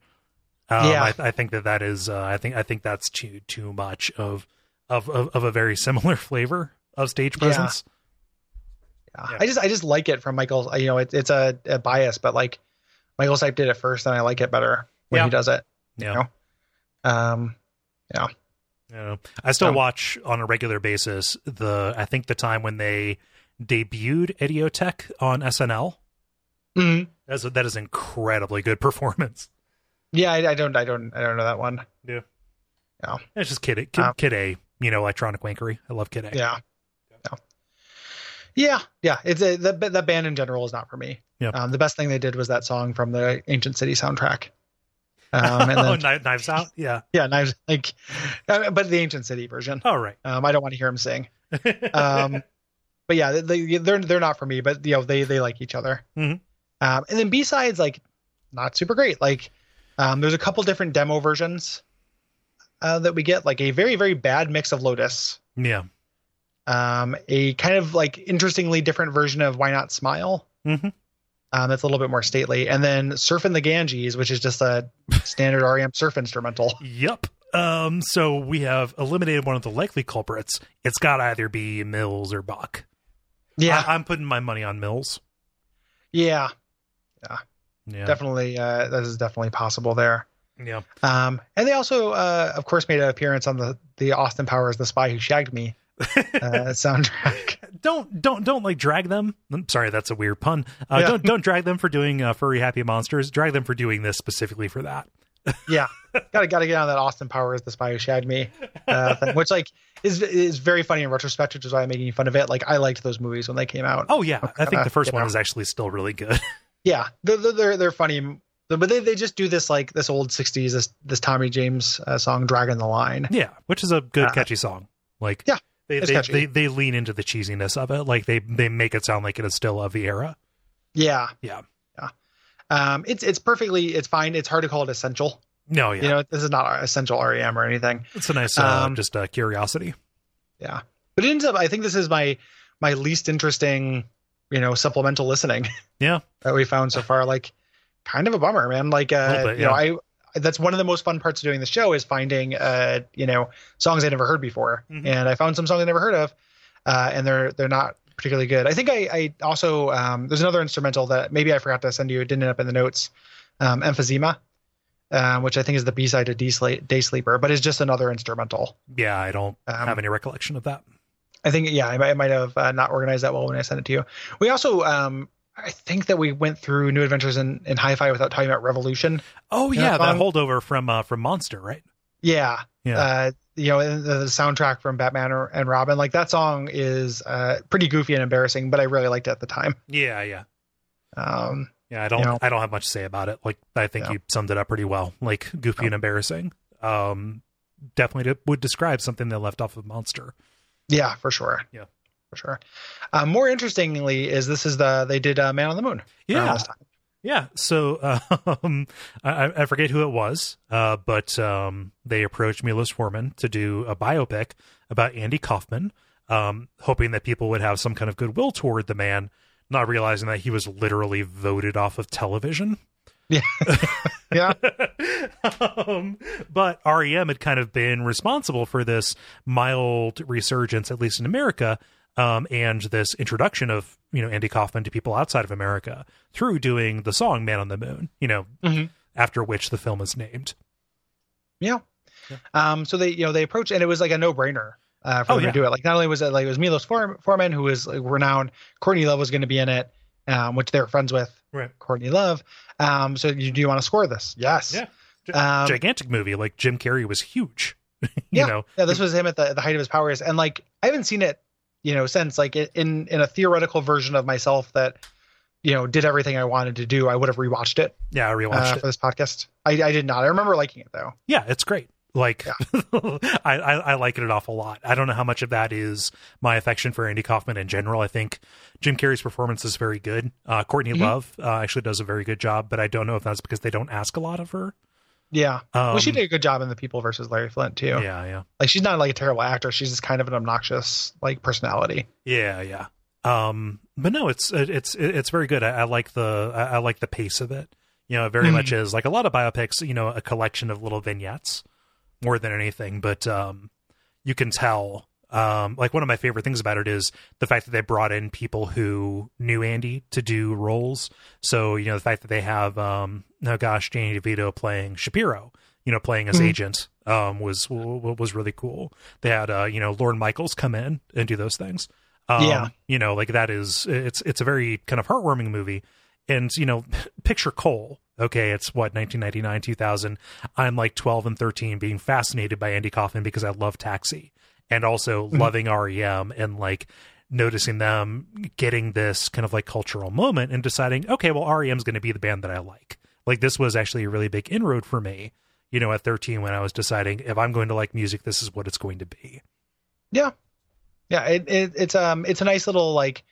A: Um,
B: Yeah.
A: I, I think that that is. Uh, I think I think that's too too much of of of, of a very similar flavor of stage
B: Yeah.
A: presence. Yeah.
B: I just I just like it from Michael. You know, it, it's a, a bias, but like Michael Stipe did it first, and I like it better when
A: Yeah.
B: he does it.
A: Yeah.
B: You know? Um,
A: You know, I still
B: Um,
A: watch on a regular basis the I think the time when they debuted Idiotech on SNL.
B: mhm.
A: That's that is incredibly good performance.
B: yeah, I, I don't I don't I don't know that one.
A: It's just kid kid,
B: Um,
A: kid A, you know, electronic wankery. I love kid A.
B: Yeah. Yeah. Yeah, yeah. It's a, the the band in general is not for me.
A: Yeah.
B: Um, the best thing they did was that song from the Ancient City soundtrack. Um, and
A: oh,
B: then,
A: Kni- knives out. Yeah.
B: yeah, and I was like, uh, but the Ancient City version.
A: All right.
B: Um, I don't want to hear him sing. Um, but yeah, they, they're they're not for me. But you know, they they like each other.
A: Mhm.
B: Um, and then B sides like not super great. Like um, there's a couple different demo versions uh, that we get. Like a very very bad mix of Lotus.
A: yeah.
B: um, a kind of like interestingly different version of Why Not Smile.
A: Mhm.
B: Um, that's a little bit more stately, and then Surfing the Ganges, which is just a standard REM surf instrumental.
A: Yep. Um, so we have eliminated one of the likely culprits. It's got to either be Mills or Bach. I, am putting my money on Mills.
B: yeah,
A: Yeah.
B: definitely. Uh, that is definitely possible there.
A: Yeah.
B: Um, and they also, uh, of course, made an appearance on the the Austin Powers "The Spy Who Shagged Me" uh, soundtrack.
A: Don't don't don't like drag them. I'm sorry, that's a weird pun. Uh,
B: Yeah.
A: Don't don't drag them for doing uh, furry happy monsters. Drag them for doing this specifically for that.
B: yeah, gotta gotta get on that Austin Powers "The Spy Who Shagged Me" uh, thing, which like is is very funny in retrospect, which is why I'm making fun of it. Like I liked those movies when they came out.
A: Oh yeah, I think the first
B: Uh, Yeah.
A: one is actually still really good.
B: Yeah, they're they're- they're, they're funny. But they, they just do this like this old '60s this this Tommy James uh, song "Dragging the Line."
A: yeah, which is a good
B: Uh,
A: catchy song. Like
B: yeah,
A: they
B: it's
A: they,
B: catchy.
A: they they lean into the cheesiness of it. Like they they make it sound like it is still of the era.
B: Yeah,
A: Yeah.
B: yeah. Um, it's it's perfectly it's fine. It's hard to call it essential.
A: No, Oh, yeah,
B: You know, this is not essential REM or anything.
A: it's a nice uh,
B: um,
A: just uh, curiosity.
B: Yeah, but it ends up. I think this is my my least interesting, you know, supplemental listening.
A: Yeah.
B: that we found so far. Like, kind of a bummer, man. Like, uh,
A: Little bit,
B: you know, I that's one of the most fun parts of doing the show is finding, uh, you know, songs I never heard before,
A: Mhm.
B: and I found some songs I never heard of, uh, and they're they're not particularly good. I think I I also um, there's another instrumental that maybe I forgot to send you. It didn't end up in the notes. Um, emphysema. Um, which I think is the B side to D Sla- Day Sleeper, but is just another instrumental.
A: Yeah, I don't
B: Um,
A: have any recollection of that.
B: I think yeah, I might, I might have uh, not organized that well when I sent it to you. We also, um, I think that we went through New Adventures in, in Hi-Fi without talking about Revolution.
A: Oh
B: yeah,
A: yeah, that
B: um,
A: holdover from uh, from Monster, right?
B: Yeah,
A: Yeah.
B: Uh, you know and the, the soundtrack from Batman or, and Robin. Like that song is uh, pretty goofy and embarrassing, but I really liked it at the time.
A: yeah, yeah.
B: Um,
A: Yeah, I don't
B: You know?
A: I don't have much to say about it. Like I think
B: Yeah.
A: you summed it up pretty well. Like goofy and embarrassing. Um definitely de- would describe something they left off of Monster.
B: yeah, for sure.
A: Yeah.
B: for sure. Uh, more interestingly, is this is the they did uh, Man on the Moon. around
A: Yeah.
B: this time.
A: Yeah. So um I, I- I forget who it was, uh, but um they approached Milos Forman to do a biopic about Andy Kaufman, um, hoping that people would have some kind of goodwill toward the man, not realizing that he was literally voted off of television.
B: yeah,
A: um, but REM had kind of been responsible for this mild resurgence, at least in America, um, and this introduction of you know Andy Kaufman to people outside of America through doing the song "Man on the Moon," you know,
B: Mhm.
A: after which the film is named.
B: Yeah.
A: Yeah.
B: Um, so they, you know, they approached, and it was like a no-brainer uh, for
A: Oh,
B: them
A: yeah.
B: to do it. Like, not only was it like it was Milos Form- Forman, who was like, renowned, Courtney Love was going to be in it, um, which they're friends with
A: Right.
B: Courtney Love. Um, so you, do you want to score this? Yes.
A: Yeah.
B: Um,
A: Gigantic movie, like Jim Carrey was huge. you
B: Yeah.
A: know,
B: yeah. This was him at the, the height of his powers, and like I haven't seen it, you know, since like i- in in a theoretical version of myself that, you know, did everything I wanted to do, I would have rewatched it,
A: yeah, I rewatched
B: uh,
A: it.
B: for this podcast. I, I did not. I remember liking it though.
A: Yeah, it's great. Like I, I, I like it an awful lot. I don't know how much of that is my affection for Andy Kaufman in general. I think Jim Carrey's performance is very good. Uh, Courtney
B: Mhm.
A: Love uh, actually does a very good job, but I don't know if that's because they don't ask a lot of her.
B: Yeah.
A: Um,
B: well, she did a good job in The People versus Larry Flint too.
A: Yeah, yeah,
B: like she's not like a terrible actor she's just kind of an obnoxious like personality
A: yeah, yeah. Um, but no, it's it- it's it's very good. I, I like the I, I like the pace of it. You know, it very
B: Mhm.
A: much is like a lot of biopics. You know, a collection of little vignettes more than anything. But um, you can tell. Um, like one of my favorite things about it is the fact that they brought in people who knew Andy to do roles. So you know, the fact that they have um, oh gosh, Danny DeVito playing Shapiro. You know, playing as
B: Mhm.
A: agent um, was w- w- was really cool. They had uh, you know Lorne Michaels come in and do those things. Um,
B: Yeah.
A: you know, like that is it's it's a very kind of heartwarming movie. And you know, picture Cole. Okay, it's what 1999, 2000. I'm like 12 and 13, being fascinated by Andy Kaufman because I love Taxi, and also
B: Mhm.
A: loving REM, and like noticing them getting this kind of like cultural moment, and deciding, okay, well, E REM's going to be the band that I like. Like this was actually a really big inroad for me. You know, at 13, when I was deciding if I'm going to like music, this is what it's going to be.
B: yeah it, it it's um it's a nice little like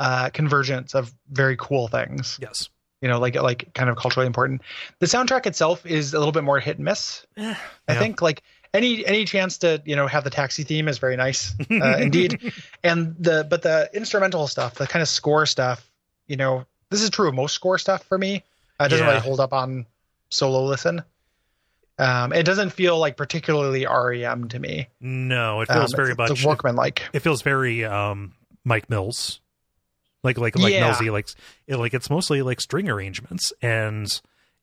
B: uh convergence of very cool things
A: Yes.
B: you know like like kind of culturally important the soundtrack itself is a little bit more hit and miss i
A: Eh, Yeah.
B: think like any any chance to you know have the taxi theme is very nice uh, indeed and the but the instrumental stuff the kind of score stuff you know this is true of most score stuff for me uh, it doesn't
A: Yeah.
B: really hold up on solo listen um it doesn't feel like particularly rem to me
A: No, it feels
B: Um,
A: very
B: it's,
A: much.
B: it's a workman like
A: It feels very um Mike Mills, like like like
B: Yeah.
A: Millsy, like it, like it's mostly like string arrangements, and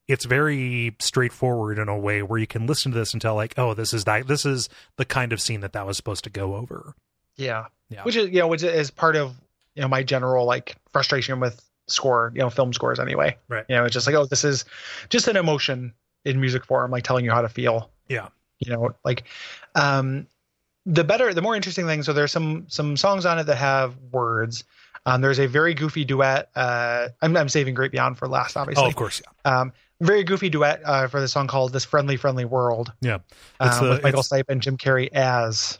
A: it's very straightforward in a way where you can listen to this and tell like, oh, this is that this is the kind of scene that that was supposed to go over.
B: Yeah.
A: Yeah.
B: Which is you know, which is part of you know my general like frustration with score, you know, film scores anyway.
A: Right.
B: You know, it's just like, oh, this is just an emotion in music form, like telling you how to feel.
A: Yeah.
B: You know, like um the better the more interesting thing, so there's some some songs on it that have words. Um, there's a very goofy duet. Uh, I'm, I'm saving Great Beyond for last, obviously.
A: Oh, of course, yeah.
B: Um, very goofy duet uh, for the song called "This Friendly Friendly World"
A: Yeah. It's
B: um,
A: the-
B: with Michael
A: it's-
B: Stipe and Jim Carrey as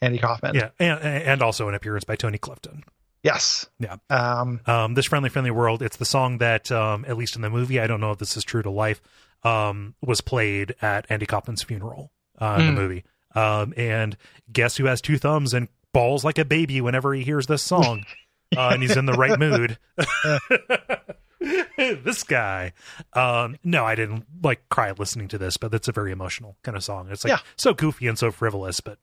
B: Andy Kaufman.
A: Yeah, and and also an appearance by Tony Clifton.
B: Yes.
A: Yeah.
B: Um,
A: um, this friendly friendly world it's the song that um, at least in the movie i don't know if this is true to life um, was played at andy kaufman's funeral uh, in
B: Hmm.
A: the movie um, and guess who has two thumbs and balls like a baby whenever he hears this song uh, and he's in the right mood this guy um no i didn't like cry listening to this but it's a very emotional kind of song it's like
B: Yeah.
A: so goofy and so frivolous but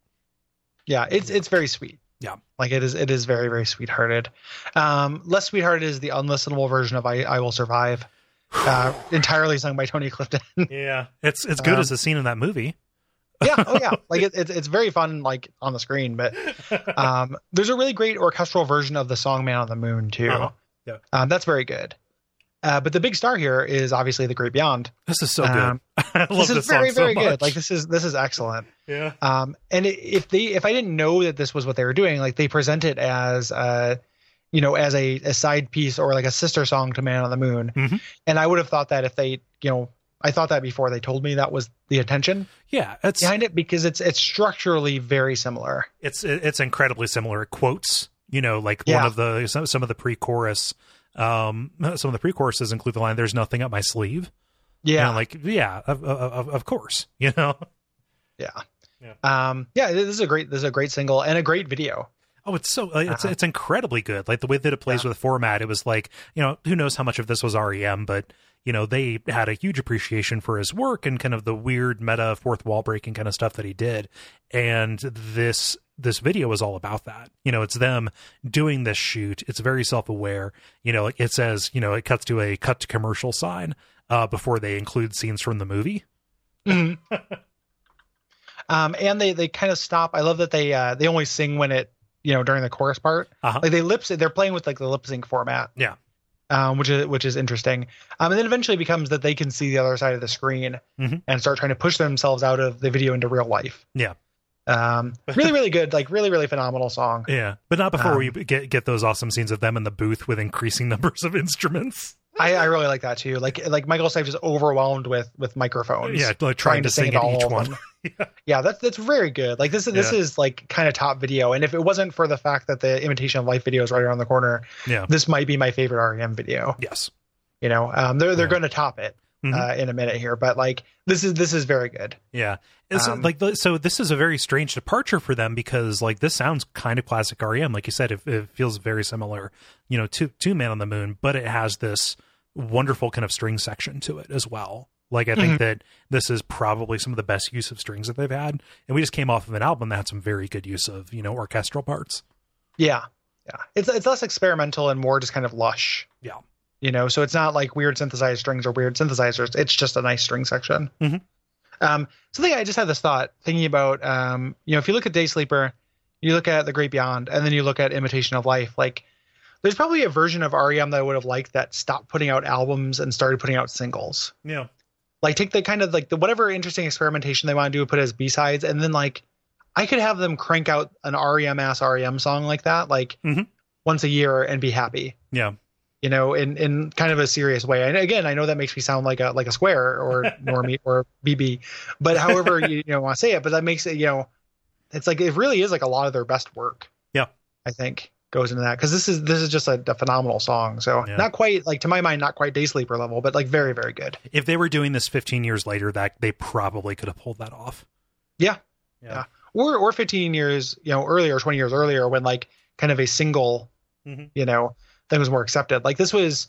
B: yeah. It's it's very sweet.
A: Yeah.
B: Like it is it is very very sweethearted. Um, less sweethearted is the unlistenable version of "I I Will Survive," uh, entirely sung by Tony Clifton.
A: yeah it's it's good
B: Um,
A: as the scene in that movie
B: yeah. Oh yeah. Like it, it's it's very fun like on the screen, but um, there's a really great orchestral version of the song "Man on the Moon" too.
A: Uh-huh. Yeah.
B: Um, that's very good. Uh, but the big star here is obviously the Great Beyond.
A: this is so good
B: Um,
A: i love this,
B: this is
A: song
B: very
A: so
B: very
A: much.
B: good. Like this is this is excellent.
A: yeah
B: Um, and i- if they if I didn't know that this was what they were doing, like they present it as uh, you know, as a, a side piece or like a sister song to Man on the Moon,
A: Mhm.
B: and I would have thought that if they you know I thought that before they told me that was the intention
A: Yeah, it's
B: behind it because it's it's structurally very similar.
A: it's it's incredibly similar. It quotes, you know, like one
B: Yeah.
A: of the some, some of the pre-chorus, um, some of the pre-choruses include the line "There's nothing up my sleeve."
B: Yeah,
A: And, like yeah, of, of, of- of course, you know.
B: um, yeah. This is a great this is a great single and a great video.
A: Oh, it's so uh, it's
B: Uh-huh.
A: it's incredibly good. Like the way that it plays with the format, it was like you know who knows how much of this was REM, but you know they had a huge appreciation for his work and kind of the weird meta fourth wall breaking kind of stuff that he did, and this this video is all about that. You know, it's them doing this shoot. It's very self aware. You know, it says you know it cuts to a cut to commercial sign uh, before they include scenes from the movie.
B: Mhm. um, and they they kind of stop. I love that they uh, they only sing when it you know during the chorus part.
A: Uh-huh.
B: Like they lip they're playing with like the lip sync format.
A: Yeah.
B: Um, which is which is interesting. Um, and then eventually becomes that they can see the other side of the screen
A: Mhm.
B: and start trying to push themselves out of the video into real life.
A: Yeah.
B: Um, really, really good. Like really, really phenomenal song.
A: Yeah, but not before
B: Um,
A: we get get those awesome scenes of them in the booth with increasing numbers of instruments.
B: I, I really like that too. Like like Michael Stipe is overwhelmed with with microphones.
A: Yeah, like trying to sing at
B: all
A: each
B: of
A: one.
B: them. yeah, that's that's very good. Like this is this
A: Yeah.
B: is like kind of top video. And if it wasn't for the fact that the imitation of life video is right around the corner,
A: Yeah.
B: this might be my favorite REM video.
A: Yes.
B: You know, um, they're they're
A: Yeah.
B: going to top it
A: Mhm.
B: uh, in a minute here, but like this is this is very good.
A: Yeah. It's
B: Um,
A: like the- so this is a very strange departure for them because like this sounds kind of classic REM like you said it, it feels very similar, you know, to to Man on the Moon, but it has this wonderful kind of string section to it as well. Like I think that this is probably some of the best use of strings that they've had and we just came off of an album that had some very good use of, you know, orchestral parts.
B: Yeah, yeah. It's it's less experimental and more just kind of lush.
A: Yeah.
B: You know, so it's not like weird synthesized strings or weird synthesizers. It's just a nice string section.
A: Mhm.
B: Um, something I just had this thought thinking about. Um, you know, if you look at Day Sleeper, you look at The Great Beyond, and then you look at Imitation of Life. Like, there's probably a version of REM that I would have liked that stopped putting out albums and started putting out singles.
A: Yeah.
B: like take the kind of like the whatever interesting experimentation they want to do put it as b-sides and then like i could have them crank out an rem ass rem song like that like
A: Mhm.
B: once a year and be happy
A: Yeah.
B: you know in in kind of a serious way and again i know that makes me sound like a like a square or normie or bb but however you, you know want to say it but that makes it you know it's like it really is like a lot of their best work
A: Yeah.
B: i think goes into that because this is this is just a, a phenomenal song so
A: Yeah.
B: not quite like to my mind not quite day sleeper level but like very very good
A: If they were doing this 15 years later that they probably could have pulled that off.
B: or or 15 years you know earlier 20 years earlier when like kind of a single
A: Mhm.
B: you know thing was more accepted like this was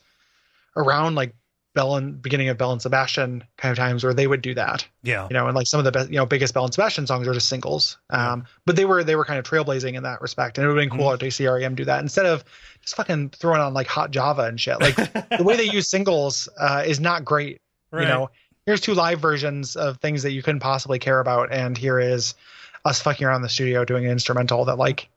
B: around like bell and beginning of bell and sebastian kind of times where they would do that
A: Yeah.
B: you know and like some of the best you know biggest bell and sebastian songs are just singles um but they were they were kind of trailblazing in that respect and it would have been cool to see rem do that instead of just fucking throwing on like hot java and shit like the way they use singles uh is not great
A: Right.
B: You know, here's two live versions of things that you couldn't possibly care about, and here is us fucking around in the studio doing an instrumental that like,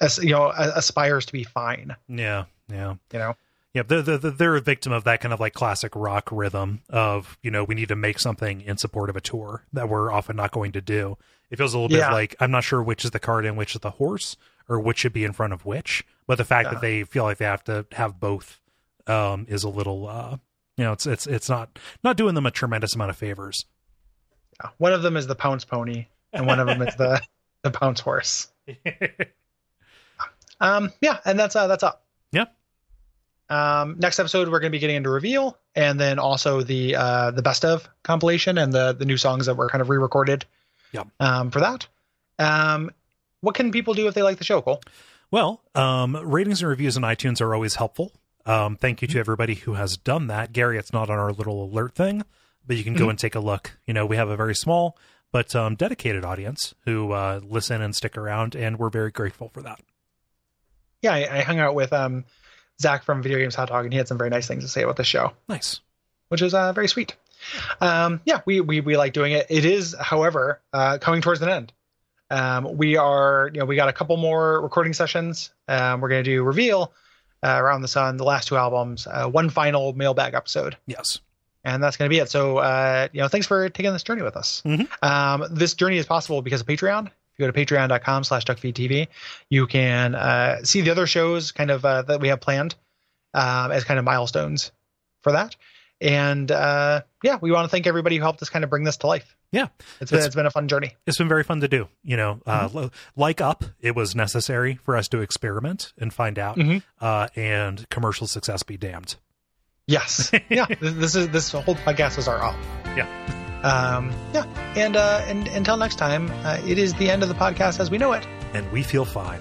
B: as, you know, a- aspires to be fine.
A: Yeah, yeah.
B: You know,
A: Yeah, they're, they're, they're a victim of that kind of like classic rock rhythm of, you know, we need to make something in support of a tour that we're often not going to do. It feels a little
B: Yeah.
A: bit like I'm not sure which is the cart and which is the horse or which should be in front of which. But the fact
B: Yeah.
A: that they feel like they have to have both um, is a little, uh, you know, it's it's it's not not doing them a tremendous amount of favors.
B: Yeah. one of them is the pounce pony, and one of them is the the pounce horse. Um, yeah, and that's uh, that's up.
A: Yeah.
B: Um, next episode, we're going to be getting into reveal, and then also the uh, the best of compilation and the the new songs that were kind of re-recorded.
A: Yep.
B: Um, for that, um, what can people do if they like the show? Cole?
A: Well, um, ratings and reviews on iTunes are always helpful. Um, thank you to everybody who has done that. Gary, it's not on our little alert thing, but you can go and take a look. You know, we have a very small but um, dedicated audience who uh, listen and stick around, and we're very grateful for that.
B: Yeah, I, I hung out with um, Zach from Video Games Hot Dog, and he had some very nice things to say about the show.
A: Nice.
B: which is uh, very sweet. Um, yeah, we, we we like doing it. It is, however, uh, coming towards an end. Um, we are, you know, we got a couple more recording sessions. Um, we're going to do reveal uh, around the sun, the last two albums, uh, one final mailbag episode,
A: Yes.
B: and that's going to be it. So, uh, you know, thanks for taking this journey with us.
A: Mhm.
B: Um, this journey is possible because of Patreon. If you go to patreon.com slash duckfeedtv, you can uh, see the other shows kind of uh, that we have planned um, as kind of milestones for that. And uh, yeah, we want to thank everybody who helped us kind of bring this to life.
A: Yeah.
B: It's been,
A: It's-
B: it's been a fun journey.
A: It's been very fun to do. You know, uh, lo- like up, it was necessary for us to experiment and find out,
B: Mhm.
A: uh, and commercial success be damned.
B: Yes. yeah. This, this is this whole podcast is our up.
A: Yeah.
B: Um, yeah. And, uh, and until next time, uh, it is the end of the podcast as we know it.
A: And we feel fine.